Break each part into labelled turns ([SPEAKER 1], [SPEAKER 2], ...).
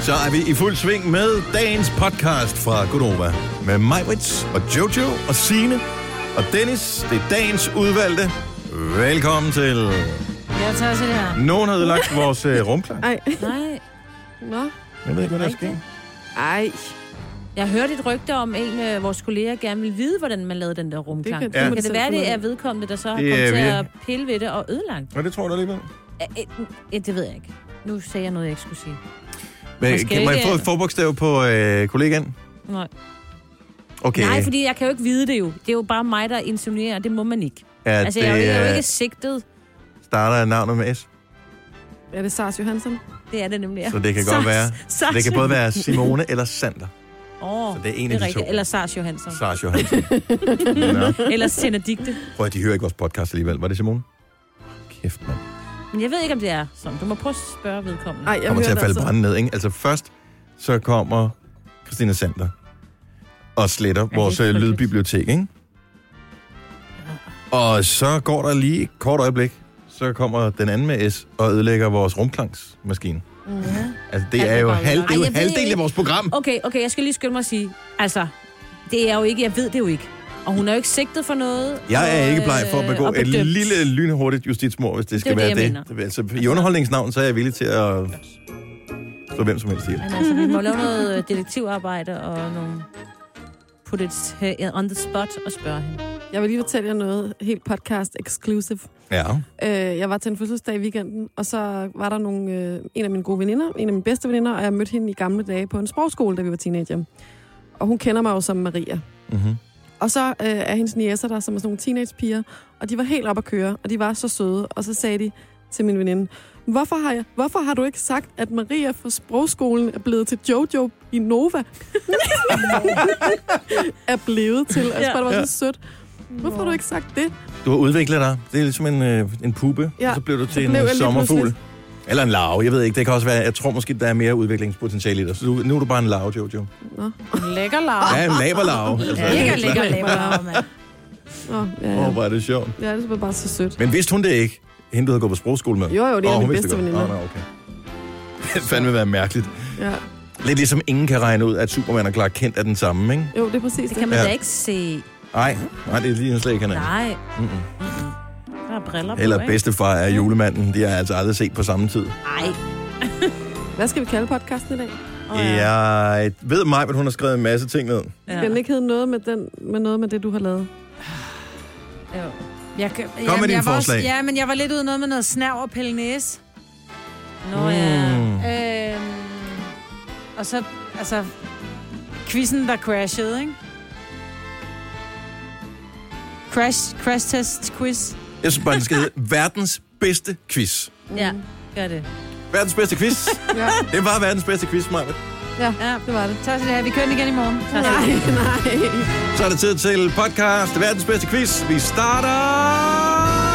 [SPEAKER 1] Så er vi i fuld sving med dagens podcast fra Godova. Med Majbrits og Jojo og Sine og Dennis. Det er dagens udvalgte. Velkommen til.
[SPEAKER 2] Jeg tager til det her.
[SPEAKER 1] Nogen havde lagt vores uh, rumklang.
[SPEAKER 3] Ej.
[SPEAKER 2] Nej,
[SPEAKER 3] Nå.
[SPEAKER 1] Jeg ved ikke, hvad der sker.
[SPEAKER 3] Ej.
[SPEAKER 2] jeg hørte et rygte om, at en af vores kolleger gerne ville vide, hvordan man lavede den der rumklang.
[SPEAKER 3] Det kan-
[SPEAKER 2] Det kan,
[SPEAKER 1] Ja.
[SPEAKER 3] det må
[SPEAKER 2] kan
[SPEAKER 3] du
[SPEAKER 2] det
[SPEAKER 3] selv
[SPEAKER 2] være,
[SPEAKER 3] finde ud
[SPEAKER 2] det
[SPEAKER 3] af.
[SPEAKER 2] er vedkommende, der så har
[SPEAKER 1] Det er
[SPEAKER 2] kommet til at
[SPEAKER 1] virkelig-
[SPEAKER 2] pille ved det og ødelagt?
[SPEAKER 1] Nå, det tror jeg da alligevel.
[SPEAKER 2] Æ, æ, æ, det ved jeg ikke. Nu sagde jeg noget, jeg ikke skulle sige.
[SPEAKER 1] Men,
[SPEAKER 2] skal
[SPEAKER 1] kan man
[SPEAKER 2] ikke-
[SPEAKER 1] få et forbogstav på øh, kollegaen?
[SPEAKER 2] Nej.
[SPEAKER 1] Okay.
[SPEAKER 2] Nej, fordi jeg kan jo ikke vide det jo. Det er jo bare mig, der insinuerer, og det må man ikke.
[SPEAKER 1] at
[SPEAKER 2] Altså,
[SPEAKER 1] det
[SPEAKER 2] jeg, er jo- jeg er jo
[SPEAKER 1] øh,
[SPEAKER 2] ikke sigtet.
[SPEAKER 1] starter navnet med S.
[SPEAKER 3] Er det Sars Johansson?
[SPEAKER 2] Det er det nemlig.
[SPEAKER 1] Så det kan godt være-
[SPEAKER 2] Sars.
[SPEAKER 1] Det kan både være Simone eller Sander.
[SPEAKER 2] Oh,
[SPEAKER 1] så det er en af de to.
[SPEAKER 2] Eller Sars Johansson.
[SPEAKER 1] Sars Johansen. Nå.
[SPEAKER 2] Eller Senedikte.
[SPEAKER 1] Prøv at de hører ikke vores podcast alligevel. Var det Simone? Kæft, mand.
[SPEAKER 2] Men jeg ved ikke, om det er sådan. Du må prøve at spørge vedkommende.
[SPEAKER 3] Ej, jeg
[SPEAKER 1] kommer til at
[SPEAKER 3] hørte
[SPEAKER 1] falde
[SPEAKER 3] altså.
[SPEAKER 1] branden ned, ikke? Altså først, så kommer Christina Sander og sletter
[SPEAKER 2] er
[SPEAKER 1] vores øh,
[SPEAKER 2] frygteligt.
[SPEAKER 1] lydbibliotek, ikke? Og så går der lige et kort øjeblik, så kommer den anden med S og ødelægger vores rumklangsmaskine.
[SPEAKER 2] Ja.
[SPEAKER 1] Altså det
[SPEAKER 2] Alt
[SPEAKER 1] er
[SPEAKER 2] er
[SPEAKER 1] jo,
[SPEAKER 2] bare
[SPEAKER 1] halv,
[SPEAKER 2] ødelagt.
[SPEAKER 1] det er jo
[SPEAKER 2] Ej, jeg ved
[SPEAKER 1] halvdelen af
[SPEAKER 2] ikke.
[SPEAKER 1] vores program.
[SPEAKER 2] Okay, okay, jeg skal lige skynde mig at sige. Altså, det er jo ikke, jeg ved det jo ikke. Og hun er jo ikke sigtet for noget.
[SPEAKER 1] Jeg er
[SPEAKER 2] og,
[SPEAKER 1] ikke bleg for at
[SPEAKER 2] øh,
[SPEAKER 1] begå
[SPEAKER 2] og
[SPEAKER 1] et
[SPEAKER 2] bedømt.
[SPEAKER 1] lille lynhurtigt justitsmord, hvis det skal
[SPEAKER 2] Det er jo det,
[SPEAKER 1] være
[SPEAKER 2] jeg
[SPEAKER 1] det. det. Altså, I underholdningsnavn, så er jeg villig til at slå hvem som helst ihjel.
[SPEAKER 2] Men altså, vi må lave noget øh, detektivarbejde og nogle put it her on the spot og spørge hende.
[SPEAKER 3] Jeg vil lige fortælle jer noget helt podcast exclusive.
[SPEAKER 1] Ja.
[SPEAKER 3] Øh, jeg var til en fødselsdag i weekenden, og så var der nogle, øh, en af mine gode veninder, en af mine bedste veninder, og jeg mødte hende i gamle dage på en sprogskole, da vi var teenager. Og hun kender mig jo som Maria.
[SPEAKER 1] Mm-hmm.
[SPEAKER 3] Og så øh, er hendes niæser der, som er sådan nogle teenagepiger, og de var helt op at køre, og de var så søde, og så sagde de til min veninde, hvorfor har, jeg, hvorfor har du ikke sagt, at Maria fra sprogskolen er blevet til Jojo i Nova? er blevet til. Altså, ja. det var
[SPEAKER 1] Ja.
[SPEAKER 3] så sødt. Hvorfor har du ikke sagt det?
[SPEAKER 1] Du har udviklet dig. Det er ligesom en, øh, en puppe, ja.
[SPEAKER 3] Ja,
[SPEAKER 1] og så blev du til
[SPEAKER 3] så blev jeg
[SPEAKER 1] en
[SPEAKER 3] lige
[SPEAKER 1] sommerfugl.
[SPEAKER 3] pludselig-
[SPEAKER 1] Eller en larve, jeg ved ikke. Det kan også være, jeg tror måske, der er mere udviklingspotentiale i dig. Så du, nu er du bare en larve, Jojo.
[SPEAKER 3] Nå,
[SPEAKER 2] Lækker lav.
[SPEAKER 1] Ja, en laberlarve. Altså,
[SPEAKER 2] Ja, lækker, lækker,
[SPEAKER 3] klart.
[SPEAKER 2] lækker lav, mand.
[SPEAKER 3] Nå ja,
[SPEAKER 1] Åh,
[SPEAKER 3] ja.
[SPEAKER 1] oh, hvor er det sjovt.
[SPEAKER 3] ja, det var bare så sødt.
[SPEAKER 1] Men vidste hun det ikke? Hende, du havde gået på sprogskole med?
[SPEAKER 3] Jo, jo, det er
[SPEAKER 1] Åh,
[SPEAKER 3] min
[SPEAKER 1] hun vidste
[SPEAKER 3] bedste
[SPEAKER 1] godt.
[SPEAKER 3] veninde.
[SPEAKER 1] Åh, nej, okay. Det fandme være mærkeligt.
[SPEAKER 3] Ja.
[SPEAKER 1] Lidt ligesom ingen kan regne ud, at Superman og Clark Kent er den samme, ikke?
[SPEAKER 3] Jo, det er præcis
[SPEAKER 2] Det
[SPEAKER 3] det.
[SPEAKER 2] kan man
[SPEAKER 1] Ja.
[SPEAKER 2] da ikke se.
[SPEAKER 1] Nej, nej det er lige en slet ikke, han er.
[SPEAKER 2] Nej.
[SPEAKER 1] Mm-mm.
[SPEAKER 2] Der er briller på,
[SPEAKER 1] Eller
[SPEAKER 2] ikke?
[SPEAKER 1] bedstefar er julemanden. De har jeg altså aldrig set på samme tid.
[SPEAKER 2] Nej.
[SPEAKER 3] Hvad skal vi kalde podcasten i dag?
[SPEAKER 2] Åh, ja.
[SPEAKER 1] Jeg ved mig, at hun har skrevet en masse ting ned.
[SPEAKER 3] Ja. Skal den ikke hedde noget med, den, med noget med det, du har lavet?
[SPEAKER 2] Jo.
[SPEAKER 4] Jeg kan, Kom
[SPEAKER 1] med dine
[SPEAKER 4] jeg var
[SPEAKER 1] forslag.
[SPEAKER 4] Også, ja, men jeg var lidt ude i noget med noget snav og pille næse.
[SPEAKER 2] Nå ja.
[SPEAKER 1] Mm.
[SPEAKER 4] Øhm, og så, altså, quizzen, der crashede, ikke? Crash, crash test quiz.
[SPEAKER 1] Jeg synes bare, den skal hedde verdens bedste quiz.
[SPEAKER 4] Mm.
[SPEAKER 2] Ja, gør det.
[SPEAKER 1] Verdens bedste quiz.
[SPEAKER 3] Ja,
[SPEAKER 1] Det var verdens bedste quiz, Maja.
[SPEAKER 4] Ja,
[SPEAKER 3] det var det.
[SPEAKER 4] tak skal det her. Vi kører den igen i morgen. Tak skal du have.
[SPEAKER 3] Nej, nej.
[SPEAKER 1] Så er det tid til podcast Verdens bedste quiz. Vi starter...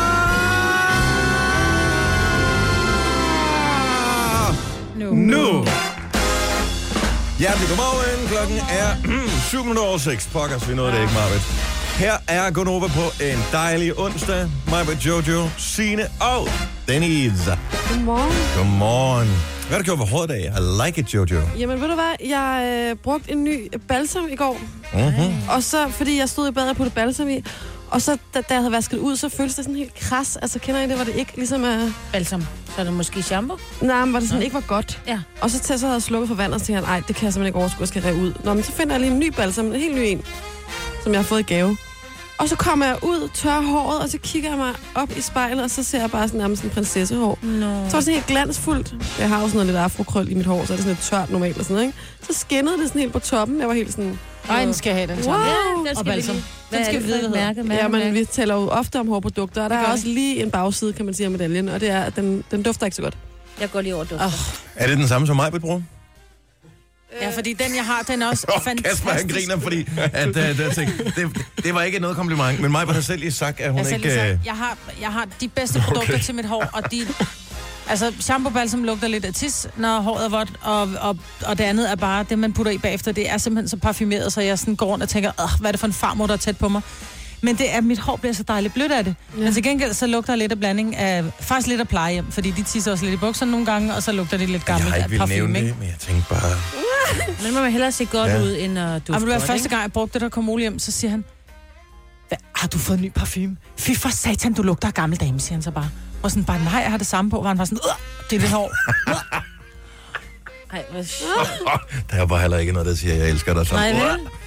[SPEAKER 4] Nu.
[SPEAKER 1] Nu! Hjertelig godmorgen. Klokken er 7 minutter over 6. Pokkers, vi nåede det ikke, Marvitt. Her er Gonova på en dejlig onsdag. Marvitt, Jojo, Sine og Dennis.
[SPEAKER 3] Godmorgen.
[SPEAKER 1] Godmorgen. Hvad har du gjort ved håret i dag? I like it, Jojo.
[SPEAKER 3] Jamen, ved du hvad? Jeg øh, brugte en ny balsam i går,
[SPEAKER 1] Mhm.
[SPEAKER 3] og så, fordi jeg stod i badet og puttede balsam i, og så, da, da jeg havde vasket det ud, så føltes det sådan helt kras. Altså, kender I det, hvor det ikke ligesom er... Øh,
[SPEAKER 2] Balsam. Så er det måske shampoo?
[SPEAKER 3] nej, men hvor det sådan ikke var godt.
[SPEAKER 2] Ja.
[SPEAKER 3] Og så, til, så havde jeg slukket for vand, og så tænkte jeg, nej, det kan jeg simpelthen ikke overskue, jeg skal rev ud. Nå, men så finder jeg lige en ny balsam, en helt ny en, som jeg har fået i gave. Og så kommer jeg ud, tør håret, og så kigger jeg mig op i spejlet, og så ser jeg bare sådan nærmest en prinsessehår.
[SPEAKER 2] Nå.
[SPEAKER 3] Så var det sådan helt glansfuldt. Jeg har jo sådan noget lidt afrokrøl i mit hår, så er det sådan lidt tørt normalt og sådan noget, ikke? Så skinnede det sådan helt på toppen. Jeg var helt sådan,
[SPEAKER 4] Øjnen skal have den.
[SPEAKER 3] wow!
[SPEAKER 4] Wow.
[SPEAKER 2] den
[SPEAKER 4] Og
[SPEAKER 2] skal vi
[SPEAKER 4] balsam.
[SPEAKER 2] lige-
[SPEAKER 4] Den skal
[SPEAKER 2] Den skal
[SPEAKER 4] vi
[SPEAKER 2] vi
[SPEAKER 4] vide,
[SPEAKER 2] vide,
[SPEAKER 4] hvad
[SPEAKER 2] mærke, mærke,
[SPEAKER 3] Ja, men
[SPEAKER 2] mærke.
[SPEAKER 3] vi taler jo ofte om hårprodukter, og der
[SPEAKER 4] Det
[SPEAKER 3] er
[SPEAKER 4] gør
[SPEAKER 3] også
[SPEAKER 4] vi.
[SPEAKER 3] lige en bagside, kan man sige, af medaljen, og det er, at den, den dufter ikke så godt.
[SPEAKER 2] Jeg går lige over duften.
[SPEAKER 3] Åh.
[SPEAKER 1] Er det den samme som mig, bror?
[SPEAKER 4] Ja, fordi den, jeg har, den er også
[SPEAKER 1] Og
[SPEAKER 4] fantastisk.
[SPEAKER 1] Kasper, han griner, fordi at, uh, det, tænkte, det, det var ikke noget kompliment. Men mig har selv lige sagt, at hun
[SPEAKER 4] Altså,
[SPEAKER 1] ikke...
[SPEAKER 4] Lisa,
[SPEAKER 1] øh,
[SPEAKER 4] jeg, har, jeg har de bedste produkter
[SPEAKER 1] Okay.
[SPEAKER 4] okay. til mit hår, og de... Altså, shampoo-balsam lugter lidt af tis, når håret er vådt, og, og, og det andet er bare det, man putter i bagefter. Det er simpelthen så parfumeret, så jeg sådan går rundt og tænker, "Åh, hvad er det for en farmor, der er tæt på mig? Men det er, mit hår bliver så dejligt blødt af det. Ja. Men til gengæld så lugter lidt af blanding af, faktisk lidt af plejehjem, fordi de tisser også lidt i bukserne nogle gange, og så lugter det lidt
[SPEAKER 1] Jeg
[SPEAKER 4] gammelt
[SPEAKER 1] har ikke
[SPEAKER 4] af
[SPEAKER 1] ville
[SPEAKER 4] parfume,
[SPEAKER 1] nævne
[SPEAKER 4] ikke?
[SPEAKER 1] det, men jeg tænkte bare...
[SPEAKER 2] Men man må hellere se godt
[SPEAKER 1] Ja.
[SPEAKER 2] ud, end at Ah, du
[SPEAKER 4] Og Ah, det var første gang, jeg brugte det, der kom Ole hjem, så siger han, Hvad, har du fået en ny parfume? Fy for satan, du lugter af gammel dame, siger han så bare. Og sådan bare, nej, jeg har det samme på, hvor han var sådan, "Ugh, det er det hår.
[SPEAKER 2] Ej, hvor s-
[SPEAKER 1] Der er bare heller ikke noget, der siger, jeg elsker dig. Så.
[SPEAKER 2] Nej, vel?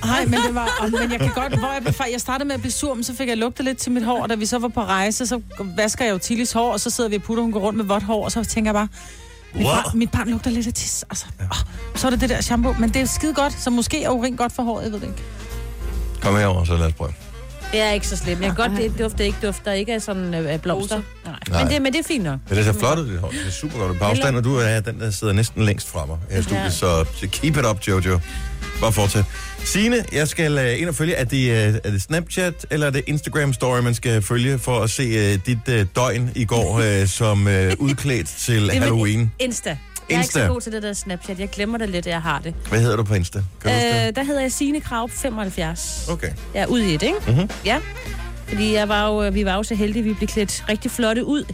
[SPEAKER 4] Nej, men det var, og- men jeg kan godt, hvor jeg blev far, jeg startede med at blive sur, men så fik jeg lugtet lidt til mit hår, og da vi så var på rejse, så vasker jeg jo Tillis hår, og så sidder vi og putter, hun går rundt med vådt hår, og så tænker jeg bare, mit,
[SPEAKER 1] Wow.
[SPEAKER 4] barn, mit barn lugter lidt af tis, altså. Åh, så er det det der shampoo, men det er skide godt, så måske er urin godt for håret, jeg ved det ikke.
[SPEAKER 1] Kom herover, så lad os prøve.
[SPEAKER 2] Det er ikke så slemt. Jeg kan godt det dufter ikke dufter. Ikke af sådan øh, af blomster. Nej. Men, det, men det er fint nok.
[SPEAKER 1] Det er så flot ud, det hår. Det er super godt. På afstand, og du er den, der sidder næsten længst fremme her i studiet, så så keep it up, Jojo. Bare fortsæt. Signe, jeg skal øh, ind og følge. Er det, øh, er det Snapchat eller er det Instagram-story, man skal følge for at se øh, dit øh, døgn i går øh, som øh, udklædt til
[SPEAKER 2] Det er min
[SPEAKER 1] Halloween?
[SPEAKER 2] Insta. Jeg er ikke
[SPEAKER 1] Insta.
[SPEAKER 2] så god til det der Snapchat. Jeg glemmer det lidt, at jeg har det.
[SPEAKER 1] Hvad hedder du på Insta? Kan du huske det?
[SPEAKER 2] Øh, der hedder jeg Signe Kraup 75.
[SPEAKER 1] Okay.
[SPEAKER 2] Jeg er ude i et, ikke?
[SPEAKER 1] Mhm.
[SPEAKER 2] Ja. Fordi jeg var jo, øh, vi var jo så heldige, at vi blev klædt rigtig flotte ud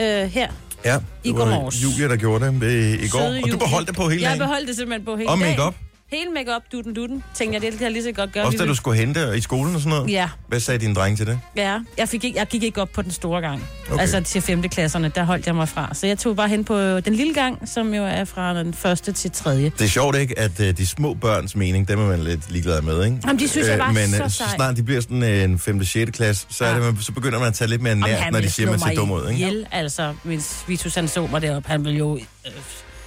[SPEAKER 2] øh, her.
[SPEAKER 1] Ja,
[SPEAKER 2] I
[SPEAKER 1] det
[SPEAKER 2] går
[SPEAKER 1] var
[SPEAKER 2] morges.
[SPEAKER 1] Julia, der gjorde det ved, i går,
[SPEAKER 2] Søde
[SPEAKER 1] og du
[SPEAKER 2] Julie.
[SPEAKER 1] beholdt det på hele
[SPEAKER 2] Jeg
[SPEAKER 1] dagen.
[SPEAKER 2] beholdt det simpelthen på hele
[SPEAKER 1] Og
[SPEAKER 2] dagen.
[SPEAKER 1] makeup.
[SPEAKER 2] Hele makeup, dutten, dutten. Tænkte jeg, det kan jeg lige så godt gøre.
[SPEAKER 1] Også da
[SPEAKER 2] Vi-
[SPEAKER 1] du skulle hente i skolen og sådan noget.
[SPEAKER 2] Ja,
[SPEAKER 1] Hvad sagde din dreng til det?
[SPEAKER 2] ja. Jeg, fik ikke, jeg gik ikke op på den store gang.
[SPEAKER 1] Okay.
[SPEAKER 2] Okay. Altså til 5. klasserne, der holdt jeg mig fra. Så jeg tog bare hen på den lille gang, som jo er fra den første til tredje.
[SPEAKER 1] Det er sjovt ikke, at øh, de små børns mening, dem er man lidt ligeglad med, ikke?
[SPEAKER 2] Jamen, de synes jeg bare
[SPEAKER 1] men,
[SPEAKER 2] så
[SPEAKER 1] øh,
[SPEAKER 2] sej.
[SPEAKER 1] snart de bliver sådan øh, en 5. 6. klasse, så, er
[SPEAKER 2] Ja.
[SPEAKER 1] det, man, så begynder man at tage lidt mere
[SPEAKER 2] Om
[SPEAKER 1] nært,
[SPEAKER 2] han
[SPEAKER 1] når de
[SPEAKER 2] ville
[SPEAKER 1] siger,
[SPEAKER 2] slå
[SPEAKER 1] man ser
[SPEAKER 2] mig
[SPEAKER 1] dum ud, ikke?
[SPEAKER 2] ihjel, altså, hvis Vitus han så mig deroppe, han ville jo... Øh,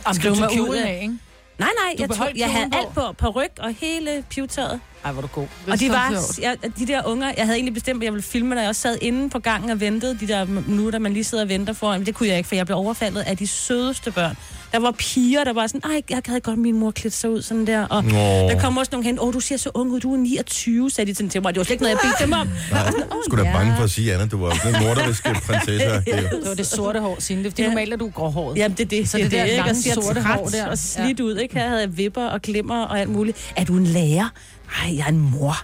[SPEAKER 4] Om
[SPEAKER 2] slå
[SPEAKER 4] du
[SPEAKER 2] mig
[SPEAKER 4] tog
[SPEAKER 2] ud
[SPEAKER 4] kjolen
[SPEAKER 2] af-
[SPEAKER 4] af, ikke?
[SPEAKER 2] Nej, nej, jeg, tog,
[SPEAKER 4] beholdt
[SPEAKER 2] jeg havde
[SPEAKER 4] kjolen på?
[SPEAKER 2] alt på, på ryg og hele pivtøjet.
[SPEAKER 4] Ej, hvor er du god.
[SPEAKER 2] Og de,
[SPEAKER 3] så
[SPEAKER 2] var,
[SPEAKER 3] sjovt.
[SPEAKER 2] jeg, de der unger, jeg havde egentlig bestemt, at jeg ville filme, når jeg også sad inde på gangen og ventede de der minutter, man lige sidder og venter foran. Men det kunne jeg ikke, for jeg blev overfaldet af de sødeste børn. Der var piger, der var sådan, ej, jeg havde godt min mor klædt sig ud sådan der. Og
[SPEAKER 1] Nå.
[SPEAKER 2] der kom også nogle hen, åh, du ser så ung ud, du er 29, sagde de sådan til mig. Det var slet ikke noget, jeg bedte dem om.
[SPEAKER 1] Nej, skulle da
[SPEAKER 2] ja.
[SPEAKER 1] bange for at sige, Anna, du var sådan en morderiske prinsesse.
[SPEAKER 4] Det var det sorte hår, Signe. Det er fordi,
[SPEAKER 2] Ja.
[SPEAKER 4] normalt er du gråhåret.
[SPEAKER 2] Jamen, det er det.
[SPEAKER 4] Så det der
[SPEAKER 2] ikke?
[SPEAKER 4] lange
[SPEAKER 2] Og ser
[SPEAKER 4] sorte
[SPEAKER 2] træt
[SPEAKER 4] hår der.
[SPEAKER 2] Og slidt ud, ikke? Her havde jeg vipper og glimmer og alt muligt. Er du en lærer? Nej, jeg er en mor.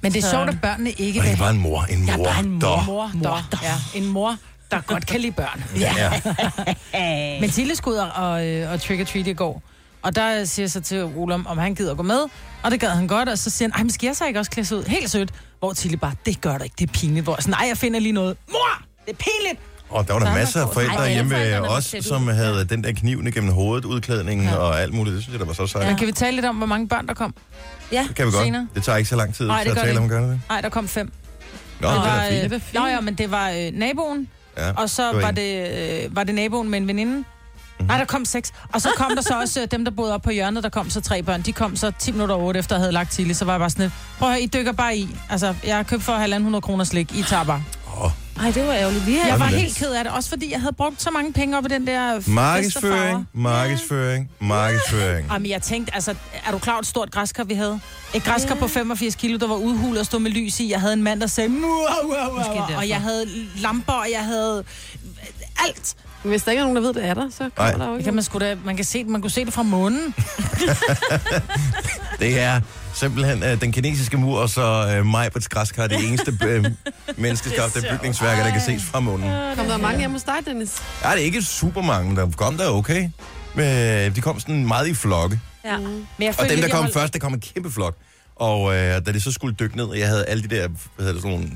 [SPEAKER 4] Men det er
[SPEAKER 2] Så-
[SPEAKER 4] sjovt, at børnene ikke
[SPEAKER 1] Og
[SPEAKER 4] vil
[SPEAKER 1] ikke bare en mor, en
[SPEAKER 4] Jeg er
[SPEAKER 1] mor.
[SPEAKER 4] bare en mor,
[SPEAKER 1] der.
[SPEAKER 4] mor, der. Ja, en mor, der godt kan lide børn.
[SPEAKER 1] Ja.
[SPEAKER 4] Men Tilly skulle ud og, og, øh, og trick or treat i går. Og der siger jeg så til Ole, om- om han gider at gå med. Og det gad han godt, og så siger han, ej, men skal jeg så ikke også klæde sig ud? Helt sødt. Hvor Tilly bare, det gør du ikke, det er pinligt. Hvor jeg sådan, nej, jeg finder lige noget. Mor, det er pinligt.
[SPEAKER 1] Og der var der
[SPEAKER 4] Samme
[SPEAKER 1] masser af
[SPEAKER 4] skole.
[SPEAKER 1] forældre
[SPEAKER 2] Ej, alle
[SPEAKER 1] hjemme ved
[SPEAKER 2] forældrene var
[SPEAKER 1] os,
[SPEAKER 2] klædt ud.
[SPEAKER 1] som havde den der kniven gennem hovedet, udklædningen og alt muligt. Det synes jeg, der var så sejt.
[SPEAKER 4] Men kan vi tale lidt om, hvor mange børn der kom?
[SPEAKER 2] Ja.
[SPEAKER 1] Det kan vi
[SPEAKER 4] senere?
[SPEAKER 1] godt. Det tager ikke så lang tid
[SPEAKER 4] Nej, det
[SPEAKER 1] at
[SPEAKER 4] gør
[SPEAKER 1] tale
[SPEAKER 4] det
[SPEAKER 1] om, gør det det?
[SPEAKER 4] Nej, der kom fem.
[SPEAKER 1] Nå, det
[SPEAKER 4] var,
[SPEAKER 1] er da
[SPEAKER 4] øh,
[SPEAKER 1] fint.
[SPEAKER 3] da fint.
[SPEAKER 4] Nå ja, men det var øh, naboen,
[SPEAKER 1] Ja.
[SPEAKER 4] og så
[SPEAKER 1] det var
[SPEAKER 4] var
[SPEAKER 1] en. Mhm.
[SPEAKER 4] det, øh, var det naboen med en veninde. Mm-hmm. Nej, der kom seks. Og så kom der så også øh, dem, der boede op på hjørnet, der kom så tre børn. De kom så 10 minutter over otte, efter jeg havde lagt tidligt. Så var jeg bare sådan lidt, prøv at høre, I dykker bare i. Altså, jeg har købt for 1.500 kroner slik. I tager bare.
[SPEAKER 1] Åh,
[SPEAKER 2] Ej, det var ærgerligt. Vi
[SPEAKER 4] Jeg
[SPEAKER 2] er...
[SPEAKER 4] var
[SPEAKER 1] det.
[SPEAKER 4] helt ked af det, også fordi jeg havde brugt så mange penge op i den der fest og farver.
[SPEAKER 1] Markedsføring, markedsføring, markedsføring.
[SPEAKER 4] Jamen, jeg tænkte, altså, er du klar over, hvor stort græskar vi havde? Et græskar på 85 kilo, der var udhulet og stod med lys i. Jeg havde en mand, der sagde, "Mua, mua, mua, mua," og jeg havde lamper, og jeg havde alt.
[SPEAKER 3] Men Hvis der ikke er nogen, der ved, det er der, så
[SPEAKER 1] Nej.
[SPEAKER 3] kommer der jo
[SPEAKER 4] Det
[SPEAKER 3] ikke.
[SPEAKER 4] kan man, sgu da, man, kan se, man kunne se det fra månen.
[SPEAKER 1] Det er simpelthen øh, den kinesiske mur, og så øh, Majbrits græskar, det eneste øh, menneskeskabte bygningsværker, der kan ses fra månen.
[SPEAKER 3] nogen. Kom der mange hjemme hos dig, Dennis?
[SPEAKER 1] Ja, det er ikke super mange, men der kom der okay. Øh, de kom sådan meget i flokke.
[SPEAKER 2] Ja.
[SPEAKER 4] Men jeg
[SPEAKER 1] Og dem,
[SPEAKER 4] lidt,
[SPEAKER 1] der
[SPEAKER 4] jeg
[SPEAKER 1] kom
[SPEAKER 4] holdt-
[SPEAKER 1] først, der kom en kæmpe flok. Og øh, da det så skulle dykke ned, og jeg havde alle de der, hvad hedder det, sådan nogle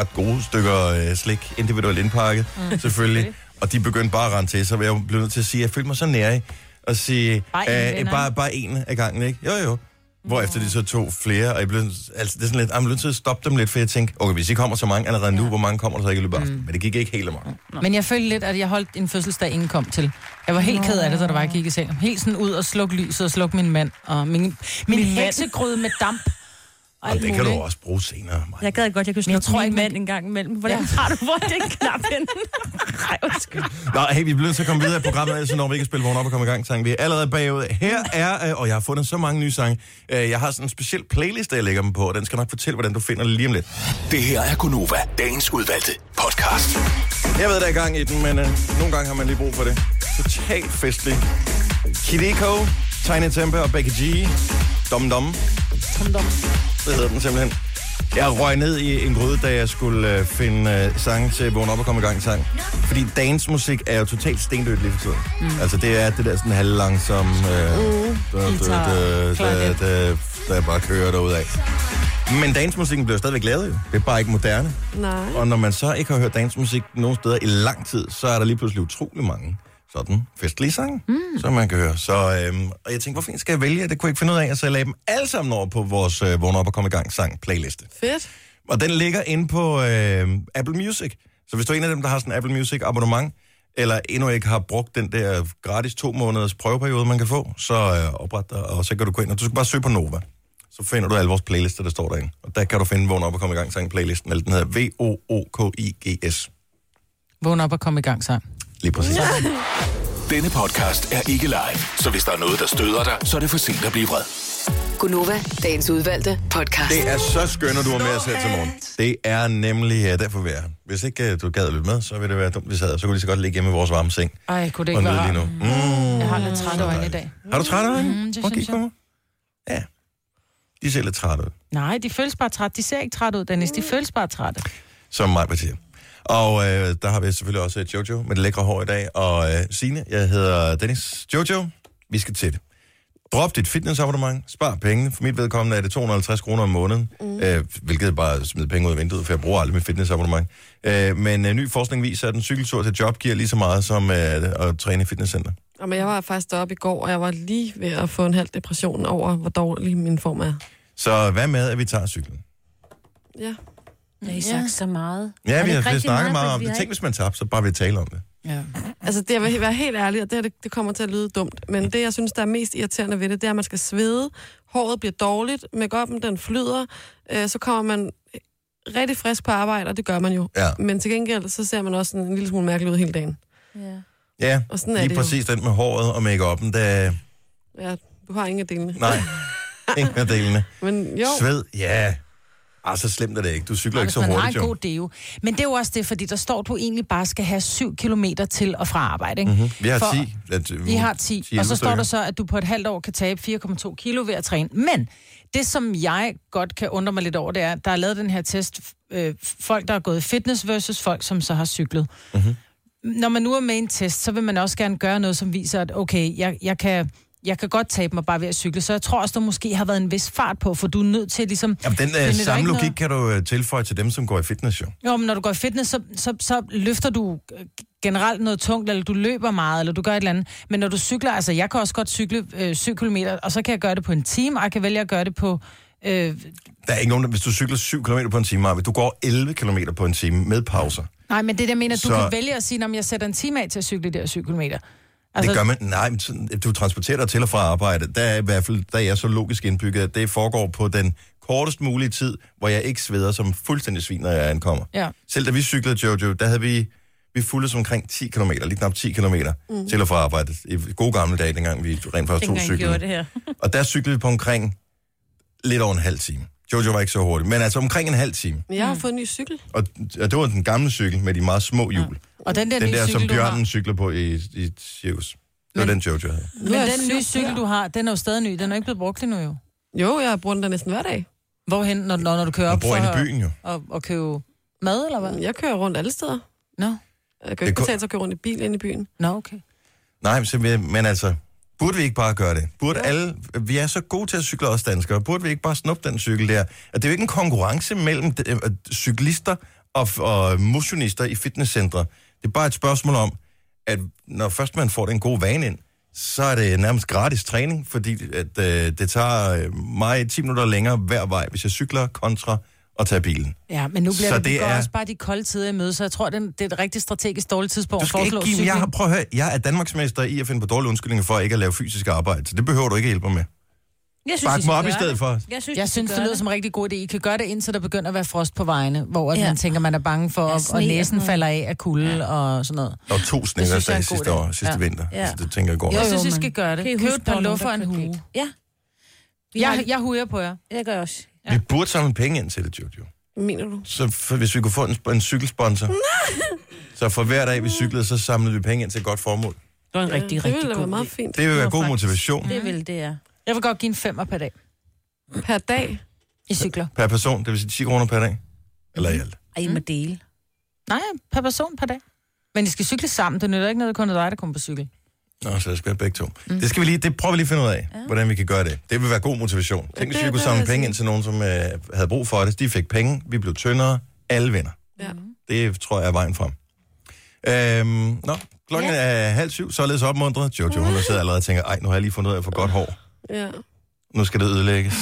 [SPEAKER 1] ret gode stykker øh, slik, individuelt indpakket, mm. selvfølgelig. Og de begyndte bare at rende til, så jeg blev nødt til at sige, at jeg følte mig så nær og sige,
[SPEAKER 4] Bare én
[SPEAKER 1] bare, øh,
[SPEAKER 4] venner,
[SPEAKER 1] bare, bare en af gangen, ikke? Jo, jo. Hvor efter de så tog flere, og jeg blev, altså, det er sådan lidt, ah, jeg blev nødt til at stoppe dem lidt, for jeg tænkte, okay, hvis I kommer så mange allerede nu, hvor mange kommer der så ikke i
[SPEAKER 4] Mm.
[SPEAKER 1] løbet af aftenen? Men det gik ikke helt amok.
[SPEAKER 4] Men jeg følte lidt, at jeg holdt en fødselsdag, ingen kom til. Jeg var helt ked af det, da der var, jeg gik i seng. Helt sådan ud og slukke lyset og slukke min mand. Og min, min, min heksegryde med damp.
[SPEAKER 1] Og
[SPEAKER 4] alt
[SPEAKER 1] det kan du
[SPEAKER 4] muligt.
[SPEAKER 1] også bruge senere, Maja.
[SPEAKER 2] Jeg gad godt, jeg kunne
[SPEAKER 4] Men jeg
[SPEAKER 2] slukke
[SPEAKER 4] tror
[SPEAKER 2] min
[SPEAKER 4] ikke, man-
[SPEAKER 2] mand en gang imellem. Hvordan har du hvor er den knap henne? Nej, undskyld.
[SPEAKER 1] Nå, hey, vi bliver nødt til at komme videre i programmet, ellers så når vi ikke at spille vågen op og komme i gang sang. Vi er allerede bagud. Her er, øh, og jeg har fundet så mange nye sange. Øh, Jeg har sådan en speciel playlist, der jeg lægger dem på, og den skal nok fortælle, hvordan du finder det lige om lidt.
[SPEAKER 5] Det her er Gunova, dagens udvalgte podcast.
[SPEAKER 1] Jeg ved, der er gang i den, men øh, nogle gange har man lige brug for det. Totalt festlig. Kideko, Tiny Temper og Becky G. Dom Dom. Dom Dom. Det hedder den simpelthen. Jeg røg ned i en gryde, da jeg skulle øh, finde øh, sange til Vågn op og komme i gang sang. Fordi dansmusik er jo totalt stendødt lige for tiden. Mm. Altså det er det der sådan halvlangsomme... Øh, da, da,
[SPEAKER 4] guitar,
[SPEAKER 1] da, da,
[SPEAKER 4] klarinet.
[SPEAKER 1] da, der bare kører derudad. Men dansmusikken bliver stadigvæk lavet jo. Det er bare ikke moderne.
[SPEAKER 3] Nej.
[SPEAKER 1] Og når man så ikke har hørt dansmusik nogen steder i lang tid, så er der lige pludselig utrolig mange sådan festlige sange, mm. som man kan høre. Så, øhm, og jeg tænkte, hvorfor en skal jeg vælge? Det kunne jeg ikke finde ud af, og så lagde jeg dem alle sammen over på vores øh, Vågn op og komme i gang sang playliste.
[SPEAKER 3] Fedt.
[SPEAKER 1] Og den ligger inde på øh, Apple Music. Så hvis du er en af dem, der har sådan en Apple Music abonnement, eller endnu ikke har brugt den der gratis to måneders prøveperiode, man kan få, så øh, opret dig, og så kan du gå ind, og du skal bare søge på Nova. Så finder du alle vores playlister, der står derinde. Og der kan du finde Vågn op og komme i gang sang playlisten, eller den hedder V-O-O-K-I-G-S.
[SPEAKER 4] Vågn op og kom i gang sang.
[SPEAKER 1] Lige præcis.
[SPEAKER 5] Denne podcast er ikke live, så hvis der er noget, der støder dig, så er det for sent at blive vred.
[SPEAKER 6] Gunova, dagens udvalgte podcast.
[SPEAKER 1] Det er så skønt, at du er med os her til morgen. Det er nemlig ja, derfor, vi er her. Hvis ikke øh, du gad at lytte med, så ville det være dumt, hvis jeg havde. Så kunne vi lige så godt ligge hjemme i vores varme seng
[SPEAKER 4] Ej, kunne det
[SPEAKER 1] og
[SPEAKER 4] ikke
[SPEAKER 1] nyde
[SPEAKER 4] være
[SPEAKER 1] lige nu.
[SPEAKER 4] rart?
[SPEAKER 1] Mm.
[SPEAKER 4] Jeg har lidt træt øjne i dag.
[SPEAKER 1] Har du træt øjne?
[SPEAKER 2] Mm-hmm,
[SPEAKER 4] Mm, det
[SPEAKER 1] Prøv at
[SPEAKER 4] synes
[SPEAKER 1] kigge på mig. Ja. De ser lidt trætte ud,
[SPEAKER 4] Nej, de føles bare træt. De ser ikke træt ud, Dennis. De føles bare trætte.
[SPEAKER 1] som mig vil sige. Og øh, der har vi selvfølgelig også øh, Jojo med det lækre hår i dag. Og øh, Signe, jeg hedder Dennis. Jojo, vi skal til det. Drop dit fitnessabonnement, spar pengene. For mit vedkommende er det 250 kroner om måneden, mm. øh, hvilket er bare smider penge ud af vinduet, for jeg bruger aldrig mit fitnessabonnement. Øh, men øh, ny forskning viser, at en cykeltur til job giver lige så meget som øh, at træne i fitnesscenter.
[SPEAKER 3] Jamen, jeg var faktisk deroppe i går, og jeg var lige ved at få en halv depression over, hvor dårlig min form er.
[SPEAKER 1] Så hvad med, at vi tager cyklen?
[SPEAKER 3] Ja.
[SPEAKER 2] Det har I sagt så meget.
[SPEAKER 1] Ja, vi
[SPEAKER 2] det
[SPEAKER 1] har
[SPEAKER 2] rigtig
[SPEAKER 1] snakket meget
[SPEAKER 2] men
[SPEAKER 1] om
[SPEAKER 2] vi
[SPEAKER 1] det.
[SPEAKER 2] har
[SPEAKER 1] Tænk,
[SPEAKER 2] ikke-
[SPEAKER 1] hvis man tabte, så bare vi tale om det.
[SPEAKER 4] Ja.
[SPEAKER 3] Altså, det, jeg vil være helt ærlig, og det, her, det, det kommer til at lyde dumt, men det, jeg synes, der er mest irriterende ved det, det er, at man skal svede, håret bliver dårligt, make-up'en, den flyder, øh, så kommer man rigtig frisk på arbejde, og det gør man jo.
[SPEAKER 1] Ja.
[SPEAKER 3] Men til gengæld, så ser man også sådan en lille smule mærkelig ud hele dagen.
[SPEAKER 2] Ja.
[SPEAKER 1] Ja,
[SPEAKER 3] Og sådan er
[SPEAKER 1] lige
[SPEAKER 3] det jo.
[SPEAKER 1] præcis den med håret og make-up'en, der...
[SPEAKER 3] Ja, du har ingen af delene.
[SPEAKER 1] Nej, ingen af delene.
[SPEAKER 3] Men jo,
[SPEAKER 1] Sved, ja. Ah, så slemt er det ikke. Du cykler
[SPEAKER 4] Og
[SPEAKER 1] ikke
[SPEAKER 4] hvis
[SPEAKER 1] så
[SPEAKER 4] man har
[SPEAKER 1] hurtigt,
[SPEAKER 4] en
[SPEAKER 1] jo.
[SPEAKER 4] god deo. Men det er jo også det, fordi der står, at du egentlig bare skal have 7 km til og fra arbejde. Ikke? Mm-hmm.
[SPEAKER 1] Mhm. Vi har
[SPEAKER 4] For-
[SPEAKER 1] 10. At, uh,
[SPEAKER 4] I har 10, 10 og så står
[SPEAKER 1] stykker.
[SPEAKER 4] der så, at du på et halvt år kan tabe 4,2 kilo ved at træne. Men det, som jeg godt kan undre mig lidt over, det er, at der er lavet den her test, øh, folk, der er gået i fitness versus folk, som så har cyklet.
[SPEAKER 1] Mhm.
[SPEAKER 4] Mm-hmm. Når man nu er med i en test, så vil man også gerne gøre noget, som viser, at okay, jeg, jeg kan... Jeg kan godt tabe mig bare ved at cykle, så jeg tror også, der måske har været en vis fart på, for du er nødt til ligesom...
[SPEAKER 1] Jamen, den
[SPEAKER 4] Finder der
[SPEAKER 1] øh,
[SPEAKER 4] ikke
[SPEAKER 1] samme
[SPEAKER 4] noget?
[SPEAKER 1] logik kan du øh, tilføje til dem, som går i fitness, jo.
[SPEAKER 4] Jo, men når du går i fitness, så, så, så løfter du øh, generelt noget tungt, eller du løber meget, eller du gør et eller andet. Men når du cykler, altså jeg kan også godt cykle øh, 7 km, og så kan jeg gøre det på en time, og jeg kan vælge at gøre det på... Øh,
[SPEAKER 1] Der er ikke nogen, der, hvis du cykler 7 km på en time, Marve, du går 11 km på en time med pauser.
[SPEAKER 4] nej, men det der mener, du
[SPEAKER 1] Så-
[SPEAKER 4] så... kan vælge at sige, om jeg sætter en time af til at cykle de der 7 km.
[SPEAKER 1] Altså... Det gør man. Nej, men sådan, du transporterer dig til og fra arbejde. Der er i hvert fald, der er jeg så logisk indbygget, at det foregår på den kortest mulige tid, hvor jeg ikke sveder som fuldstændig svin, når jeg ankommer.
[SPEAKER 4] Ja.
[SPEAKER 1] Selv da vi cyklede, Jojo, der havde vi, vi fulgte som omkring 10 km, lige knap 10 km mm. til og fra arbejde. I gode gamle dage, dengang vi rent faktisk tog
[SPEAKER 2] Dengang I gjorde
[SPEAKER 1] cyklen.
[SPEAKER 2] det her.
[SPEAKER 1] Og der cyklede vi på omkring lidt over en halv time. Jojo var ikke så hurtig, men altså omkring en halv time.
[SPEAKER 3] men jeg har fået en ny cykel.
[SPEAKER 1] Og, og det var den gamle cykel med de meget små hjul.
[SPEAKER 4] Og den der
[SPEAKER 1] Den
[SPEAKER 4] nye
[SPEAKER 1] der,
[SPEAKER 4] cykel,
[SPEAKER 1] som
[SPEAKER 4] du har,
[SPEAKER 1] Bjørnen cykler på i, i Sirius. Det var den Jojo havde.
[SPEAKER 3] Nu er
[SPEAKER 4] men
[SPEAKER 3] jeg
[SPEAKER 4] den nye cykel,
[SPEAKER 3] cykel.
[SPEAKER 4] du har, den er jo stadig ny, den er jo ikke blevet brugt endnu jo.
[SPEAKER 3] Jo, jeg bruger den der næsten hver dag.
[SPEAKER 4] Hvorhen, når, når, når du kører
[SPEAKER 1] Du
[SPEAKER 4] op
[SPEAKER 1] bor inde i byen jo.
[SPEAKER 4] Og, og købe mad, eller hvad?
[SPEAKER 3] Jeg kører rundt alle steder.
[SPEAKER 4] Nå, no.
[SPEAKER 3] Jeg kan jo ikke
[SPEAKER 1] kun-
[SPEAKER 3] betale sig at køre rundt i bil inde i byen.
[SPEAKER 4] no, okay.
[SPEAKER 1] Nej, men, simpelthen- men altså, burde vi ikke bare gøre det? Burde alle, vi er så gode til at cykle også danskere, burde vi ikke bare snuppe den cykel der? Og det er jo ikke en konkurrence mellem øh, øh, cyklister og, og motionister i fitnesscentre. Det er bare et spørgsmål om, at når først man får den gode vane ind, så er det nærmest gratis træning, fordi at, øh, det tager øh, mig 10 minutter længere hver vej, hvis jeg cykler kontra at tage bilen.
[SPEAKER 4] Ja, men nu bliver
[SPEAKER 1] Så
[SPEAKER 4] så det,
[SPEAKER 1] det
[SPEAKER 4] det
[SPEAKER 1] er-
[SPEAKER 4] er... også bare de kolde tider i møde, så jeg tror, den, det er et rigtig strategisk dårligt tidspunkt
[SPEAKER 1] Du
[SPEAKER 4] at
[SPEAKER 1] skal ikke
[SPEAKER 4] foreslå
[SPEAKER 1] give, jeg,
[SPEAKER 4] cykling.
[SPEAKER 1] har, prøv at høre, jeg er Danmarksmester i at finde på dårlige undskyldninger for ikke at lave fysisk arbejde, så det behøver du ikke hjælpe mig med.
[SPEAKER 2] Jeg synes,
[SPEAKER 1] Bak
[SPEAKER 2] I skal
[SPEAKER 1] mig op
[SPEAKER 2] gøre
[SPEAKER 1] i stedet
[SPEAKER 2] det.
[SPEAKER 1] for.
[SPEAKER 2] Jeg synes, I
[SPEAKER 4] Jeg
[SPEAKER 2] skal
[SPEAKER 4] synes, det
[SPEAKER 2] gøre
[SPEAKER 4] lyder som en rigtig god idé. I kan gøre det, indtil der begynder at være frost på vejene, hvor ja.
[SPEAKER 2] Ja.
[SPEAKER 4] man tænker, man er bange for,
[SPEAKER 2] Ja,
[SPEAKER 4] ja,
[SPEAKER 2] sne
[SPEAKER 4] og
[SPEAKER 2] og
[SPEAKER 4] næsen
[SPEAKER 2] sådan
[SPEAKER 4] falder af af kulde ja. og sådan noget.
[SPEAKER 1] Der var to
[SPEAKER 4] synes jeg er
[SPEAKER 1] snedværsdage
[SPEAKER 4] en
[SPEAKER 1] sidste
[SPEAKER 4] god idé.
[SPEAKER 1] år, sidste
[SPEAKER 4] Ja.
[SPEAKER 1] vinter.
[SPEAKER 2] Ja.
[SPEAKER 1] Så det tænker jeg går.
[SPEAKER 4] Jo,
[SPEAKER 1] nok.
[SPEAKER 4] jeg
[SPEAKER 2] jo,
[SPEAKER 4] synes, I
[SPEAKER 2] men
[SPEAKER 4] skal gøre det.
[SPEAKER 2] Kan I
[SPEAKER 4] Køb
[SPEAKER 2] huske,
[SPEAKER 4] et par
[SPEAKER 2] der var nogen,
[SPEAKER 4] luffer og en
[SPEAKER 2] der købte
[SPEAKER 4] hue.
[SPEAKER 2] lidt? Ja,
[SPEAKER 4] Jeg, jeg huer på jer.
[SPEAKER 2] det gør jeg også.
[SPEAKER 1] Vi burde samle penge ind til det, Jojo.
[SPEAKER 3] Hvad mener du?
[SPEAKER 1] Så for, hvis vi kunne få en, sp- en cykelsponsor. så for hver dag, vi cyklede, så samlede vi penge ind til et godt formål.
[SPEAKER 2] Det var en rigtig,
[SPEAKER 3] det
[SPEAKER 2] rigtig
[SPEAKER 3] ville da være
[SPEAKER 2] god
[SPEAKER 3] meget
[SPEAKER 2] idé.
[SPEAKER 3] fint.
[SPEAKER 1] Det vil være
[SPEAKER 2] Nå,
[SPEAKER 1] god
[SPEAKER 2] faktisk.
[SPEAKER 1] motivation.
[SPEAKER 2] Det vil det, ja.
[SPEAKER 4] Jeg vil godt give en femmer per dag.
[SPEAKER 3] Per dag.
[SPEAKER 4] I cykler.
[SPEAKER 1] per person, det vil sige 10 kroner per dag? Eller i alt?
[SPEAKER 2] Ej, I må dele.
[SPEAKER 4] Nej, per person per dag. Men I skal cykle sammen. Det nytter ikke noget, det kun er dig, der kommer på cykel.
[SPEAKER 1] Nå, så det skal være begge to. Mm. Det, skal vi lige, det prøver vi lige at finde ud af, ja. hvordan vi kan gøre det. Det vil være god motivation. Tænk, hvis vi
[SPEAKER 3] det-
[SPEAKER 1] kunne
[SPEAKER 3] det vil
[SPEAKER 1] samle
[SPEAKER 3] jeg
[SPEAKER 1] penge
[SPEAKER 3] sige.
[SPEAKER 1] ind til nogen, som øh, havde brug for det. De fik penge, vi blev tyndere, alle vinder.
[SPEAKER 3] Ja.
[SPEAKER 4] Mhm.
[SPEAKER 1] Det tror jeg er vejen frem. Øhm, nå, klokken ja. er halv syv, således opmuntret. Jojo, hun sidder allerede og tænker, ej, nu har jeg lige fundet ud af, at få godt hår.
[SPEAKER 3] ja.
[SPEAKER 1] Nu skal det ødelægges.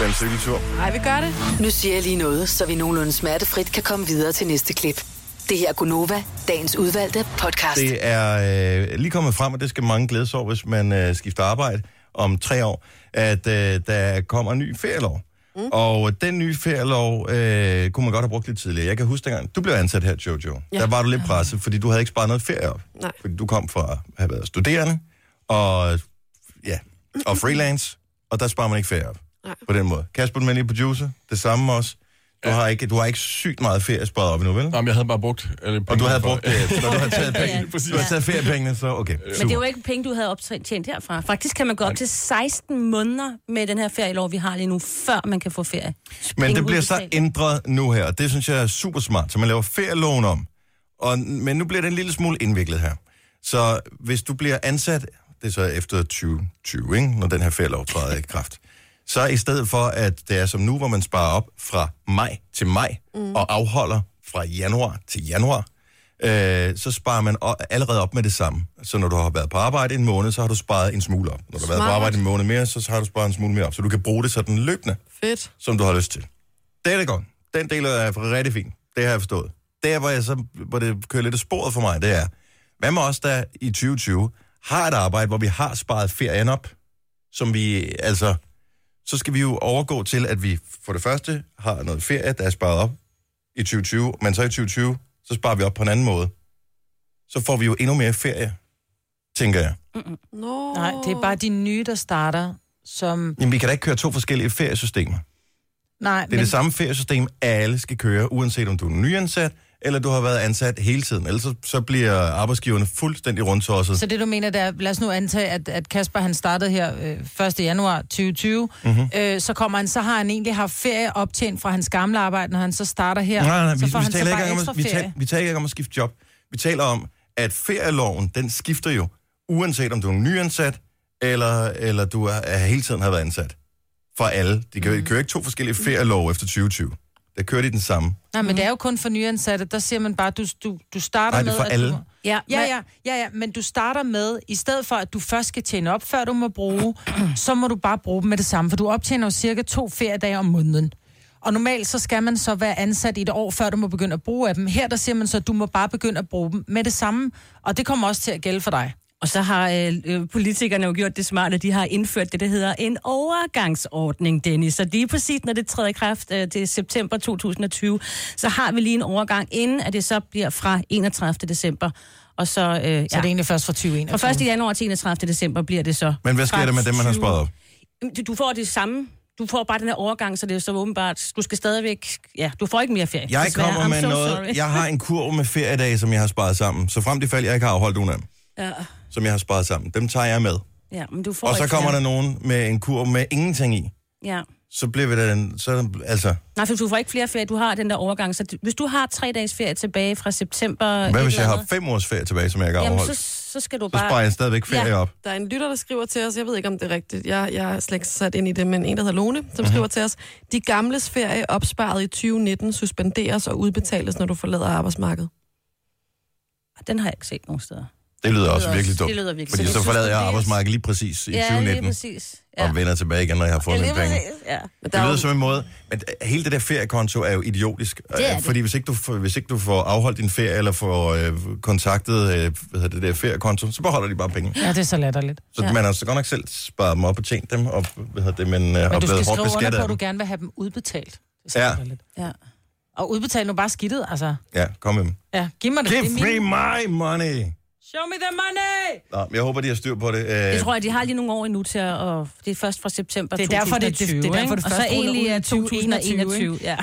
[SPEAKER 1] Den cykeltur.
[SPEAKER 3] Ej, vi gør det.
[SPEAKER 6] Nu siger jeg lige noget, så vi nogenlunde smertefrit kan komme videre til næste klip. Det her er Gunova, dagens udvalgte podcast.
[SPEAKER 1] Det er øh, lige kommet frem, og det skal mange glædes over, hvis man øh, skifter arbejde om tre år, at øh, der kommer en ny ferielov. Mm. Og den nye ferielov øh, kunne man godt have brugt lidt tidligere. Jeg kan huske dengang, du blev ansat her, Jojo. Ja. Der var du lidt presset, fordi du havde ikke sparet noget ferie op.
[SPEAKER 3] Nej.
[SPEAKER 1] Fordi du kom fra at have været studerende og, ja, og freelance, og der sparer man ikke ferie op.
[SPEAKER 3] Nej.
[SPEAKER 1] På den måde. Kasper, den er producer, det samme også. Du, ja. har ikke, du har ikke sygt meget ferie sparet op endnu, vel?
[SPEAKER 7] Nå, men jeg havde bare brugt... Eller,
[SPEAKER 1] Og du havde brugt det, når du havde taget,
[SPEAKER 2] Ja,
[SPEAKER 1] penge,
[SPEAKER 2] præcis.
[SPEAKER 1] du
[SPEAKER 7] Altså,
[SPEAKER 1] havde taget feriepengene, så okay.
[SPEAKER 2] Men det er jo ikke penge, du havde optjent herfra. Faktisk kan man gå op til 16 måneder med den her ferielov, vi har lige nu, før man kan få ferie.
[SPEAKER 1] Men
[SPEAKER 2] Ingen
[SPEAKER 1] det bliver så
[SPEAKER 2] udbetaling.
[SPEAKER 1] ændret nu her, og det synes jeg er super smart, så man laver ferieloven om. Og, men nu bliver det en lille smule indviklet her. Så hvis du bliver ansat, det er så efter 2020, ikke? når den her ferielov træder i kraft, så i stedet for, at det er som nu, hvor man sparer op fra maj til maj, mm. og afholder fra januar til januar, øh, så sparer man o- allerede op med det samme. Så når du har været på arbejde en måned, så har du sparet en smule op. Når du har været på
[SPEAKER 3] Smart.
[SPEAKER 1] arbejde en måned mere, så har du sparet en smule mere op. Så du kan bruge det sådan løbende
[SPEAKER 3] Fedt.
[SPEAKER 1] som du har lyst til. Det er det godt. Den del er rigtig fint. Det har jeg forstået. Der, hvor, jeg så, hvor det kører lidt af sporet for mig, det er, hvad med os, der i 2020 har et arbejde, hvor vi har sparet ferien op, som vi, altså, så skal vi jo overgå til, at vi for det første har noget ferie, der er sparet op i 2020, men så i 2020, så sparer vi op på en anden måde. Så får vi jo endnu mere ferie, tænker jeg.
[SPEAKER 3] Nå.
[SPEAKER 4] Nej, det er bare de nye, der starter som...
[SPEAKER 1] Jamen, vi kan da ikke køre to forskellige feriesystemer.
[SPEAKER 4] Nej,
[SPEAKER 1] Det er men... det samme feriesystem, alle skal køre, uanset om du er nyansat, eller du har været ansat hele tiden. Ellers så, så bliver arbejdsgiverne fuldstændig rundtosset.
[SPEAKER 4] Så det du mener, det er, lad os nu antage, at, at Kasper han startede her øh, 1. januar 2020,
[SPEAKER 1] Mhm.
[SPEAKER 4] mm-hmm. øh, så kommer han, så har han egentlig haft ferie optjent fra hans gamle arbejde, når han så starter her,
[SPEAKER 1] Nej, nej,
[SPEAKER 4] så
[SPEAKER 1] vi,
[SPEAKER 4] får
[SPEAKER 1] vi,
[SPEAKER 4] han så
[SPEAKER 1] taler
[SPEAKER 4] bare
[SPEAKER 1] ikke engang
[SPEAKER 4] ekstra
[SPEAKER 1] om, vi,
[SPEAKER 4] ferie.
[SPEAKER 1] taler, vi taler ikke engang om at skifte job. Vi taler om, at ferieloven, den skifter jo, uanset om du er nyansat, eller, eller du er, er, hele tiden har været ansat. For alle. De kører, de kører ikke to forskellige ferielov efter 2020. Der kører de den samme.
[SPEAKER 4] Nej, men det er jo kun for nyansatte, der siger man bare, du, du, du starter
[SPEAKER 1] Mhm. Nej, det
[SPEAKER 4] med...
[SPEAKER 1] er for
[SPEAKER 4] at
[SPEAKER 1] alle.
[SPEAKER 4] Du,
[SPEAKER 2] Ja,
[SPEAKER 4] ja, ja, ja, ja, men du starter med, i stedet for at du først skal tjene op, før du må bruge, så må du bare bruge dem med det samme, for du optjener jo cirka to feriedage om måneden. Og normalt så skal man så være ansat i et år, før du må begynde at bruge af dem. Her der siger man så, at du må bare begynde at bruge dem med det samme, og det kommer også til at gælde for dig.
[SPEAKER 2] Og så har øh, øh, politikerne jo gjort det smarte, at de har indført det, der hedder en overgangsordning, Dennis. Så lige præcis, når det træder i kraft øh, til september 2020, så har vi lige en overgang, inden at det så bliver fra 31. december. Og så, øh, ja.
[SPEAKER 4] Så ja. det er egentlig først fra 2021.
[SPEAKER 2] fra 1. januar til 31. december bliver det så.
[SPEAKER 1] Men hvad sker
[SPEAKER 2] fra
[SPEAKER 1] der med dem, man har
[SPEAKER 2] 20?
[SPEAKER 1] sparet op?
[SPEAKER 2] Jamen, Du, du får det samme. Du får bare den her overgang, så det er så åbenbart, du skal stadigvæk... Ja, du får ikke mere ferie.
[SPEAKER 1] Jeg
[SPEAKER 2] desværre.
[SPEAKER 1] kommer
[SPEAKER 2] I'm
[SPEAKER 1] med
[SPEAKER 2] so
[SPEAKER 1] noget.
[SPEAKER 2] sorry.
[SPEAKER 1] Jeg har en kurv med feriedage, som jeg har sparet sammen. Så frem til fald, jeg ikke har afholdt nogen af dem.
[SPEAKER 2] Ja,
[SPEAKER 1] som jeg har sparet sammen. Dem tager jeg med.
[SPEAKER 2] ja, men du får
[SPEAKER 1] Og så
[SPEAKER 2] ikke
[SPEAKER 1] kommer der
[SPEAKER 2] ferie.
[SPEAKER 1] nogen med en kurv med ingenting i.
[SPEAKER 2] Ja.
[SPEAKER 1] Så bliver vi da den, så, altså,
[SPEAKER 2] Nej, for du får ikke flere ferie, du har den der overgang. Så hvis du har tre dages ferie tilbage fra september...
[SPEAKER 1] hvad
[SPEAKER 2] et
[SPEAKER 1] hvis jeg
[SPEAKER 2] eller
[SPEAKER 1] har
[SPEAKER 2] andet,
[SPEAKER 1] fem års ferie tilbage, som jeg ikke har
[SPEAKER 2] Jamen,
[SPEAKER 1] overholdt?
[SPEAKER 2] så,
[SPEAKER 1] Så,
[SPEAKER 2] så skal du
[SPEAKER 1] så
[SPEAKER 2] bare...
[SPEAKER 1] sparer jeg stadigvæk ferie
[SPEAKER 2] Ja.
[SPEAKER 1] op.
[SPEAKER 3] Der er en lytter, der skriver til os, jeg ved ikke, om det er rigtigt, jeg, jeg er slet ikke sat ind i det, men en, der hedder Lone, som
[SPEAKER 1] Mhm.
[SPEAKER 3] skriver til os, de gamles ferie opsparet i 2019 suspenderes og udbetales, når du forlader arbejdsmarkedet.
[SPEAKER 2] Ah, Den har jeg ikke set nogen steder.
[SPEAKER 1] Det lyder også
[SPEAKER 2] lyder
[SPEAKER 1] virkelig
[SPEAKER 2] også-
[SPEAKER 1] dumt.
[SPEAKER 2] det lyder virkelig
[SPEAKER 1] Fordi
[SPEAKER 2] dumt.
[SPEAKER 1] så forlader jeg
[SPEAKER 2] Suspenderes.
[SPEAKER 1] arbejdsmarkedet lige præcis i
[SPEAKER 2] Ja, lige
[SPEAKER 1] 2019,
[SPEAKER 2] præcis. Ja.
[SPEAKER 1] og vender tilbage igen, når jeg har fået mine penge.
[SPEAKER 2] Ja.
[SPEAKER 3] Men der
[SPEAKER 1] Det
[SPEAKER 3] er
[SPEAKER 1] lyder
[SPEAKER 3] jo,
[SPEAKER 1] som en måde, men hele det der feriekonto er jo idiotisk. Øh,
[SPEAKER 2] er det.
[SPEAKER 1] Fordi hvis ikke, du, får- hvis ikke du får afholdt din ferie, eller får øh, kontaktet øh, hvad hedder det der feriekonto, så beholder de bare penge.
[SPEAKER 4] Ja, det er så latterligt.
[SPEAKER 1] Så ja. man har så godt nok selv sparet dem op og tjent dem, og, hvad hedder det, men, øh,
[SPEAKER 4] Men
[SPEAKER 1] og
[SPEAKER 4] du skal
[SPEAKER 1] blevet hårdt
[SPEAKER 4] skrive under
[SPEAKER 1] beskattet
[SPEAKER 4] på,
[SPEAKER 1] af
[SPEAKER 4] at du
[SPEAKER 1] dem.
[SPEAKER 4] gerne vil have dem udbetalt. Det
[SPEAKER 1] Ja.
[SPEAKER 4] er så lidt.
[SPEAKER 2] ja.
[SPEAKER 4] Og udbetale nu bare skidtet, altså.
[SPEAKER 1] Ja, kom med dem.
[SPEAKER 4] Ja, giv mig det.
[SPEAKER 1] Give
[SPEAKER 4] det er
[SPEAKER 1] me
[SPEAKER 4] min...
[SPEAKER 1] my money!
[SPEAKER 4] Show me the money!
[SPEAKER 1] Nå, men jeg håber, de har styr på det. Øh,
[SPEAKER 2] Jeg tror, at de har lige nogle år endnu til at... Og det er først fra september
[SPEAKER 4] Det er derfor, det- det-
[SPEAKER 2] 2020,
[SPEAKER 4] det er derfor, det
[SPEAKER 2] ikke? Og så
[SPEAKER 4] først ruller
[SPEAKER 2] egentlig
[SPEAKER 4] ud i
[SPEAKER 2] er 2021,
[SPEAKER 4] 2021,
[SPEAKER 2] ja.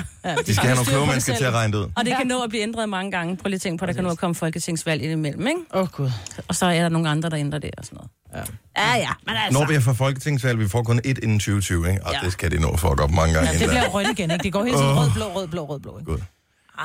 [SPEAKER 1] de skal have
[SPEAKER 4] har
[SPEAKER 1] nogle
[SPEAKER 4] styr
[SPEAKER 1] kloge
[SPEAKER 4] på det
[SPEAKER 1] mennesker
[SPEAKER 4] selv.
[SPEAKER 1] til at regne det ud.
[SPEAKER 2] Og det kan nå at blive ændret mange gange. Prøv lige at tænke på, at der kan nå at komme folketingsvalg indimellem, ikke?
[SPEAKER 4] Åh, oh, Gud.
[SPEAKER 2] Og så er der nogle andre, der ændrer det og sådan noget. Ja, ja, men altså...
[SPEAKER 1] Når vi er fra Folketingsvalg, vi får kun et inden 2020, ikke? Og
[SPEAKER 2] Ja.
[SPEAKER 1] det skal de nå at fuck op mange gange.
[SPEAKER 4] Det
[SPEAKER 1] inden
[SPEAKER 4] bliver
[SPEAKER 1] da.
[SPEAKER 4] rødt igen, ikke? Det går hele tiden
[SPEAKER 1] Åh.
[SPEAKER 4] rød, blå, rød, blå, rød, blå. Ikke?
[SPEAKER 1] Gud.
[SPEAKER 2] Ej,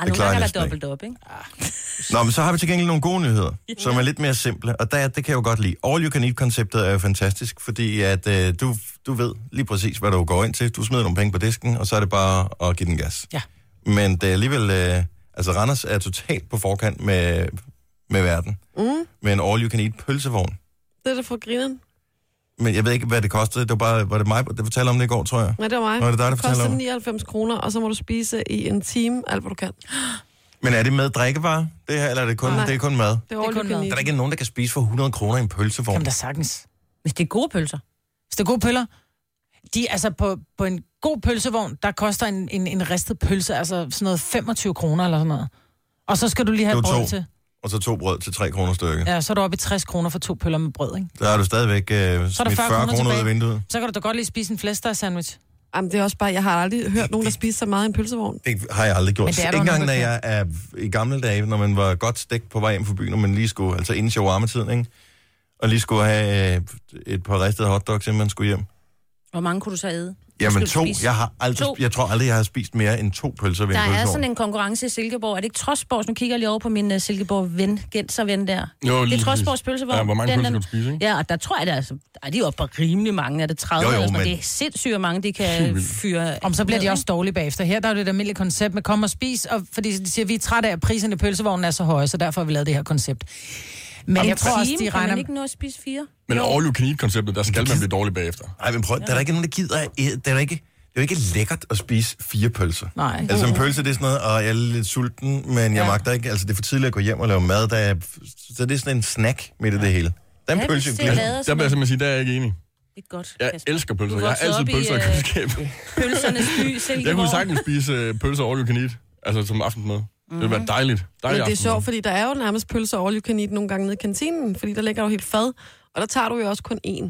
[SPEAKER 1] Det
[SPEAKER 2] Ah, nogle
[SPEAKER 1] klarer
[SPEAKER 2] gange
[SPEAKER 1] jeg
[SPEAKER 2] er
[SPEAKER 1] næsten
[SPEAKER 2] der dobbelt op, ikke?
[SPEAKER 1] Nå, men så har vi til gengæld nogle gode nyheder, som er lidt mere simple, og der, det kan jeg jo godt lide. All you can eat-konceptet er jo fantastisk, fordi at, øh, du, du ved lige præcis, hvad du går ind til. Du smider nogle penge på disken, og så er det bare at give den gas.
[SPEAKER 4] Ja.
[SPEAKER 1] Men det er alligevel... Øh, altså, Randers er totalt på forkant med, med verden. Mm. Med en all you can eat pølsevogn.
[SPEAKER 3] Det er da for grineren.
[SPEAKER 1] Men jeg ved ikke, hvad det kostede. Det var bare... Var det mig, der fortalte om det i går, tror jeg?
[SPEAKER 3] Nej, det var mig.
[SPEAKER 1] Nå, det er dig, der fortæller
[SPEAKER 3] koster
[SPEAKER 1] om.
[SPEAKER 3] 99 kroner, og så må du spise i en time alt, hvad du kan.
[SPEAKER 1] Men er det med drikkevarer, det her, eller er det kun,
[SPEAKER 3] Nej.
[SPEAKER 1] det er kun mad?
[SPEAKER 3] Det er, all
[SPEAKER 4] kun
[SPEAKER 3] you can
[SPEAKER 4] mad.
[SPEAKER 1] Der
[SPEAKER 3] eat.
[SPEAKER 1] er ikke nogen, der kan spise for 100 kroner i en pølsevogn.
[SPEAKER 4] Jamen da sagtens.
[SPEAKER 2] Hvis det er gode pølser.
[SPEAKER 4] Hvis det er gode pøller, de altså på, på en god pølsevogn, der koster en, en, en ristet pølse, altså sådan noget 25 kroner eller sådan noget. Og så skal du lige have
[SPEAKER 1] Det er jo
[SPEAKER 4] brød
[SPEAKER 1] to.
[SPEAKER 4] til.
[SPEAKER 1] Og så to brød til 3 kroner stykket.
[SPEAKER 4] Ja, så er du oppe i 60 kroner for to pøller med brød, ikke?
[SPEAKER 1] Der har du stadigvæk øh,
[SPEAKER 4] Så er der
[SPEAKER 1] smidt 40
[SPEAKER 4] 40
[SPEAKER 1] kroner, ud
[SPEAKER 4] kroner
[SPEAKER 1] af
[SPEAKER 4] tilbage.
[SPEAKER 1] vinduet.
[SPEAKER 4] Så kan du da godt lige spise en flæster sandwich.
[SPEAKER 3] Jamen, det er også bare, jeg har aldrig hørt nogen, der spiser så meget i en pølsevogn.
[SPEAKER 1] Det har jeg aldrig gjort.
[SPEAKER 4] Men det er
[SPEAKER 1] Ikke
[SPEAKER 4] der jo
[SPEAKER 1] engang,
[SPEAKER 4] nogen,
[SPEAKER 1] når
[SPEAKER 4] der
[SPEAKER 1] jeg er i gamle dage, når man var godt stegt på vej hjem fra byen, og man lige skulle, altså inden shawarma-tiden, ikke? Og lige skulle have øh, et par ristede hotdogs, inden man skulle hjem.
[SPEAKER 2] Hvor mange kunne du så æde?
[SPEAKER 1] Jamen
[SPEAKER 2] Skulle du
[SPEAKER 1] to.
[SPEAKER 2] spise?
[SPEAKER 1] Jeg, har aldrig,
[SPEAKER 2] To.
[SPEAKER 1] jeg tror aldrig, jeg har spist mere end to pølser ved
[SPEAKER 2] Der
[SPEAKER 1] en
[SPEAKER 2] er
[SPEAKER 1] pølsevogn.
[SPEAKER 2] sådan en konkurrence i Silkeborg. Er det ikke Trosborgs? Nu kigger jeg lige over på min uh, Silkeborg-ven, genserven der.
[SPEAKER 7] Jo,
[SPEAKER 2] det
[SPEAKER 7] lige
[SPEAKER 2] er
[SPEAKER 7] præcis.
[SPEAKER 2] Trosborgs pølsevogn.
[SPEAKER 7] Ja, hvor mange
[SPEAKER 2] Den er-
[SPEAKER 7] pølser kan du spise, ikke?
[SPEAKER 2] Ja, og der tror jeg, det er, altså, ej, de er oppe på rimelig mange. Er det 30
[SPEAKER 1] Jo,
[SPEAKER 2] jo,
[SPEAKER 1] jo,
[SPEAKER 2] jo, eller sådan noget?
[SPEAKER 1] men-
[SPEAKER 2] Det er sindssygt hvor mange, de kan fyre.
[SPEAKER 4] Om så bliver
[SPEAKER 2] ned,
[SPEAKER 4] de
[SPEAKER 2] ikke?
[SPEAKER 4] også dårlige bagefter. Her der er jo det almindelige koncept med kom og spis, og fordi de siger, at vi er trætte af, at priserne i pølsevognen er så høje, så derfor har vi lavet det her koncept. Men
[SPEAKER 2] Om
[SPEAKER 4] jeg tror også,
[SPEAKER 2] timen
[SPEAKER 4] de
[SPEAKER 2] kan
[SPEAKER 4] regner...
[SPEAKER 2] man ikke nå at spise fire?
[SPEAKER 7] Men all you can eat-konceptet, der skal man blive dårlig bagefter.
[SPEAKER 1] Ej, men prøv, der er der ikke nogen, der gider at æde. Der er der ikke, det er jo ikke lækkert at spise fire pølser.
[SPEAKER 4] Nej.
[SPEAKER 1] Altså en pølse, det er sådan noget, og jeg er lidt sulten, men jeg ja.
[SPEAKER 4] Ja.
[SPEAKER 1] magter ikke. Altså det er for tidligt at gå hjem og lave mad. Der er, så det er sådan en snack midt i det hele. Der er en
[SPEAKER 2] Ja,
[SPEAKER 1] pølse,
[SPEAKER 2] hvis
[SPEAKER 1] det
[SPEAKER 2] det er
[SPEAKER 1] er
[SPEAKER 2] lavet-
[SPEAKER 7] Der vil jeg simpelthen sige, der er jeg ikke enig.
[SPEAKER 2] Det er godt.
[SPEAKER 7] Jeg
[SPEAKER 2] Kasper.
[SPEAKER 7] elsker pølser.
[SPEAKER 2] Du
[SPEAKER 7] Jeg har
[SPEAKER 2] voksede
[SPEAKER 7] altid
[SPEAKER 2] op i,
[SPEAKER 7] pølser i
[SPEAKER 2] øh,
[SPEAKER 7] køleskabet.
[SPEAKER 2] Pølsernes by, Silkeborg.
[SPEAKER 7] Jeg kunne sagtens spise øh, pølser all you can eat, altså som aftensmad. Det ville være dejligt.
[SPEAKER 3] Men
[SPEAKER 7] Dejligt
[SPEAKER 3] det er
[SPEAKER 7] aftensmad.
[SPEAKER 3] sjovt, fordi der er jo nærmest pølser all you can eat nogle gange nede i kantinen, fordi der ligger jo helt fad, og der tager du jo også kun én.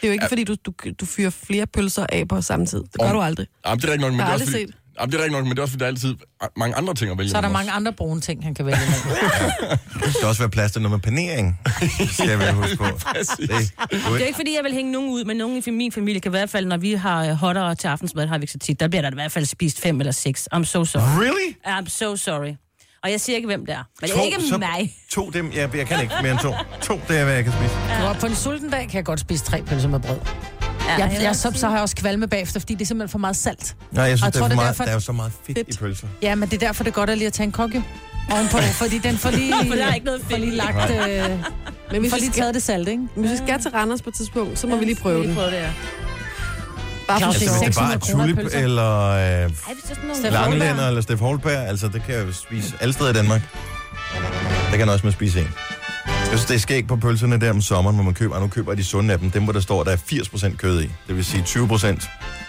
[SPEAKER 3] Det er jo ikke, fordi du, du, du fyrer flere pølser af på samme tid. Det gør
[SPEAKER 7] Om-
[SPEAKER 3] du aldrig.
[SPEAKER 7] Jamen, det er rigtig nok, men
[SPEAKER 3] Jeg
[SPEAKER 7] det
[SPEAKER 3] har
[SPEAKER 7] er også fordi...
[SPEAKER 3] aldrig
[SPEAKER 7] Jamen, det er rigtig nok, men det er også fordi, der er altid mange andre ting at vælge
[SPEAKER 4] Så er der
[SPEAKER 7] imellem
[SPEAKER 4] mange andre brune ting, han kan vælge med.
[SPEAKER 1] Der skal også være plads til noget med panering, skal jeg vel huske på. Det, er jo
[SPEAKER 2] Det er jo
[SPEAKER 1] ikke-
[SPEAKER 2] ikke, fordi jeg vil hænge nogen ud, men nogen i fam- min familie kan i hvert fald, når vi har øh, hotter til aftensmad, har vi ikke så tit, der bliver der i hvert fald spist fem eller seks. I'm so sorry.
[SPEAKER 1] really?
[SPEAKER 2] I'm so sorry. Og jeg siger ikke, hvem det er. Men det
[SPEAKER 1] To,
[SPEAKER 2] er ikke
[SPEAKER 1] så-
[SPEAKER 2] mig.
[SPEAKER 1] To dem, ja, jeg kan ikke mere end to. To, det er, hvad jeg kan spise.
[SPEAKER 4] Og på en sulten dag kan jeg godt spise tre pølser med brød. Jeg, jeg, så, så har jeg også kvalme bagefter, fordi det er simpelthen for meget salt.
[SPEAKER 1] Nej, jeg synes,
[SPEAKER 4] Og
[SPEAKER 1] jeg det er, for
[SPEAKER 4] det er
[SPEAKER 1] meget,
[SPEAKER 4] derfor-
[SPEAKER 1] der er jo så meget fedt,
[SPEAKER 3] Fedt.
[SPEAKER 1] i pølser.
[SPEAKER 4] Ja, men det er derfor, det er godt at lige at tage en kokke ovenpå, fordi den får lige,
[SPEAKER 2] For der er ikke noget
[SPEAKER 4] får lige
[SPEAKER 2] fedt.
[SPEAKER 4] lagt... Øh,
[SPEAKER 3] Men hvis
[SPEAKER 4] får
[SPEAKER 3] vi,
[SPEAKER 4] lige
[SPEAKER 3] skal,
[SPEAKER 4] taget det salt, ikke?
[SPEAKER 3] hvis vi skal til Randers på et tidspunkt, så må vi lige prøve den.
[SPEAKER 2] Prøv det her.
[SPEAKER 3] Bare for
[SPEAKER 4] Claus,
[SPEAKER 1] Altså,
[SPEAKER 3] sjov.
[SPEAKER 1] hvis det bare
[SPEAKER 4] 600
[SPEAKER 1] er
[SPEAKER 4] kroner i
[SPEAKER 1] tulip
[SPEAKER 4] pølser.
[SPEAKER 1] eller øh,
[SPEAKER 2] Ej, hvis det er sådan nogle...
[SPEAKER 4] Steff
[SPEAKER 1] langlænder
[SPEAKER 4] Holberg.
[SPEAKER 1] eller Steff Holberg, altså det kan jeg jo spise alle steder i Danmark. Der kan jeg også med at spise en. Jeg synes, det er skægt på pølserne der om sommeren, hvor man køber, og nu køber jeg de sunde af dem, dem hvor der står, der er 80% kød i. Det vil sige 20% who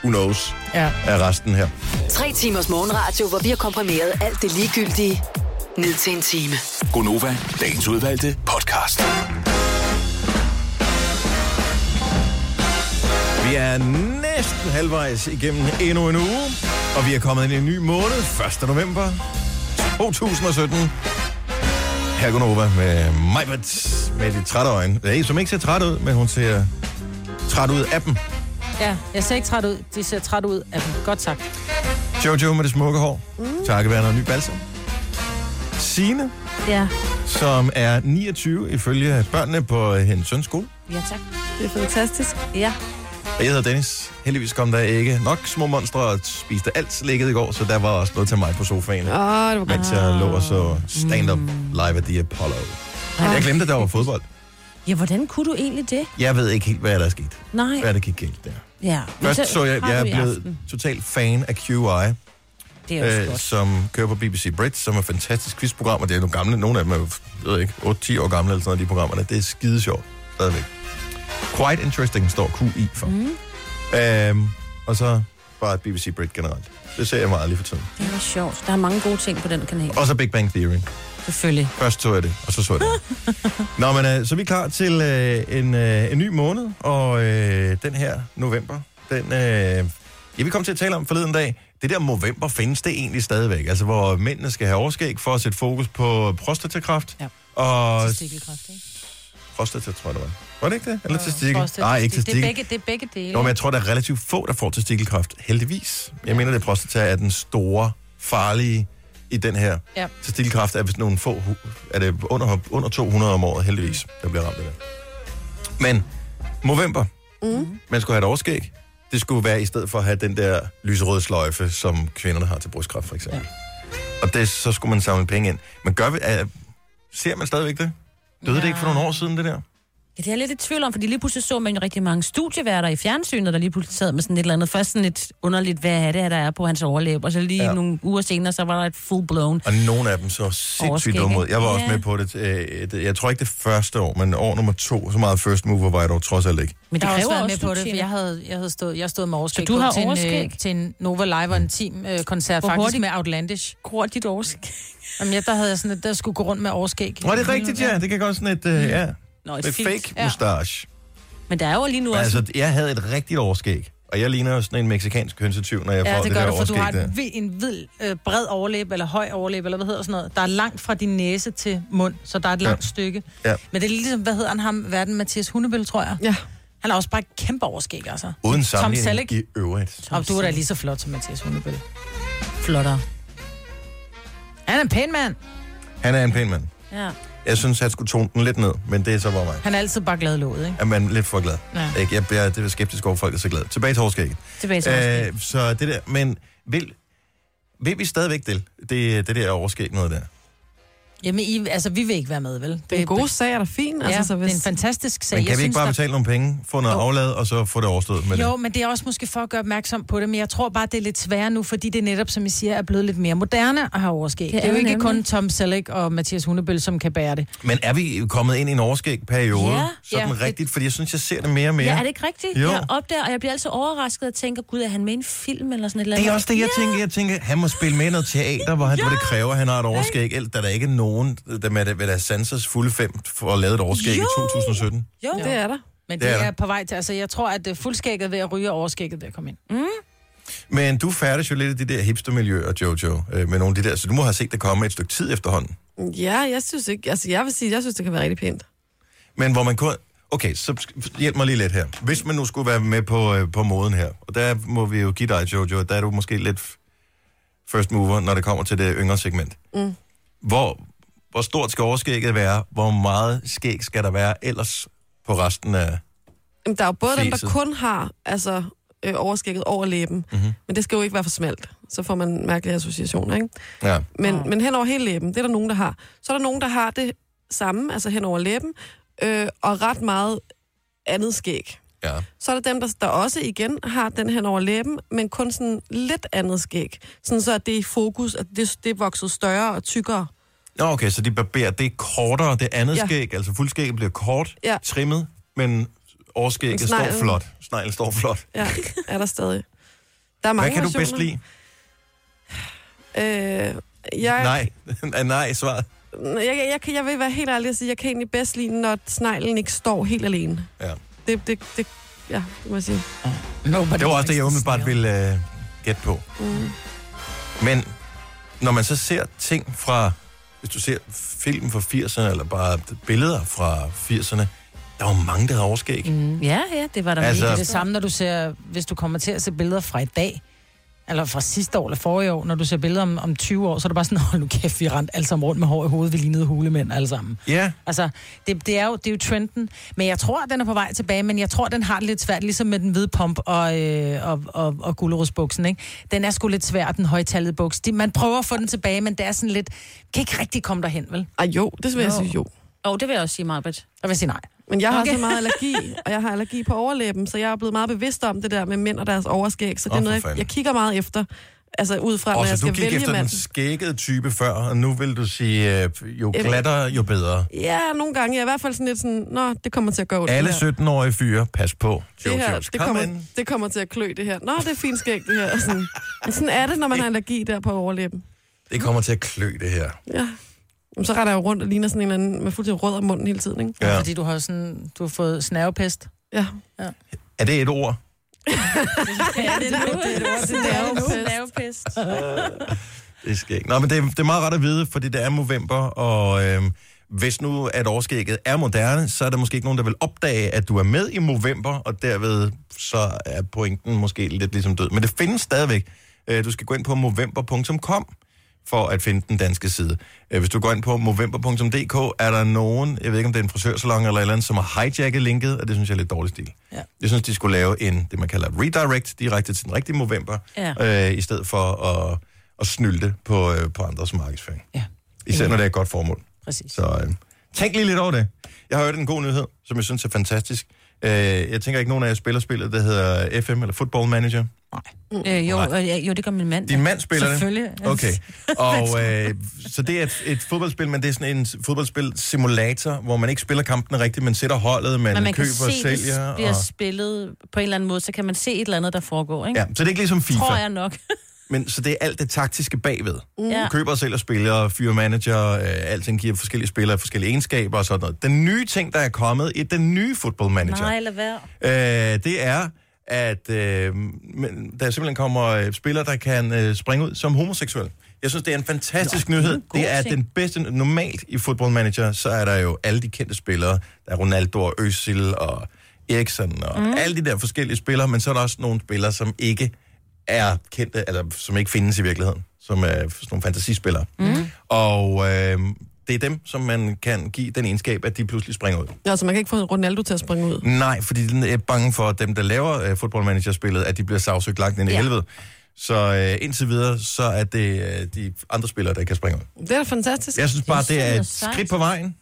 [SPEAKER 1] knows
[SPEAKER 4] Ja.
[SPEAKER 1] af resten her.
[SPEAKER 6] Tre timers morgenradio, hvor vi har komprimeret alt det ligegyldige ned til en time.
[SPEAKER 5] Gonova, dagens udvalgte podcast.
[SPEAKER 1] Vi er næsten halvvejs igennem endnu en uge, og vi er kommet ind i en ny måned, 1. november 2017. Her går Nova med Majbert med de trætte øjne. Det er en, som ikke ser træt ud, men hun ser træt ud af dem.
[SPEAKER 4] ja, jeg ser ikke træt ud. De ser træt ud af dem. Godt sagt.
[SPEAKER 1] Jojo med det smukke hår, takket være noget ny balsam. Sine,
[SPEAKER 2] Ja.
[SPEAKER 1] som er 29 ifølge børnene på øh, hendes søns skole.
[SPEAKER 2] Ja, tak.
[SPEAKER 3] Det er fantastisk.
[SPEAKER 2] Ja.
[SPEAKER 1] Og jeg hedder Dennis. Heldigvis kom der ikke nok små monstre og spiste alt slikket i går, så der var også noget til mig på sofaen.
[SPEAKER 3] Åh, oh, det var godt.
[SPEAKER 1] mens jeg lå og så stand-up live at The Apollo. Jeg glemte, at der var fodbold.
[SPEAKER 2] Ja, hvordan kunne du egentlig det?
[SPEAKER 1] Jeg ved ikke helt, hvad der er sket.
[SPEAKER 2] Nej.
[SPEAKER 1] Hvad der gik galt der.
[SPEAKER 2] Ja. Men
[SPEAKER 1] Først så jeg,
[SPEAKER 2] har
[SPEAKER 1] jeg
[SPEAKER 2] du i
[SPEAKER 1] er blevet
[SPEAKER 2] aften.
[SPEAKER 1] total fan af QI,
[SPEAKER 2] Det er også
[SPEAKER 1] øh,
[SPEAKER 2] godt.
[SPEAKER 1] som kører på BBC Brit, som er et fantastisk quizprogram, og det er nogle gamle, nogle af dem er, jo, jeg ved ikke, 8-10 år gamle eller sådan noget, de programmerne. Det er skide sjovt, stadigvæk. Quite interesting står QI for. Mm. Øhm, og så bare et BBC Brit generelt. Det ser jeg meget lige for tiden.
[SPEAKER 2] Det er også sjovt. Der er mange gode ting på den kanal.
[SPEAKER 1] Og så Big Bang Theory.
[SPEAKER 2] Selvfølgelig.
[SPEAKER 1] Først så jeg det, og så så jeg det. Nå, men øh, så er vi klar til øh, en, øh, en ny måned, og øh, den her november, den... Øh, ja, vi kom til at tale om forleden dag, det der november findes det egentlig stadigvæk. Altså, hvor mændene skal have overskæg for at sætte fokus på prostatakræft.
[SPEAKER 4] Ja.
[SPEAKER 1] Og
[SPEAKER 4] Testikkelkræft, ikke?
[SPEAKER 1] prostata, tror jeg, det var. Var det ikke det? Eller testikel?
[SPEAKER 4] Prostat-
[SPEAKER 1] Nej, ikke
[SPEAKER 4] det, er
[SPEAKER 1] testikel.
[SPEAKER 4] begge, det er begge dele.
[SPEAKER 1] Jo, men jeg tror, der er relativt få, der får testikelkræft. Heldigvis. Jeg mener, det prostata er den store, farlige i den her.
[SPEAKER 4] Ja.
[SPEAKER 1] Testikelkræft er vist nogle få, hu- er det under, under 200 om året, heldigvis, der bliver ramt af det. Men, november. Mm. Man skulle have et overskæg. Det skulle være i stedet for at have den der lyserøde sløjfe, som kvinderne har til brystkræft, for eksempel. Ja. Og det, så skulle man samle penge ind. Men gør vi, er, ser man stadigvæk det? Døde ja. det ikke for nogle år siden, det der?
[SPEAKER 2] Ja, det er jeg lidt i tvivl om, fordi lige pludselig så man jo rigtig mange studieværter i fjernsynet, der lige pludselig sad med sådan et eller andet. Først sådan lidt underligt, hvad er det, her, der er på hans overlæb, og så lige
[SPEAKER 1] Ja.
[SPEAKER 2] ja. nogle uger senere, så var der et full-blown.
[SPEAKER 1] Og nogle af dem så sindssygt
[SPEAKER 2] Overskæg,
[SPEAKER 1] dumme ud.
[SPEAKER 2] ikke?
[SPEAKER 1] Jeg var også
[SPEAKER 2] Ja.
[SPEAKER 1] med på det. øh, det- Jeg tror ikke det første år, men år nummer to, så meget first mover var jeg dog trods alt ikke.
[SPEAKER 2] Men
[SPEAKER 4] Jeg
[SPEAKER 2] det
[SPEAKER 4] har også
[SPEAKER 2] kræver
[SPEAKER 4] været
[SPEAKER 2] også
[SPEAKER 4] med på det, for
[SPEAKER 2] Tina.
[SPEAKER 4] jeg havde, jeg havde stået, jeg stod med overskæg
[SPEAKER 2] Så du har
[SPEAKER 4] på til, En, øh,
[SPEAKER 2] overskæg?
[SPEAKER 4] til en Nova Live og en team øh, koncert,
[SPEAKER 2] Hvor
[SPEAKER 4] faktisk
[SPEAKER 2] hurtigt?
[SPEAKER 4] med Outlandish.
[SPEAKER 2] gror dit overskæg.
[SPEAKER 4] Jamen, jeg, der havde jeg sådan, at der skulle gå rundt med overskæg.
[SPEAKER 1] Nå, det er rigtigt, ja. Det kan godt sådan et, øh,
[SPEAKER 4] Mm.
[SPEAKER 1] ja,
[SPEAKER 2] Nå, et
[SPEAKER 1] et
[SPEAKER 2] fint.
[SPEAKER 1] fake mustache.
[SPEAKER 2] Men der er jo lige nu
[SPEAKER 1] Men
[SPEAKER 2] også...
[SPEAKER 1] altså, jeg havde et rigtigt overskæg. Og jeg ligner jo sådan en meksikansk kønsetyv, når jeg får
[SPEAKER 4] Ja, det
[SPEAKER 1] det,
[SPEAKER 4] gør
[SPEAKER 1] der
[SPEAKER 4] du, for du
[SPEAKER 1] overskæg
[SPEAKER 4] har
[SPEAKER 1] der.
[SPEAKER 4] en, vid, en vid, øh, bred overlæb, eller høj overlæb, eller hvad hedder sådan noget. Der er langt fra din næse til mund, så der er et langt
[SPEAKER 1] Ja.
[SPEAKER 4] stykke.
[SPEAKER 1] Ja.
[SPEAKER 4] Men det er ligesom, hvad hedder han ham, verden Mathias Hundebøl, tror jeg.
[SPEAKER 3] Ja.
[SPEAKER 4] Han har også bare et kæmpe overskæg, altså.
[SPEAKER 1] Uden
[SPEAKER 4] Selleck.
[SPEAKER 1] sammenligning i øvrigt.
[SPEAKER 4] Og du er da lige så flot som Mathias Hundebøl.
[SPEAKER 1] altså-
[SPEAKER 2] flottere.
[SPEAKER 4] Han er en pæn mand.
[SPEAKER 1] Han er en pæn mand.
[SPEAKER 2] Ja.
[SPEAKER 1] Jeg synes, han skulle tone den lidt ned, men det er så bare mig.
[SPEAKER 4] Han er altid bare glad i låget, ikke?
[SPEAKER 1] Er man lidt for glad?
[SPEAKER 4] Ja.
[SPEAKER 1] Ikke? Jeg bliver det er skeptisk over, at folk er så glade. Tilbage til overskægget.
[SPEAKER 2] Tilbage til overskæg.
[SPEAKER 1] Øh, så det der, men vil, vil vi stadigvæk det, det, det der overskæg noget der?
[SPEAKER 4] Jamen, I, altså, vi vil ikke være med, vel?
[SPEAKER 3] Det er en god sag, er da fint.
[SPEAKER 4] Ja,
[SPEAKER 3] Altså, så
[SPEAKER 4] det
[SPEAKER 3] hvis...
[SPEAKER 4] er en fantastisk sag.
[SPEAKER 1] Men kan
[SPEAKER 4] Jeg
[SPEAKER 1] vi ikke
[SPEAKER 4] synes,
[SPEAKER 1] bare
[SPEAKER 4] der-
[SPEAKER 1] betale nogle penge, få noget
[SPEAKER 4] Jo.
[SPEAKER 1] aflad, og så få det overstået med
[SPEAKER 4] Jo, men det er også måske for at gøre opmærksom på det, men jeg tror bare, det er lidt sværere nu, fordi det netop, som I siger, er blevet lidt mere moderne at have overskæg.
[SPEAKER 2] Det
[SPEAKER 4] Det er jo
[SPEAKER 2] er
[SPEAKER 4] ikke
[SPEAKER 2] nemlig.
[SPEAKER 4] kun Tom Selleck og Mathias Hundebøl, som kan bære det.
[SPEAKER 1] det? Men er vi kommet ind i en overskæg-periode?
[SPEAKER 2] Ja,
[SPEAKER 1] sådan
[SPEAKER 4] ja, det-
[SPEAKER 1] rigtigt, fordi jeg synes, jeg ser det mere og mere.
[SPEAKER 2] Ja, er det ikke rigtigt?
[SPEAKER 1] Jo.
[SPEAKER 2] Jeg opdager, og jeg bliver altså overrasket og tænker, gud, er han med i en film eller sådan et eller andet?
[SPEAKER 1] det er også det, jeg tænker. Jeg tænker, han må spille med i noget teater, hvor, han, hvor det kræver, at han har et overskæg. Ellers er der ikke nogen, der med, med deres sansers fulde fem for at lave et overskæg
[SPEAKER 2] Jo.
[SPEAKER 1] i 2017.
[SPEAKER 2] Jo,
[SPEAKER 3] Det er der.
[SPEAKER 4] Men
[SPEAKER 1] Det
[SPEAKER 4] det,
[SPEAKER 1] er
[SPEAKER 4] det
[SPEAKER 1] der.
[SPEAKER 4] er, på vej til, altså jeg tror, at øh, fuldskægget er ved at ryge og overskægget er ved at komme ind.
[SPEAKER 1] Mm. Men du færdes jo lidt i de der hipstermiljøer, Jojo, øh, med nogle af de der, så du må have set det komme et stykke tid efterhånden.
[SPEAKER 3] Ja, jeg synes ikke... Altså, jeg vil sige, jeg synes, det kan være rigtig pænt.
[SPEAKER 1] Men hvor man kun... Okay, så sk- hjælp mig lige lidt her. Hvis man nu skulle være med på, øh, på moden her, og der må vi jo give dig, Jojo, at der er du måske lidt f- first mover, når det kommer til det yngre segment. Mm. Hvor, hvor stort skal overskægget være? Hvor meget skæg skal der være ellers på resten af...
[SPEAKER 3] Jamen, der er jo både dem, der
[SPEAKER 1] Fæset.
[SPEAKER 3] kun har altså, øh, overskægget over læben, mm-hmm. men det skal jo ikke være for smalt. Så får man mærkelige associationer, ikke?
[SPEAKER 1] Ja.
[SPEAKER 3] Men, ja. men hen over hele læben, det er der nogen, der har. Så er der nogen, der har det samme, altså hen over læben, øh, og ret meget andet skæg.
[SPEAKER 1] ja.
[SPEAKER 3] Så er der dem, der, der også igen har den hen over læben, men kun sådan lidt andet skæg. Sådan så, at det er i fokus, at det, det er vokset større og tykkere.
[SPEAKER 1] Nå, okay, så de barberer, det er kortere, det andet ja.
[SPEAKER 3] Ja.
[SPEAKER 1] skæg, altså fuldskægget bliver kort,
[SPEAKER 3] Ja.
[SPEAKER 1] trimmet, men overskægget
[SPEAKER 3] Men sneglen-
[SPEAKER 1] står flot. Sneglen står flot.
[SPEAKER 3] Ja, er der stadig. Der er mange
[SPEAKER 1] Hvad kan du bedst
[SPEAKER 3] versioner.
[SPEAKER 1] lide?
[SPEAKER 3] Øh, jeg,
[SPEAKER 1] Nej, Ah, nej, svaret.
[SPEAKER 3] Jeg, jeg, jeg, kan- jeg vil være helt ærlig og sige, jeg kan egentlig bedst lide, når sneglen ikke står helt alene.
[SPEAKER 1] Ja.
[SPEAKER 3] Det, det, det, ja, det må jeg sige.
[SPEAKER 1] Det var også det, jeg umiddelbart ville øh, gætte på.
[SPEAKER 3] Mm.
[SPEAKER 1] Men når man så ser ting fra, hvis du ser film fra 80'erne, eller bare billeder fra 80'erne, der var mange, der havde overskæg. Mm.
[SPEAKER 2] Ja, ja, det var der
[SPEAKER 1] Altså-
[SPEAKER 2] altså,
[SPEAKER 4] Det er det samme, når du ser, hvis du kommer til at se billeder fra i dag, eller fra sidste år eller forrige år, når du ser billeder om, om 20 år, så er det bare sådan, hold nu kæft, vi rendte alle sammen rundt med hår i hovedet, vi lignede hulemænd alle sammen.
[SPEAKER 1] Ja,
[SPEAKER 4] Altså, det, det, er jo, det er jo trenden. Men jeg tror, den er på vej tilbage, men jeg tror, den har det lidt svært, ligesom med den hvide pump og, øh, og, og, og gulerodsbuksen, ikke? Den er sgu lidt svær, den højtallede buks. De, man prøver at få den tilbage, men det er sådan lidt... Kan ikke rigtig komme derhen, vel?
[SPEAKER 3] Ej, jo, det vil jeg sige jo.
[SPEAKER 2] Og det vil jeg også sige, Marbet.
[SPEAKER 4] Jeg vil sige nej.
[SPEAKER 3] Men jeg har okay.
[SPEAKER 4] Okay.
[SPEAKER 3] så meget allergi, og jeg har allergi på overlæben, så jeg er blevet meget bevidst om det der med mænd og deres overskæg, så det
[SPEAKER 1] Åh,
[SPEAKER 3] er
[SPEAKER 1] for
[SPEAKER 3] noget, jeg,
[SPEAKER 1] fanden.
[SPEAKER 3] jeg kigger meget efter. Altså ud fra, når
[SPEAKER 1] og
[SPEAKER 3] jeg
[SPEAKER 1] så du
[SPEAKER 3] skal
[SPEAKER 1] gik
[SPEAKER 3] vælge
[SPEAKER 1] efter
[SPEAKER 3] mand.
[SPEAKER 1] den skæggede type før, og nu vil du sige, øh, jo
[SPEAKER 3] Jamen.
[SPEAKER 1] glattere, jo bedre.
[SPEAKER 3] Ja, nogle gange. Jeg er i hvert fald sådan lidt sådan, nå, det kommer til at gå.
[SPEAKER 1] Alle
[SPEAKER 3] det, her.
[SPEAKER 1] 17-årige fyre, pas på. Jojo,
[SPEAKER 3] det, her, det,
[SPEAKER 1] kom
[SPEAKER 3] kommer,
[SPEAKER 1] ind.
[SPEAKER 3] det kommer til at klø det her. Nå, det er fint skæg, det her. Og Sådan, Men sådan er det, når man har allergi der på overlæben.
[SPEAKER 1] Det kommer til at klø, det her.
[SPEAKER 3] Ja. Jamen, så retter jeg jo rundt og ligner sådan en eller anden med fuldstændig rød om munden hele tiden, ikke?
[SPEAKER 1] Ja.
[SPEAKER 4] Ja. Fordi du har, sådan, du har fået snærvepest.
[SPEAKER 3] Ja.
[SPEAKER 1] Er det et ord?
[SPEAKER 2] Ja, det er nu. Det er nu. Nervepest.
[SPEAKER 1] Det skal ikke. Nå, men det, er- det er meget rart at vide, fordi det er november, og øhm, hvis nu at overskægget er moderne, så er der måske ikke nogen, der vil opdage, at du er med i Movember, og derved så er pointen måske lidt ligesom død. Men det findes stadigvæk. Øh, Du skal gå ind på movember.com for at finde den danske side. Øh, Hvis du går ind på movember.dk, er der nogen, jeg ved ikke om det er en frisørsalon eller et eller andet, som har hijacket linket, og det synes jeg er lidt dårlig stil.
[SPEAKER 4] Ja.
[SPEAKER 1] Jeg synes, de skulle lave en, det man kalder et redirect, direkte til den rigtige Movember,
[SPEAKER 2] Ja.
[SPEAKER 1] øh, i stedet for at, at snylde på, øh, på andres markedsføring.
[SPEAKER 4] Ja,
[SPEAKER 1] Især når det er et godt formål.
[SPEAKER 4] præcis.
[SPEAKER 1] Så øh, tænk lige lidt over det. Jeg har hørt en god nyhed, som jeg synes er fantastisk. Øh, jeg tænker ikke, nogen af jer spiller spillet, der hedder FM, eller Football Manager.
[SPEAKER 2] Øh, jo, øh, jo, det gør min mand.
[SPEAKER 1] Din mand spiller det?
[SPEAKER 2] Selvfølgelig.
[SPEAKER 1] Okay. Og, øh, så det er et, et fodboldspil, men det er sådan en fodboldspil-simulator, hvor man ikke spiller kampene rigtigt, man sætter holdet, man,
[SPEAKER 2] Når man kan
[SPEAKER 1] køber og
[SPEAKER 2] se,
[SPEAKER 1] sælger.
[SPEAKER 2] det bliver
[SPEAKER 1] og...
[SPEAKER 2] spillet på en eller anden måde, så kan man se et eller andet, der foregår, ikke?
[SPEAKER 1] Ja, så det er ikke ligesom FIFA.
[SPEAKER 2] Tror jeg nok.
[SPEAKER 1] Men så det er alt det taktiske bagved. Mm.
[SPEAKER 2] Ja.
[SPEAKER 1] Du køber og sælger spillere, fyre manager, øh, alting giver forskellige spillere forskellige egenskaber og sådan noget. Den nye ting, der er kommet i den nye football manager,
[SPEAKER 2] Nej, lad være.
[SPEAKER 1] øh, det er, at øh, men, der simpelthen kommer øh, spillere, der kan øh, springe ud som homoseksuel. Jeg synes, det er en fantastisk Nå, nyhed.
[SPEAKER 2] en god
[SPEAKER 1] det er
[SPEAKER 2] ting.
[SPEAKER 1] den bedste. Normalt i Football Manager, så er der jo alle de kendte spillere. Der er Ronaldo og Özil og Eriksen og mm. alle de der forskellige spillere. Men så er der også nogle spillere, som ikke er kendte, eller som ikke findes i virkeligheden. Som er sådan nogle fantasispillere. Mm. Og øh, det er dem, som man kan give den egenskab, at de pludselig springer ud.
[SPEAKER 3] Ja, så man kan ikke få Ronaldo til at springe ud.
[SPEAKER 1] Nej, fordi den er bange for, at dem, der laver øh, Football Manager-spillet, at de bliver sagsøgt langt ind i ja.
[SPEAKER 2] Ja.
[SPEAKER 1] helvede. Så øh, indtil videre, så er det øh, de andre spillere, der kan springe ud.
[SPEAKER 3] Det er da fantastisk.
[SPEAKER 1] Jeg synes bare, det
[SPEAKER 2] Det
[SPEAKER 1] er
[SPEAKER 2] lyder
[SPEAKER 1] et
[SPEAKER 2] sejt.
[SPEAKER 1] skridt på vejen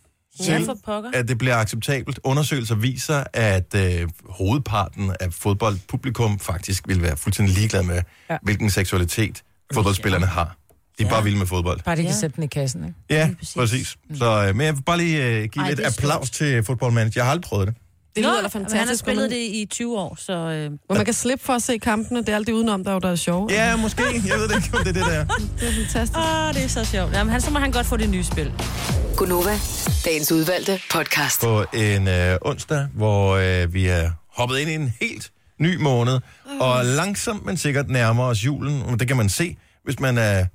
[SPEAKER 2] Ja,
[SPEAKER 1] til,
[SPEAKER 2] for pokker.
[SPEAKER 1] at det bliver acceptabelt. Undersøgelser viser, at øh, hovedparten af fodboldpublikum faktisk vil være fuldstændig ligeglad med, ja.
[SPEAKER 4] Ja.
[SPEAKER 1] hvilken seksualitet fodboldspillerne har. De er ja. bare vilde med fodbold.
[SPEAKER 4] Bare de kan
[SPEAKER 2] Ja.
[SPEAKER 4] sætte den i kassen, ikke?
[SPEAKER 1] Ja, præcis.
[SPEAKER 2] præcis.
[SPEAKER 1] Så, øh, men jeg vil bare lige øh, give Ej,
[SPEAKER 2] Ej,
[SPEAKER 1] lidt
[SPEAKER 2] det er smukt.
[SPEAKER 1] applaus til Football Manager. Jeg har aldrig prøvet det.
[SPEAKER 3] Det lyder
[SPEAKER 2] Nå,
[SPEAKER 3] da
[SPEAKER 2] men Han har
[SPEAKER 3] fantastisk. hvor
[SPEAKER 2] spillet
[SPEAKER 3] man-
[SPEAKER 2] det i 20 år, så... Øh,
[SPEAKER 3] Hvor man kan slippe for at se kampene. Det er alt det udenom, der er jo der er sjovt.
[SPEAKER 1] Ja, måske. Jeg ved det ikke, om det er det, der er.
[SPEAKER 3] Det er fantastisk.
[SPEAKER 2] Åh, Ah, det er så sjovt. Jamen, han, så må han godt få det nye spil.
[SPEAKER 6] Gunova, dagens udvalgte podcast.
[SPEAKER 1] på en øh, onsdag, hvor øh, vi er hoppet ind i en helt ny måned, og langsomt men sikkert nærmer os julen, og det kan man se, hvis man er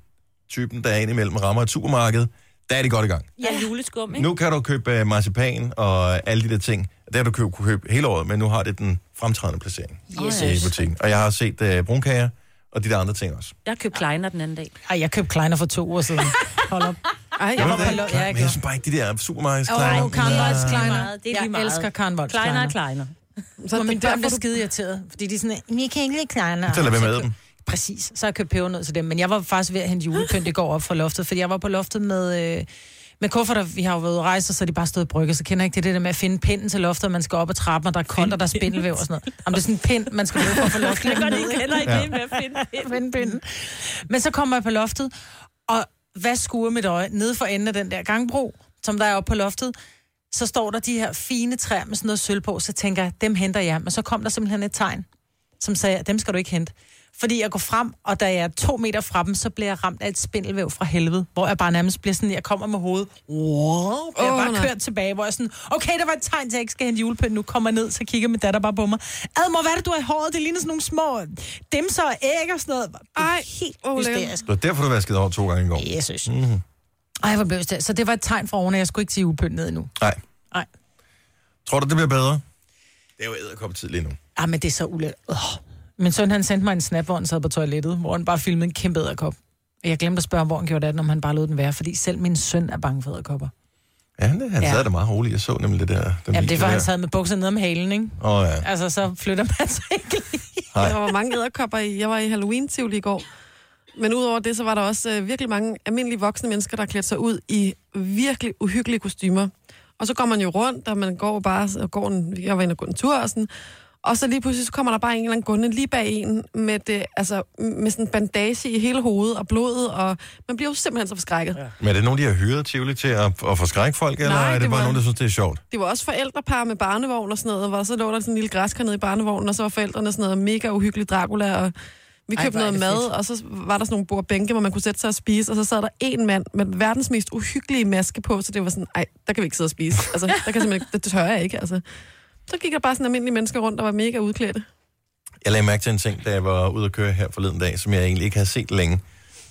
[SPEAKER 1] typen, der er indimellem rammer et supermarked, der er det godt i gang.
[SPEAKER 2] Ja, juleskum, ikke?
[SPEAKER 1] Nu kan du købe øh, marcipan og øh, alle de der ting. Det har du køb, kunne købe hele året, men nu har det den fremtrædende placering i butikken. Og jeg har set øh, brunkager og de der andre ting også.
[SPEAKER 2] Jeg købte Kleiner den anden dag.
[SPEAKER 4] Ej, jeg købte Kleiner for to uger siden. Hold op.
[SPEAKER 3] Ej,
[SPEAKER 1] Ved
[SPEAKER 3] jeg
[SPEAKER 1] du
[SPEAKER 3] var
[SPEAKER 1] det?
[SPEAKER 4] på lo- ja, jeg
[SPEAKER 1] men jeg synes bare ikke, de der supermarkedsklejer...
[SPEAKER 4] Åh,
[SPEAKER 2] Kleiner.
[SPEAKER 4] oh, Karen Wolfs
[SPEAKER 2] Det er lige
[SPEAKER 4] Kleiner.
[SPEAKER 2] meget, det er lige
[SPEAKER 4] Jeg
[SPEAKER 2] meget.
[SPEAKER 4] elsker Karen Wolfs
[SPEAKER 2] Kleiner
[SPEAKER 4] Kleiner.
[SPEAKER 2] og Kleiner.
[SPEAKER 3] så
[SPEAKER 4] Og mine
[SPEAKER 3] derfor
[SPEAKER 4] børn bliver
[SPEAKER 3] du-
[SPEAKER 4] skide irriteret, fordi de er sådan, men jeg kan ikke lide Kleiner.
[SPEAKER 1] Så lad være
[SPEAKER 4] jeg
[SPEAKER 1] med
[SPEAKER 4] køb-
[SPEAKER 1] dem.
[SPEAKER 4] Præcis, så har jeg købt pebernød til dem. Men jeg var faktisk ved at hente julepynt i går op fra loftet, fordi jeg var på loftet med... Øh, med kufferter, vi har jo været ude at rejse, så er de bare stået i brygge, så kender jeg ikke det, det der med at finde pinden til loftet, og man skal op ad trappen, og der er koldt, og der er spindelvæv og sådan noget. Jamen, det er sådan en pind, man skal løbe for at få loftet.
[SPEAKER 2] Jeg kan godt ikke kender ikke det med at finde det.
[SPEAKER 4] finde pinden. Men så kommer jeg på loftet, og hvad skuer mit øje? Nede for enden af den der gangbro, som der er oppe på loftet, så står der de her fine træer med sådan noget sølv på, så tænker jeg, dem henter jeg. Men så kom der simpelthen et tegn, som sagde, dem skal du ikke hente. Fordi jeg går frem, og da jeg er to meter fra dem, så bliver jeg ramt af et spindelvæv fra helvede, hvor jeg bare nærmest bliver sådan, jeg kommer med hovedet, wow, bliver
[SPEAKER 3] Åh,
[SPEAKER 4] oh, bare
[SPEAKER 3] nej.
[SPEAKER 4] kørt tilbage, hvor jeg sådan, okay, der var et tegn til, at jeg ikke skal hente julepynt, nu kommer jeg ned, så kigger min datter bare på mig. Ad mor, hvad er det, du har i håret? Det ligner sådan nogle små dimser og æg og sådan noget. Det er
[SPEAKER 3] Ej,
[SPEAKER 4] helt
[SPEAKER 3] åh, lækkert.
[SPEAKER 4] hysterisk.
[SPEAKER 1] Det var derfor, du vaskede over to gange i går.
[SPEAKER 4] Jesus.
[SPEAKER 1] Mhm.
[SPEAKER 4] Mm-hmm. Ej, hvor blev det. Så det var et tegn fra oven, at jeg skulle ikke til julepynt ned endnu.
[SPEAKER 1] Nej.
[SPEAKER 4] Nej.
[SPEAKER 1] Tror du, det bliver bedre? Det er jo æderkoppet tid lige nu.
[SPEAKER 4] Ah, men det er så ulækkert. Oh. Min søn, han sendte mig en snap, hvor han sad på toilettet, hvor han bare filmede en kæmpe æderkop. Og jeg glemte at spørge ham, hvor han gjorde det, af den, om han bare lod den være, fordi selv min søn er bange for æderkopper.
[SPEAKER 1] Ja, han, han
[SPEAKER 4] Ja.
[SPEAKER 1] sad der meget roligt. Jeg så nemlig det der. Den
[SPEAKER 4] Jamen, det er for,
[SPEAKER 1] der.
[SPEAKER 4] han sad med bukserne nede om halen, ikke?
[SPEAKER 1] Åh oh, ja.
[SPEAKER 4] Altså, så flytter man sig ikke lige.
[SPEAKER 3] Der var mange æderkopper i. Jeg var i halloween i går. Men udover det, så var der også øh, virkelig mange almindelige voksne mennesker, der klædte sig ud i virkelig uhyggelige kostymer. Og så går man jo rundt, og man går bare og går en, jeg var inde og gå en tur og sådan. Og så lige pludselig, så kommer der bare en eller anden gunde lige bag en, med, det, altså, med sådan en bandage i hele hovedet og blodet, og man bliver jo simpelthen så forskrækket. Ja.
[SPEAKER 1] Men er det nogen, de har hyret Tivoli til at, at forskrække folk, eller
[SPEAKER 3] Nej,
[SPEAKER 1] er det,
[SPEAKER 3] det
[SPEAKER 1] bare
[SPEAKER 3] var-
[SPEAKER 1] nogen, der synes, det er sjovt?
[SPEAKER 3] Det var også forældrepar med barnevogn og sådan noget, hvor så lå der sådan en lille græskar nede i barnevognen, og så var forældrene sådan noget mega uhyggelig Dracula, og vi
[SPEAKER 4] Ej,
[SPEAKER 3] købte
[SPEAKER 4] hvor er
[SPEAKER 3] noget
[SPEAKER 4] det
[SPEAKER 3] mad,
[SPEAKER 4] fedt.
[SPEAKER 3] og så var der sådan nogle bord og bænke, hvor man kunne sætte sig og spise, og så sad der en mand med verdens mest uhyggelige maske på, så det var sådan, ej, der kan vi ikke sidde og spise. Altså, der kan simpelthen, det tør jeg ikke, altså. Så gik der bare sådan almindelige mennesker rundt, der var mega udklædte.
[SPEAKER 1] Jeg lagde mærke til en ting, da jeg var ude at køre her forleden dag, som jeg egentlig ikke havde set længe,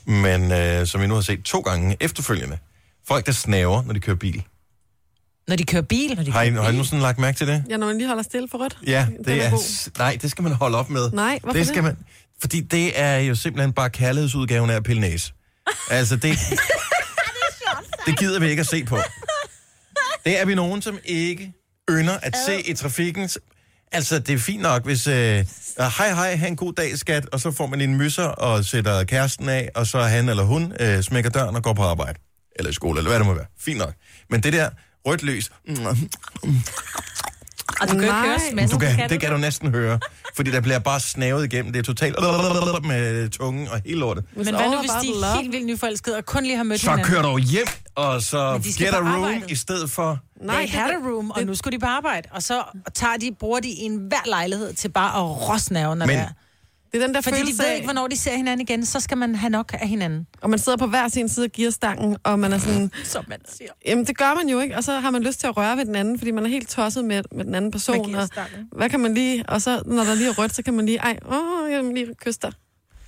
[SPEAKER 1] men øh, som jeg nu har set to gange efterfølgende. Folk, der snaver, når de kører bil.
[SPEAKER 4] Når de kører bil? Når de
[SPEAKER 1] Har I,
[SPEAKER 4] kører
[SPEAKER 1] har I nu sådan lagt mærke til det?
[SPEAKER 3] Ja, når man lige holder stille for rødt.
[SPEAKER 1] Ja,
[SPEAKER 3] Den
[SPEAKER 1] det er...
[SPEAKER 3] god.
[SPEAKER 1] s- Nej, det skal man holde op med.
[SPEAKER 3] Nej, hvorfor
[SPEAKER 1] det? Skal
[SPEAKER 3] det?
[SPEAKER 1] man, fordi det er jo simpelthen bare kærlighedsudgaven af at pille næse. Altså, det... det gider vi ikke at se på. Det er vi nogen, som ikke ynder at se i trafikken. Altså, det er fint nok, hvis... øh, øh, Hej, hej, ha' en god dag, skat. Og så får man en mysser og sætter kæresten af, og så han eller hun øh, smækker døren og går på arbejde. Eller i skole, eller hvad det må være. Fint nok. Men det der rødt lys... Mm,
[SPEAKER 2] Og du Altså, kan jo
[SPEAKER 3] Nej.
[SPEAKER 2] ikke høre
[SPEAKER 1] du
[SPEAKER 2] smadsen,
[SPEAKER 1] kan, det kan du næsten høre, fordi der bliver bare snavet igennem. Det er totalt med tungen og hele lortet.
[SPEAKER 4] Men hvad nu,
[SPEAKER 3] Over
[SPEAKER 4] hvis de
[SPEAKER 3] bottle
[SPEAKER 4] er
[SPEAKER 3] up.
[SPEAKER 4] helt vildt nyforelskede og kun lige har mødt
[SPEAKER 1] Så
[SPEAKER 4] hinanden?
[SPEAKER 1] kører du hjem, og så
[SPEAKER 4] de skal
[SPEAKER 1] get a
[SPEAKER 4] på
[SPEAKER 1] room
[SPEAKER 4] arbejde.
[SPEAKER 1] i stedet for...
[SPEAKER 4] Nej,
[SPEAKER 3] Nej,
[SPEAKER 4] they had a room, og nu skulle de på arbejde. Og så tager de, bruger de en hver lejlighed til bare at rosnæve, når
[SPEAKER 1] Men-
[SPEAKER 4] det er.
[SPEAKER 3] Det er den der
[SPEAKER 4] Fordi de
[SPEAKER 3] følelse
[SPEAKER 4] ved
[SPEAKER 3] af-
[SPEAKER 4] ikke, hvornår de ser hinanden igen, så skal man have nok af hinanden.
[SPEAKER 3] og man sidder på hver sin side af gearstangen, og man er sådan,
[SPEAKER 4] Som man siger.
[SPEAKER 3] jamen det gør man jo ikke, og så har man lyst til at røre ved den anden, fordi man er helt tosset med, med den anden
[SPEAKER 4] Med
[SPEAKER 3] person, og
[SPEAKER 4] gearstangen.
[SPEAKER 3] hvad kan man lige, og så når der lige er rødt, så kan man lige, ej, åh, jeg vil lige kysse dig.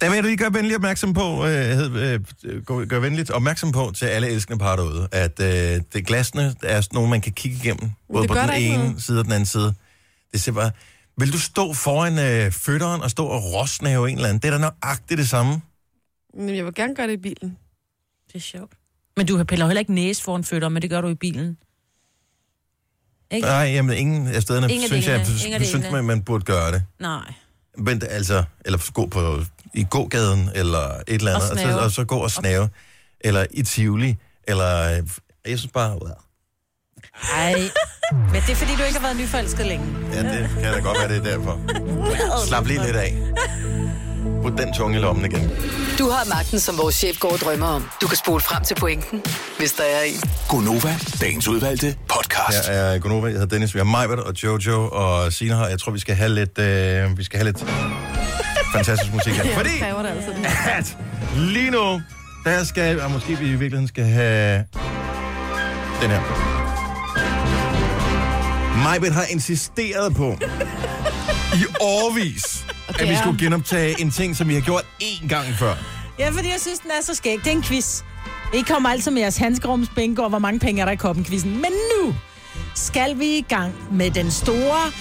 [SPEAKER 1] Der vil jeg lige gøre venligt opmærksom på, øh, hed- øh, gå- gør venligt opmærksom på til alle elskende par derude, at øh, det glasene er sådan nogle, man kan kigge igennem, både
[SPEAKER 3] det
[SPEAKER 1] på
[SPEAKER 3] gør
[SPEAKER 1] den
[SPEAKER 3] der ikke
[SPEAKER 1] ene
[SPEAKER 3] noget.
[SPEAKER 1] side og den anden side. Det ser bare... Vil du stå foran øh, fødderen og stå og rosnave en eller anden? Det er da nøjagtigt det samme.
[SPEAKER 3] Men jeg vil gerne gøre det i bilen.
[SPEAKER 2] Det er sjovt. Men du har piller heller ikke næse foran fødder, men det gør du i bilen. Ikke?
[SPEAKER 1] Nej, jamen ingen af stederne,
[SPEAKER 2] Ingen af
[SPEAKER 1] synes jeg,
[SPEAKER 2] delene. Ingen af
[SPEAKER 1] synes
[SPEAKER 2] delene.
[SPEAKER 1] man, man burde gøre det.
[SPEAKER 2] Nej.
[SPEAKER 1] Men det- altså, eller gå på, i gågaden, eller et eller andet, og, så,
[SPEAKER 2] snæve.
[SPEAKER 1] og så gå og snave, eller i Tivoli, eller, øh, jeg synes bare, wow.
[SPEAKER 4] Nej. Men det er, fordi du ikke har været nyforelsket længe.
[SPEAKER 1] ja, det kan da godt være, det er derfor. Slap lige lidt af. Put den tunge i lommen igen.
[SPEAKER 6] Du har magten, som vores chef går og drømmer om. Du kan spole frem til pointen, hvis der er en.
[SPEAKER 5] Gonova, dagens udvalgte podcast.
[SPEAKER 1] Her er Gunova, jeg hedder Dennis, vi har Majbert og Jojo og Sina her. Jeg tror, vi skal have lidt, øh, vi skal have lidt fantastisk musik her.
[SPEAKER 3] Det
[SPEAKER 1] Fordi
[SPEAKER 3] kræver det altså.
[SPEAKER 1] at lige nu, der skal, og måske vi i virkeligheden skal have den her. Majbet har insisteret på i årvis, at vi
[SPEAKER 3] er-
[SPEAKER 1] skulle genoptage en ting, som vi har gjort én gang før.
[SPEAKER 4] Ja, fordi jeg synes, den er så skæg. Det er en quiz. I kommer altid med jeres handskerums bingo, og hvor mange penge er der i koppen quizzen. Men nu skal vi i gang med den store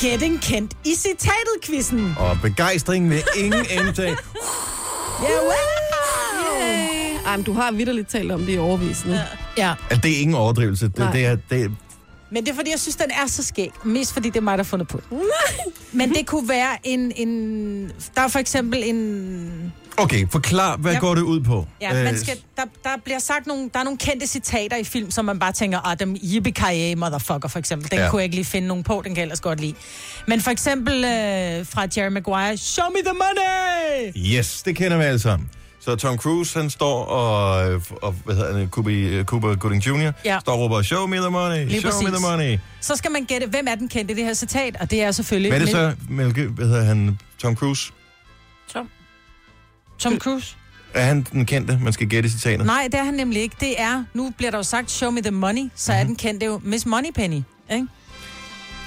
[SPEAKER 4] Get en kendt i citatet quizzen.
[SPEAKER 1] Og begejstringen vil ingen indtage.
[SPEAKER 4] Ja, well.
[SPEAKER 3] Ej, men du har vidderligt talt om det i overvisende. Ja.
[SPEAKER 4] ja,
[SPEAKER 1] At det er ingen overdrivelse. Det,
[SPEAKER 3] Nej.
[SPEAKER 1] det, er, det,
[SPEAKER 4] men det er fordi, jeg synes, den er så skæg. Mest fordi det er mig, der har fundet på den. Men det kunne være en, en... Der er for eksempel en...
[SPEAKER 1] okay, forklar, hvad
[SPEAKER 4] Ja.
[SPEAKER 1] går det ud på?
[SPEAKER 4] Ja, man
[SPEAKER 1] Øh,
[SPEAKER 4] skal, der, der bliver sagt nogle, der er nogle kendte citater i film, som man bare tænker, ah, dem yippee motherfucker, for eksempel. Den
[SPEAKER 1] Ja.
[SPEAKER 4] ja. kunne jeg ikke lige finde nogen på, den kan jeg ellers godt lide. Men for eksempel øh, fra Jerry Maguire, show me the money!
[SPEAKER 1] Yes, det kender vi alle sammen. Så Tom Cruise, han står og, øh, og hvad hedder han, Cuba, Cuba Gooding Jr.,
[SPEAKER 4] Ja.
[SPEAKER 1] står og råber, show me the money,
[SPEAKER 4] Lige
[SPEAKER 1] show me
[SPEAKER 4] præcis.
[SPEAKER 1] the money.
[SPEAKER 4] Så skal man gætte, hvem er den kendte i det her citat, og det er selvfølgelig
[SPEAKER 1] Hvad er det
[SPEAKER 4] Mel-
[SPEAKER 1] så, Mel, Gib- hvad hedder han, Tom Cruise?
[SPEAKER 2] Tom.
[SPEAKER 4] Tom Cruise.
[SPEAKER 1] Er han den kendte? Man skal gætte citatet.
[SPEAKER 4] Nej, det er han nemlig ikke. Det er, nu bliver der jo sagt, show me the money, så
[SPEAKER 1] Mhm.
[SPEAKER 4] er den kendte jo Miss Moneypenny. Ikke?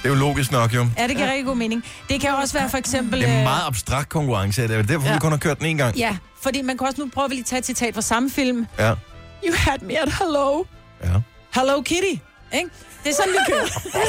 [SPEAKER 1] Det er jo logisk nok, jo.
[SPEAKER 4] Er det ikke ja. rigtig god mening? Det kan også være for eksempel...
[SPEAKER 1] Det er en
[SPEAKER 4] øh,
[SPEAKER 1] meget abstrakt konkurrence, og det er derfor, ja. vi kun har kørt den en gang.
[SPEAKER 4] Ja, fordi man kan også nu prøve at lige tage et citat fra samme film.
[SPEAKER 1] Ja.
[SPEAKER 4] You had me at hello.
[SPEAKER 1] ja.
[SPEAKER 4] Hello Kitty. Ikke? Det er sådan, vi kører.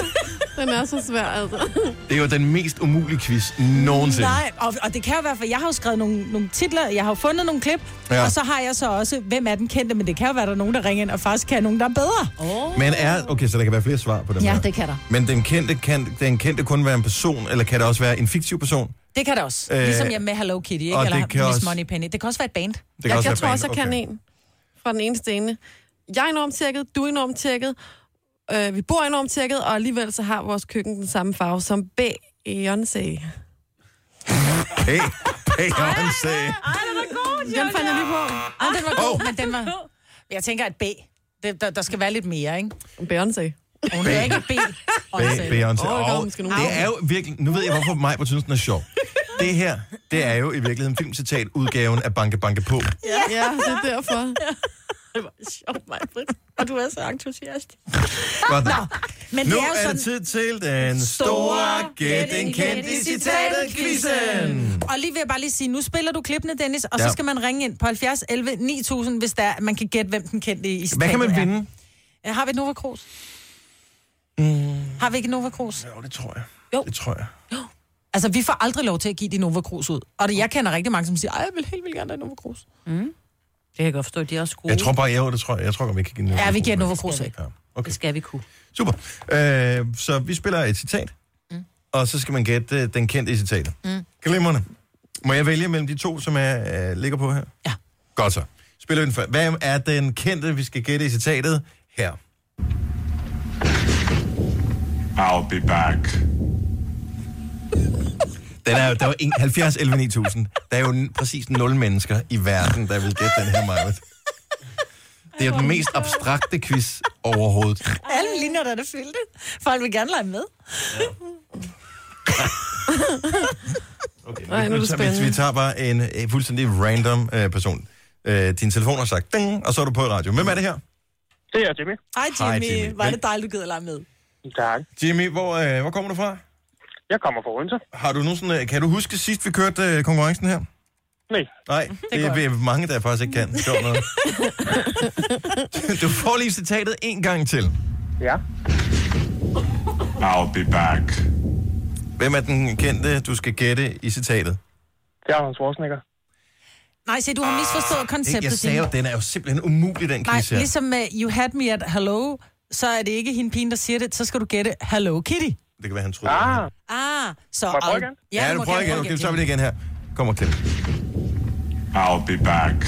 [SPEAKER 3] Den er så svær, altså.
[SPEAKER 1] Det er jo den mest umulige quiz nogensinde.
[SPEAKER 4] Nej, og, og, det kan jo være, for jeg har jo skrevet nogle, nogle titler, jeg har jo fundet nogle klip,
[SPEAKER 1] Ja.
[SPEAKER 4] ja. og så har jeg så også, hvem er den kendte, men det kan jo være, der er nogen, der ringer ind, og faktisk kan nogen, der er bedre.
[SPEAKER 1] Men er... Okay, så der kan være flere svar på den her.
[SPEAKER 4] kan der.
[SPEAKER 1] Men den kendte, kan, den kendte kun være en person, eller kan det også være en fiktiv person? Det
[SPEAKER 4] Det kan der også.
[SPEAKER 1] Øh,
[SPEAKER 4] Øh, ligesom jeg med Hello Kitty, ikke?
[SPEAKER 1] og
[SPEAKER 4] Eller
[SPEAKER 1] det kan
[SPEAKER 4] Miss
[SPEAKER 1] også-
[SPEAKER 4] Money Penny. Det kan også være et band.
[SPEAKER 1] kan
[SPEAKER 3] Jeg,
[SPEAKER 1] også
[SPEAKER 3] jeg
[SPEAKER 1] være
[SPEAKER 3] tror
[SPEAKER 1] band.
[SPEAKER 3] også, jeg kan
[SPEAKER 1] Okay.
[SPEAKER 3] en fra den ene stene. Jeg er enormt tjekket, du er enormt tjekket, øh, vi bor enormt tjekket, og alligevel så har vores køkken den samme farve som Beyoncé.
[SPEAKER 1] Hey, Beyoncé.
[SPEAKER 3] Den fandt jeg lige på.
[SPEAKER 4] Ah, den var god, men den var... Men Jeg tænker, at B, det, der, der skal være lidt mere, ikke?
[SPEAKER 3] Beyoncé.
[SPEAKER 4] Og Hun er ikke B.
[SPEAKER 1] Be- Beyoncé.
[SPEAKER 3] Åh, der
[SPEAKER 1] Og
[SPEAKER 3] er måske nogle
[SPEAKER 1] det er jo virkelig... Nu ved jeg, hvorfor mig på synes, den er sjov. Det her, det er jo i virkeligheden filmcitat udgaven af Banke Banke På.
[SPEAKER 3] Ja, det er derfor.
[SPEAKER 2] Det var sjovt, mig, Britt. Og du er så entusiast.
[SPEAKER 1] Godt.
[SPEAKER 4] Men
[SPEAKER 1] Nu
[SPEAKER 4] det er jo
[SPEAKER 1] er
[SPEAKER 4] sådan...
[SPEAKER 1] det tid til den store Gæt en kendt i citatet quizzen.
[SPEAKER 4] Og lige vil jeg bare lige sige, nu spiller du klippene, Dennis, og
[SPEAKER 1] Ja.
[SPEAKER 4] så skal man ringe ind på 70 11 9000, hvis der, man kan gætte, hvem den kendte i citatet
[SPEAKER 1] Hvad kan man
[SPEAKER 4] er.
[SPEAKER 1] vinde? Mm.
[SPEAKER 4] Ja, Har vi et Nova Cruz? Har vi ikke Nova Cruz?
[SPEAKER 1] Jo, det tror jeg.
[SPEAKER 4] Jo.
[SPEAKER 1] Det tror jeg.
[SPEAKER 4] Altså, vi får aldrig lov til at give de Nova Cruz ud. Og det, jeg kender rigtig mange, som siger, Ej, jeg vil helt vildt gerne have Nova Cruz.
[SPEAKER 2] Det kan jeg godt forstå, de er også gode.
[SPEAKER 1] Jeg tror bare, jeg, det tror jeg, jeg tror, godt, vi kan give den
[SPEAKER 4] Ja, vi giver
[SPEAKER 1] Nova
[SPEAKER 4] Nova Cruz væk.
[SPEAKER 1] Ja, okay.
[SPEAKER 2] Det skal vi kunne.
[SPEAKER 1] Super. Øh, så vi spiller et citat, mm. og så skal man gætte øh, den kendte i citatet. Mm. Glimrende. Må jeg vælge mellem de to, som er, øh, ligger på her?
[SPEAKER 4] Ja.
[SPEAKER 1] Godt så. Spiller vi den før. Hvad er den kendte, vi skal gætte i citatet her?
[SPEAKER 8] I'll be back.
[SPEAKER 1] Den er, jo- der er jo en- 70, 11, 9000. Der er jo n- præcis nul mennesker i verden, der vil gætte den her meget. Det er den mest abstrakte quiz overhovedet.
[SPEAKER 4] Alle linjer, der er det fyldte. Folk vil gerne lege med.
[SPEAKER 1] Okay,
[SPEAKER 3] Ej, nu er det
[SPEAKER 1] så, vi,
[SPEAKER 3] spændende.
[SPEAKER 1] vi tager bare en øh, fuldstændig random øh, person. Øh, din telefon har sagt ding, og så er du på radio. Hvem er det her?
[SPEAKER 9] Det er Jimmy.
[SPEAKER 4] Hej
[SPEAKER 1] Hej,
[SPEAKER 4] Jimmy.
[SPEAKER 1] Jimmy.
[SPEAKER 4] Var det dejligt, du gider at lege med.
[SPEAKER 9] Tak.
[SPEAKER 1] Jimmy, hvor, øh, hvor kommer du fra?
[SPEAKER 9] Jeg kommer fra Odense.
[SPEAKER 1] Har du nogensinde, øh, kan du huske sidst, vi kørte øh, konkurrencen her?
[SPEAKER 9] Nej.
[SPEAKER 1] Nej, det, er, det er mange, der faktisk ikke kan. Sjovt nok. du får lige citatet en gang til.
[SPEAKER 9] Ja.
[SPEAKER 8] I'll be back.
[SPEAKER 1] Hvem er den kendte, du skal gætte i citatet?
[SPEAKER 9] Det er Arnold Schwarzenegger.
[SPEAKER 4] Nej, se, du har misforstået
[SPEAKER 1] Det,
[SPEAKER 4] konceptet.
[SPEAKER 1] Ah, jeg sagde jo,
[SPEAKER 4] Signe.
[SPEAKER 1] den er jo simpelthen umulig, den
[SPEAKER 4] Nej,
[SPEAKER 1] quiz her.
[SPEAKER 4] ligesom med You Had Me at Hello, så er det ikke hende pigen, der siger det. Så skal du gætte Hello Kitty.
[SPEAKER 1] Det kan være, han troede.
[SPEAKER 9] Ah,
[SPEAKER 4] Ah, så...
[SPEAKER 9] jeg prøve igen?
[SPEAKER 1] ja, ja, du
[SPEAKER 4] må
[SPEAKER 1] prøver
[SPEAKER 4] gerne
[SPEAKER 1] igen.
[SPEAKER 4] prøve
[SPEAKER 1] Okay, så er vi det igen her. Kom og klip.
[SPEAKER 8] I'll be back.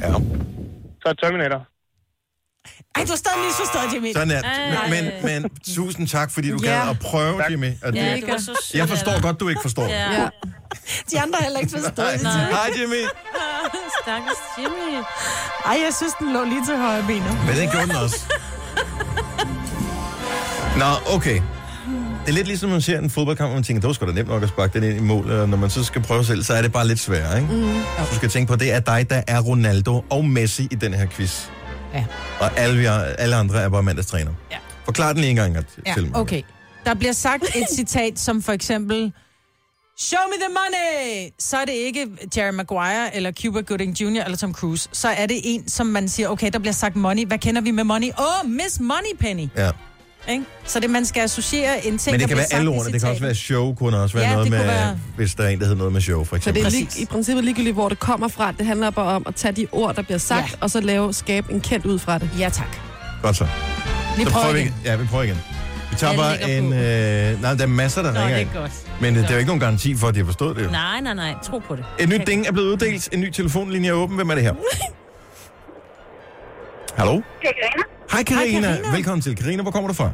[SPEAKER 1] Ja.
[SPEAKER 9] så er Terminator.
[SPEAKER 4] Ej, du har stadig misforstået, Jimmy.
[SPEAKER 1] Sådan er det. Men, men, men tusind tak, fordi du
[SPEAKER 3] Ja.
[SPEAKER 1] gad at prøve,
[SPEAKER 9] Tak.
[SPEAKER 1] Jimmy. Og
[SPEAKER 2] Ja,
[SPEAKER 1] det,
[SPEAKER 2] det var så sødt
[SPEAKER 1] jeg
[SPEAKER 2] af
[SPEAKER 1] forstår
[SPEAKER 2] dig.
[SPEAKER 1] godt, du ikke forstår.
[SPEAKER 2] Ja,
[SPEAKER 3] Ja.
[SPEAKER 4] De andre har heller ikke forstået
[SPEAKER 1] Hej,
[SPEAKER 4] det.
[SPEAKER 1] hej Jimmy.
[SPEAKER 2] stakkels Jimmy.
[SPEAKER 4] Ej, jeg synes, den lå lige til højre benet.
[SPEAKER 1] Men det gjorde den også. Nå, okay. Det er lidt ligesom, når man ser en fodboldkamp, og man tænker, det var sgu da nemt nok at sparke den ind i mål. Og når man så skal prøve selv, så er det bare lidt sværere, ikke? Mm. Du skal tænke på, det er dig, der er Ronaldo og Messi i den her quiz.
[SPEAKER 4] Ja.
[SPEAKER 1] Og alle, vi, alle andre er bare mandagstræner.
[SPEAKER 4] Ja.
[SPEAKER 1] Forklar den lige en gang til
[SPEAKER 4] Ja,
[SPEAKER 1] til mig.
[SPEAKER 4] okay. Der bliver sagt et citat som for eksempel, Show me the money! Så er det ikke Jerry Maguire, eller Cuba Gooding Jr., eller Tom Cruise. Så er det en, som man siger, okay, der bliver sagt money. Hvad kender vi med money? Åh, oh, Miss Money Penny.
[SPEAKER 1] Ja.
[SPEAKER 4] Ikke? Så det, man skal associere en
[SPEAKER 1] Men det
[SPEAKER 4] ting, der
[SPEAKER 1] kan være
[SPEAKER 4] bliver
[SPEAKER 1] alle
[SPEAKER 4] sagt i
[SPEAKER 1] ordene. Det kan også
[SPEAKER 4] citatet.
[SPEAKER 1] være show, kunne også være
[SPEAKER 4] Ja,
[SPEAKER 1] noget
[SPEAKER 4] det
[SPEAKER 1] med,
[SPEAKER 4] kunne være-
[SPEAKER 1] hvis der er en, der hedder noget med show, for
[SPEAKER 3] Så det
[SPEAKER 1] eksempel.
[SPEAKER 3] er
[SPEAKER 1] Så
[SPEAKER 4] Præcis.
[SPEAKER 3] lig, i princippet ligegyldigt, hvor det kommer fra. Det handler bare om at tage de ord, der bliver sagt,
[SPEAKER 4] Ja.
[SPEAKER 3] ja. og så lave, skabe en kendt ud fra det.
[SPEAKER 4] Ja, tak.
[SPEAKER 1] det... Godt så.
[SPEAKER 4] Vi
[SPEAKER 1] så
[SPEAKER 4] prøver
[SPEAKER 1] vi
[SPEAKER 4] igen.
[SPEAKER 1] igen. Ja, vi prøver igen. Vi tager
[SPEAKER 2] Alle
[SPEAKER 1] bare
[SPEAKER 2] ligger
[SPEAKER 1] en...
[SPEAKER 2] på.
[SPEAKER 1] Øh, nej, der er masser, der
[SPEAKER 2] Nå,
[SPEAKER 1] ringer
[SPEAKER 2] det
[SPEAKER 1] ind.
[SPEAKER 2] er godt.
[SPEAKER 1] Men øh, der er jo ikke nogen garanti for, at de har forstået det. jo.
[SPEAKER 2] Nej, nej, nej. Tro på det.
[SPEAKER 1] En ny ding er blevet uddelt. En ny telefonlinje er åben. Hvem er det her? Hallo? Hej, Karina. Velkommen til. Karina, hvor kommer du fra?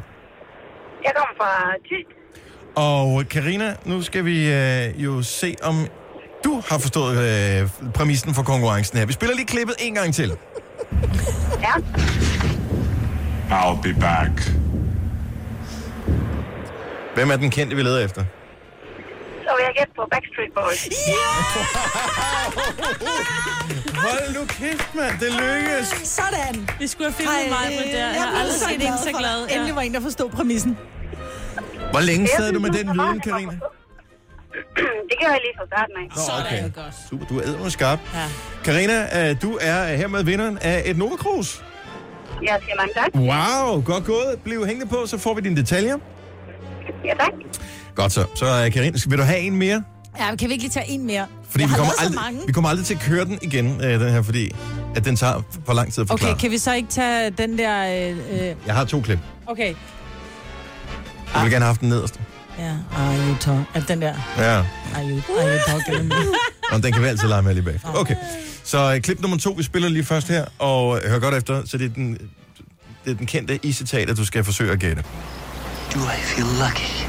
[SPEAKER 10] Jeg kommer fra Tysk.
[SPEAKER 1] Og Karina, nu skal vi øh, jo se, om du har forstået øh, præmissen for konkurrencen her. Vi spiller lige klippet en gang til.
[SPEAKER 10] Ja.
[SPEAKER 8] I'll be back.
[SPEAKER 1] Hvem er den kendte, vi leder efter?
[SPEAKER 10] Så vil jeg gætte på Backstreet Boys.
[SPEAKER 1] Hold nu kæft, mand. Det lykkedes.
[SPEAKER 4] Sådan.
[SPEAKER 2] Vi skulle have filmet mig på der. Jeg har aldrig set en så glad. Ja.
[SPEAKER 4] Endelig var en, der forstod præmissen.
[SPEAKER 1] Hvor længe
[SPEAKER 10] Jeg
[SPEAKER 1] sad du med
[SPEAKER 10] synes,
[SPEAKER 1] den
[SPEAKER 10] der var
[SPEAKER 1] viden,
[SPEAKER 10] mange, der
[SPEAKER 1] Karina?
[SPEAKER 10] var forstået. Det gjorde jeg lige fra starten af.
[SPEAKER 1] Nå, okay.
[SPEAKER 4] godt.
[SPEAKER 1] Super, du er eddermame skarp. Karina, øh, du er hermed vinderen af et Nova Cruz.
[SPEAKER 10] Jeg siger mange tak.
[SPEAKER 1] Wow, godt gået. Bliv hængende på, så får vi dine detaljer.
[SPEAKER 10] Ja, tak.
[SPEAKER 1] Godt så. Så øh, Karina, vil du have en mere?
[SPEAKER 4] Ja, men kan vi ikke lige tage en mere?
[SPEAKER 1] Fordi
[SPEAKER 4] jeg
[SPEAKER 1] vi
[SPEAKER 4] har
[SPEAKER 1] kommer,
[SPEAKER 4] lavet så mange.
[SPEAKER 1] aldrig, vi kommer aldrig til at køre den igen, øh, den her, fordi at den tager for lang tid at forklare.
[SPEAKER 4] Okay, kan vi så ikke tage den der... Øh, øh,
[SPEAKER 1] Jeg har to klip.
[SPEAKER 4] okay.
[SPEAKER 1] Jeg
[SPEAKER 4] Ah.
[SPEAKER 1] vil gerne have haft den nederste.
[SPEAKER 4] Ja, are you talking? Er det den der?
[SPEAKER 1] Ja,
[SPEAKER 4] Are you, are you talking?
[SPEAKER 1] og den kan vi altid lege med lige bag. Okay, så øh, klip nummer to, vi spiller lige først her, og øh, hør godt efter, så det er den, det er den kendte i citatet, du skal forsøge at gætte.
[SPEAKER 11] Do I feel lucky?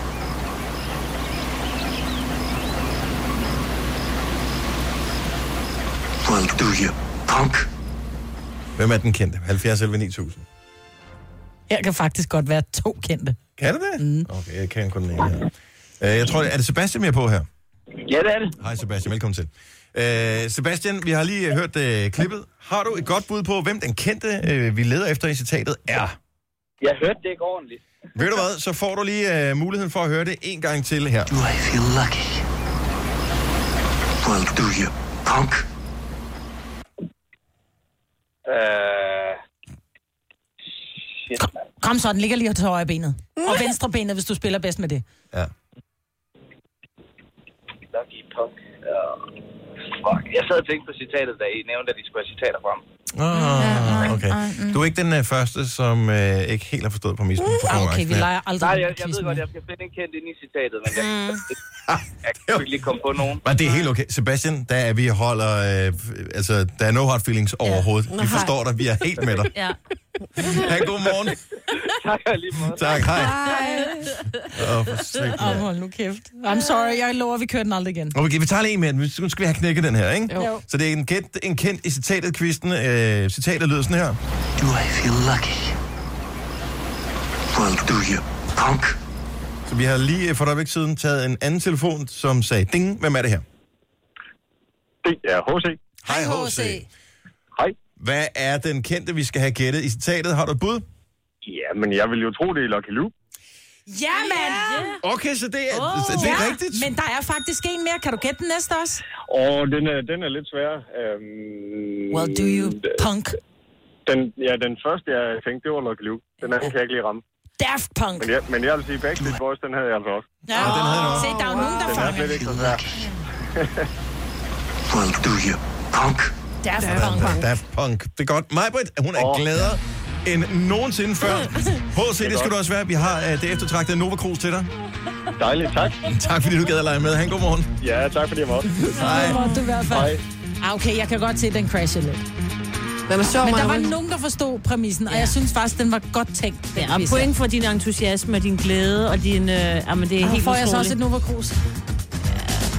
[SPEAKER 11] Well, do you, punk?
[SPEAKER 1] Hvem er den kendte? 70 11 9000.
[SPEAKER 4] Her kan faktisk godt være to kendte.
[SPEAKER 1] Kan det det? Mm. Okay, jeg kan kun den ene her. Øh, jeg tror, det- er det Sebastian, vi er på her?
[SPEAKER 9] Ja, det er det.
[SPEAKER 1] Hej Sebastian, velkommen til. Øh, Sebastian, vi har lige øh, hørt øh, klippet. Har du et godt bud på, hvem den kendte, øh, vi leder efter i citatet, er?
[SPEAKER 9] Jeg hørte det ikke ordentligt.
[SPEAKER 1] Ved du hvad, så får du lige øh, muligheden for at høre det en gang til her.
[SPEAKER 11] Do I feel lucky? Well, do you, punk?
[SPEAKER 9] Øh... Shit, mand.
[SPEAKER 4] Kom så, den ligger lige til højre benet. Og
[SPEAKER 2] Mm.
[SPEAKER 4] venstre benet, hvis du spiller bedst med det.
[SPEAKER 12] Lucky Punk. Uh, fuck. Jeg sad og tænkte på citatet, da I nævnte, at I skulle have citater frem.
[SPEAKER 1] Ah, okay. Du er ikke den øh, første, som øh, ikke helt har forstået præmissen på
[SPEAKER 4] Uh,
[SPEAKER 1] konkurrencen her.
[SPEAKER 12] Nej, jeg, jeg ved godt, jeg skal finde en kendt ind i citatet, men jeg, jeg,
[SPEAKER 4] Mm.
[SPEAKER 12] jeg, jeg kunne ikke lige komme på nogen.
[SPEAKER 1] Men det er helt okay. Sebastian, der er vi holder... Øh, altså, der er no hard feelings overhovedet. Vi forstår dig. Vi er helt med dig.
[SPEAKER 2] Ja.
[SPEAKER 1] Ha' en god morgen.
[SPEAKER 12] tak, lige måde.
[SPEAKER 1] Tak, hej. Åh, for
[SPEAKER 4] Hej.
[SPEAKER 1] satan.
[SPEAKER 4] Åh, hold nu kæft. I'm sorry, jeg lover, vi kører den aldrig igen.
[SPEAKER 1] Okay, vi tager lige en mere. Nu skal vi have knækket den her, ikke?
[SPEAKER 4] Jo.
[SPEAKER 1] Så det er en kendt, en kendt i citatet-quizzen. Øh, citatet lyder sådan her.
[SPEAKER 11] Do I feel lucky? Well, do you, punk?
[SPEAKER 1] Så vi har lige øh, for et øjeblik siden taget en anden telefon, som sagde, ding, hvem er det her?
[SPEAKER 13] Det er H.C.
[SPEAKER 1] Hej, H.C.
[SPEAKER 13] Hej.
[SPEAKER 1] Hvad er den kendte, vi skal have gættet i citatet? Har du et bud?
[SPEAKER 13] Ja, men jeg vil jo tro, det er Lucky Luke.
[SPEAKER 4] Ja, mand!
[SPEAKER 1] Okay, så det
[SPEAKER 13] er- så det er rigtigt.
[SPEAKER 4] Men der er faktisk en mere. Kan du gætte den næste også?
[SPEAKER 13] Og den er, den er lidt svær. Øhm,
[SPEAKER 4] Well, do you, punk?
[SPEAKER 13] Den, ja, den første, jeg tænkte, det var Lucky Luke. Den anden kan jeg ikke lige ramme.
[SPEAKER 4] Daft Punk.
[SPEAKER 13] Men jeg, men jeg vil sige, Backstreet Boys, den havde jeg altså også.
[SPEAKER 4] Ja, den havde du også. Se, der er jo nogen, der
[SPEAKER 13] den er
[SPEAKER 4] fanger.
[SPEAKER 13] slet ikke så svær.
[SPEAKER 11] Well, do you, punk?
[SPEAKER 4] Daft
[SPEAKER 1] Punk. Daft Punk. Det er godt. Majbrit, hun er oh. gladere end nogensinde før. H.C., det skal du også være. Vi har uh, det eftertragtede Nova Cruz til dig.
[SPEAKER 13] Dejligt, tak.
[SPEAKER 1] Tak fordi du gad at lege med. Ha' en god morgen.
[SPEAKER 13] Ja, tak fordi jeg måtte.
[SPEAKER 1] Hej.
[SPEAKER 4] Det måtte du i hvert fald. Ah, okay, jeg kan godt se, at den crasher lidt.
[SPEAKER 3] Den er sjov,
[SPEAKER 4] Men der var
[SPEAKER 3] Maja.
[SPEAKER 4] nogen, der forstod præmissen, og jeg synes faktisk, den var godt tænkt.
[SPEAKER 2] Ja, og point for din entusiasme og din glæde og din... Øh, jamen, det er
[SPEAKER 4] Og
[SPEAKER 2] helt
[SPEAKER 4] får jeg så
[SPEAKER 2] utroligt.
[SPEAKER 4] også et Nova Cruz.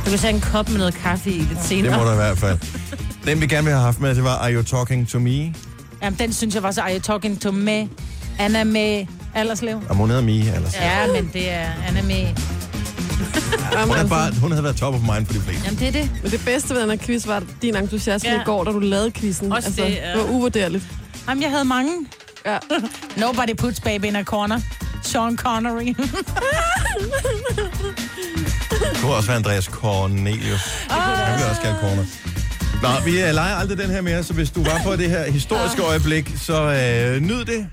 [SPEAKER 2] Du kan tage en kop med noget kaffe i lidt senere.
[SPEAKER 1] Det må du i hvert fald. Den vi gerne vil have haft med, det var Are You Talking To Me?
[SPEAKER 4] Jamen, den synes jeg var så, are you talking to me? Anna med Alderslev.
[SPEAKER 1] Og hun hedder Mie, ellers.
[SPEAKER 4] Ja, men det er Anna med.
[SPEAKER 1] Hun, er bare, hun havde været top of mind for de fleste.
[SPEAKER 4] Jamen, det er det.
[SPEAKER 3] Men det bedste ved den her quiz var din entusiasme
[SPEAKER 4] Ja.
[SPEAKER 3] ja. i går, da du lavede quizzen.
[SPEAKER 4] Også
[SPEAKER 3] altså,
[SPEAKER 4] det,
[SPEAKER 3] det,
[SPEAKER 4] ja.
[SPEAKER 3] var uvurderligt.
[SPEAKER 4] Jamen, jeg havde mange.
[SPEAKER 3] Ja.
[SPEAKER 4] Nobody puts baby in a corner. Sean Connery.
[SPEAKER 1] Det kunne også være Andreas Cornelius. Han vil også gerne corner. Nå, vi øh, leger aldrig den her mere, så hvis du var på det her historiske øjeblik, så øh, nyd det.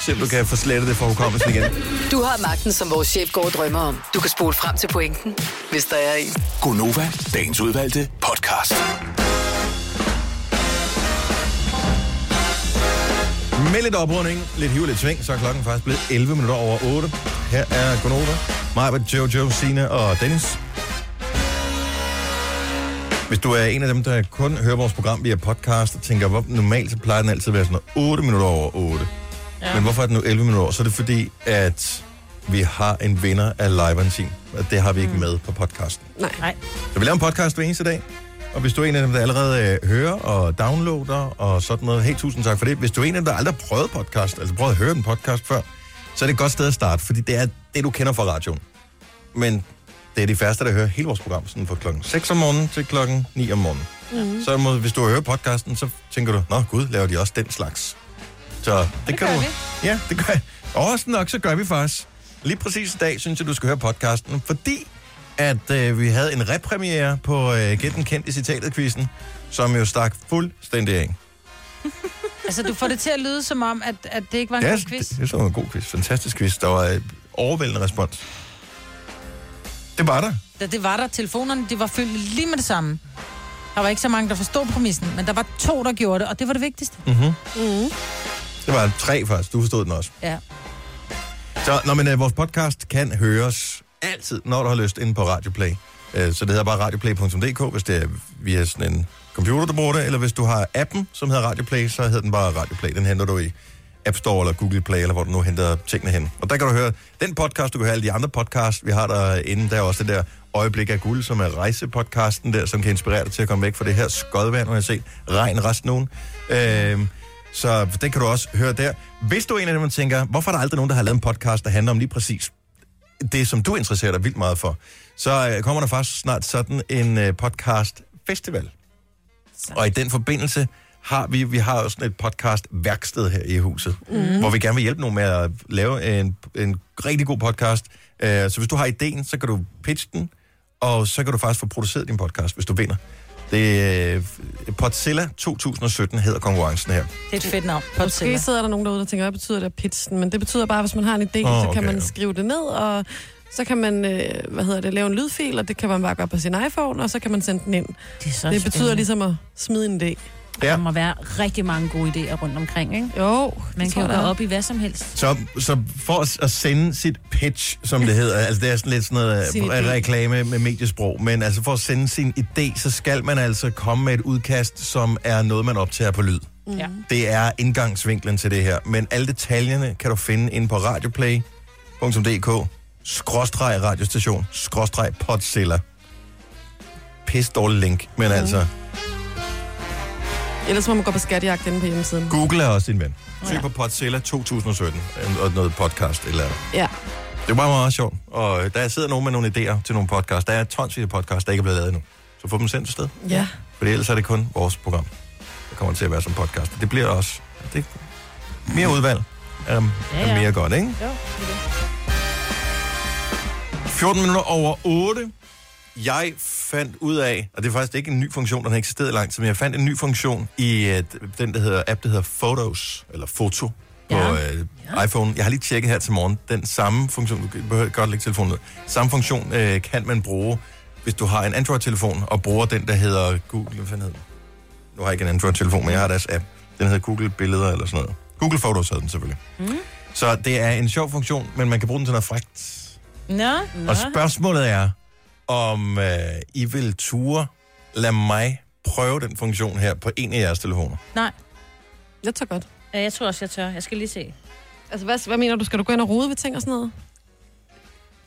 [SPEAKER 1] Se, om du kan få slettet det fra hukommelsen igen.
[SPEAKER 6] Du har magten, som vores chef går og drømmer om. Du kan spole frem til pointen, hvis der er en.
[SPEAKER 5] Gonova, dagens udvalgte podcast.
[SPEAKER 1] Med lidt oprunding, lidt hiv, lidt sving, så er klokken faktisk blevet 11 minutter over 8. Her er Gonova, Majbert, Jojo, Sina og Dennis. Hvis du er en af dem, der kun hører vores program via podcast og tænker, hvor normalt så plejer den altid at være sådan noget 8 minutter over 8. Ja. Men hvorfor er den nu 11 minutter over? Så er det fordi, at vi har en vinder af live and Team, og det har vi ikke med på podcasten.
[SPEAKER 4] Nej.
[SPEAKER 1] Så vi laver en podcast hver eneste dag. Og hvis du er en af dem, der allerede øh, hører og downloader og sådan noget, helt tusind tak for det. Hvis du er en af dem, der aldrig har prøvet podcast, altså prøvet at høre en podcast før, så er det et godt sted at starte, fordi det er det, du kender fra radioen. Men det er de færreste, der hører hele vores program, sådan fra klokken 6 om morgenen til klokken 9 om morgenen.
[SPEAKER 14] Mm.
[SPEAKER 1] Så må, hvis du hører podcasten, så tænker du, nå gud, laver de også den slags. Så det, det kan
[SPEAKER 14] gør
[SPEAKER 1] du.
[SPEAKER 14] vi.
[SPEAKER 1] Ja, det gør Overraskende nok, så gør vi faktisk. Lige præcis i dag, synes jeg, du skal høre podcasten, fordi at øh, vi havde en repremiere på øh, Gæt den kendte citatet-quizzen, som jo stak fuldstændig af.
[SPEAKER 4] altså, du får det til at lyde som om, at, at det ikke var en
[SPEAKER 1] Ja,
[SPEAKER 4] god
[SPEAKER 1] det,
[SPEAKER 4] quiz.
[SPEAKER 1] det, det var en god quiz. Fantastisk quiz. Der var øh, overvældende respons. Det var der.
[SPEAKER 4] Da det var der, telefonerne, de var fyldt lige med det samme. Der var ikke så mange, der forstod præmissen, men der var to, der gjorde det, og det var det vigtigste.
[SPEAKER 1] Mm-hmm.
[SPEAKER 4] Mm.
[SPEAKER 1] Det var tre faktisk. Du forstod den også.
[SPEAKER 4] Ja.
[SPEAKER 1] Så, når man, øh, vores podcast kan høres altid, når du har lyst, inde på Radioplay. Øh, så det hedder bare radioplay.dk, hvis det er via sådan en computer, du bruger det, eller hvis du har appen, som hedder Radioplay, så hedder den bare Radioplay. Den henter du i App Store eller Google Play, eller hvor du nu henter tingene hen. Og der kan du høre den podcast, du kan høre alle de andre podcasts, vi har derinde. Der er også det der Øjeblik af Guld, som er rejsepodcasten der, som kan inspirere dig til at komme væk fra det her skodvand, hvor jeg har set regn resten af ugen. Øh, så den kan du også høre der. Hvis du er en af dem, der tænker, hvorfor er der aldrig nogen, der har lavet en podcast, der handler om lige præcis det, som du interesserer dig vildt meget for, så øh, kommer der faktisk snart sådan en øh, podcast-festival. Og i den forbindelse har vi, vi har jo sådan et podcast-værksted her i huset, mm.
[SPEAKER 14] Mm.
[SPEAKER 1] hvor vi gerne vil hjælpe nogen med at lave en, en rigtig god podcast. Øh, så hvis du har ideen, så kan du pitche den, og så kan du faktisk få produceret din podcast, hvis du vinder. Det øh, er Potzilla 2017 hedder konkurrencen her.
[SPEAKER 4] Det er et fedt navn.
[SPEAKER 3] Måske sidder der nogen derude, der tænker, hvad betyder det pitsen? Men det betyder bare, at hvis man har en idé,
[SPEAKER 1] Åh,
[SPEAKER 3] oh, så
[SPEAKER 1] okay,
[SPEAKER 3] kan man
[SPEAKER 1] ja.
[SPEAKER 3] skrive det ned, og så kan man, øh, hvad hedder det, lave en lydfil, og det kan man bare gøre på sin iPhone, og så kan man sende den ind.
[SPEAKER 2] Det, er så
[SPEAKER 3] det betyder
[SPEAKER 2] spændende.
[SPEAKER 3] ligesom at smide en idé.
[SPEAKER 1] Ja.
[SPEAKER 2] Der må være rigtig mange gode idéer rundt omkring, ikke?
[SPEAKER 3] Jo,
[SPEAKER 2] Man
[SPEAKER 3] tror
[SPEAKER 2] kan jo
[SPEAKER 3] jeg,
[SPEAKER 2] gå
[SPEAKER 3] der er.
[SPEAKER 2] op i hvad som helst.
[SPEAKER 1] Så, så for at- at sende sit pitch, som det hedder, altså det er sådan lidt sådan noget
[SPEAKER 2] Sin
[SPEAKER 1] øh,
[SPEAKER 2] idé.
[SPEAKER 1] reklame med mediesprog, men altså for at sende sin idé, så skal man altså komme med et udkast, som er noget, man optager på lyd.
[SPEAKER 2] Mm. Ja.
[SPEAKER 1] Det er indgangsvinklen til det her, men alle detaljerne kan du finde inde på radioplay.dk, skråstreg radiostation, skråstreg podceller. Pis dårlig link,
[SPEAKER 2] Mm.
[SPEAKER 1] men altså,
[SPEAKER 3] Ellers må man gå på skattejagt inde på hjemmesiden.
[SPEAKER 1] Google er også din ven. Søg
[SPEAKER 3] Ja.
[SPEAKER 1] på podceller 2017, øh, og noget podcast eller andet.
[SPEAKER 3] Ja.
[SPEAKER 1] Det var meget, meget sjovt. Og øh, der sidder nogen med nogle idéer til nogle podcasts. Der er tonsvis af podcasts, der ikke er blevet lavet endnu. Så få dem sendt til sted.
[SPEAKER 3] Ja.
[SPEAKER 1] For ellers er det kun vores program, der kommer til at være som podcast. Det bliver også det mere udvalg. Um, ja, ja. Er mere godt, ikke?
[SPEAKER 2] Jo.
[SPEAKER 1] 14 minutter over 8. Jeg fandt ud af, og det er faktisk ikke en ny funktion, der har eksisteret lang tid, men jeg fandt en ny funktion i øh, den, der hedder app, der hedder Photos, eller Foto, på
[SPEAKER 14] Ja.
[SPEAKER 1] øh, iPhone. Jeg har lige tjekket her til morgen. Den samme funktion, du kan- behøver godt lægge telefonen ned. Samme funktion øh, kan man bruge, hvis du har en Android-telefon, og bruger den, der hedder Google, hvad fanden hedder den? Nu har jeg ikke en Android-telefon, men jeg har deres app. Den hedder Google Billeder eller sådan noget. Google Photos hedder den selvfølgelig.
[SPEAKER 4] Mm.
[SPEAKER 1] Så det er en sjov funktion, men man kan bruge den til noget frækt.
[SPEAKER 4] Nå.
[SPEAKER 1] Og spørgsmålet er, om øh, I vil ture lade mig prøve den funktion her på en af jeres telefoner.
[SPEAKER 2] Nej.
[SPEAKER 3] Jeg tør godt.
[SPEAKER 2] Ja, jeg tror også, jeg tør. Jeg skal lige se.
[SPEAKER 3] Altså, hvad, hvad mener du? Skal du gå ind og rode ved ting og sådan noget?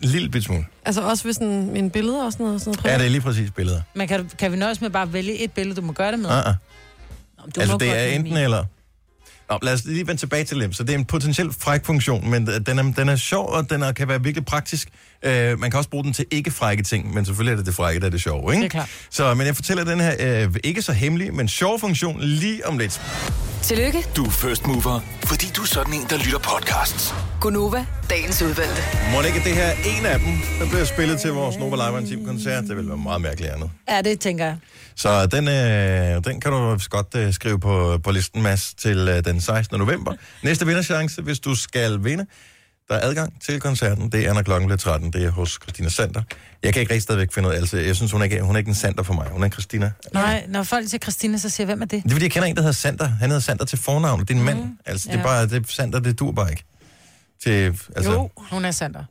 [SPEAKER 1] En lille bit smule.
[SPEAKER 3] Altså, også ved sådan mine billeder og sådan noget? Sådan noget
[SPEAKER 1] Ja,
[SPEAKER 3] privat?
[SPEAKER 1] det er lige præcis billeder.
[SPEAKER 4] Men kan, du- kan vi nøjes med bare at vælge et billede, du må gøre det med?
[SPEAKER 1] Uh-uh.
[SPEAKER 4] du
[SPEAKER 1] altså,
[SPEAKER 4] må godt
[SPEAKER 1] det er
[SPEAKER 4] lide
[SPEAKER 1] enten
[SPEAKER 4] min.
[SPEAKER 1] eller. Nå, lad os lige vende tilbage til dem. Så det er en potentiel fræk funktion, men øh, den er, den er sjov, og den er, kan være virkelig praktisk. Øh, man kan også bruge den til ikke frække ting, men selvfølgelig er det det frække, der er det sjove, ikke?
[SPEAKER 6] Det er klart.
[SPEAKER 1] Så, men jeg fortæller den her øh, ikke så hemmelige, men sjov funktion lige om lidt.
[SPEAKER 6] Tillykke,
[SPEAKER 5] Du er first mover, fordi du er sådan en, der lytter podcasts.
[SPEAKER 6] Gunova, dagens udvalgte.
[SPEAKER 1] Må det ikke det her er en af dem, der bliver spillet til vores Nova Live and Team koncert? Det vil være meget mærkeligt andet.
[SPEAKER 4] Ja, det tænker jeg.
[SPEAKER 1] Så den, øh, den kan du godt øh, skrive på, på listen, Mads, til øh, den 16. november. Næste vinderchance, hvis du skal vinde, der er adgang til koncerten. Det er, når klokken bliver 13. Det er hos Christina Sander. Jeg kan ikke rigtig stadigvæk finde ud af, altså, jeg synes, hun er, ikke, hun er ikke en Sander for mig. Hun er en Christina.
[SPEAKER 4] Nej, når folk siger Christina, så siger jeg, hvem er det?
[SPEAKER 1] Det er, fordi jeg kender en, der hedder Sander. Han hedder Sander til fornavn. Det er en mand. Altså, det
[SPEAKER 4] Mhm. Ja.
[SPEAKER 1] er bare, det, er- Sander, det dur bare ikke. Til, altså,
[SPEAKER 4] Jo, hun er Sander.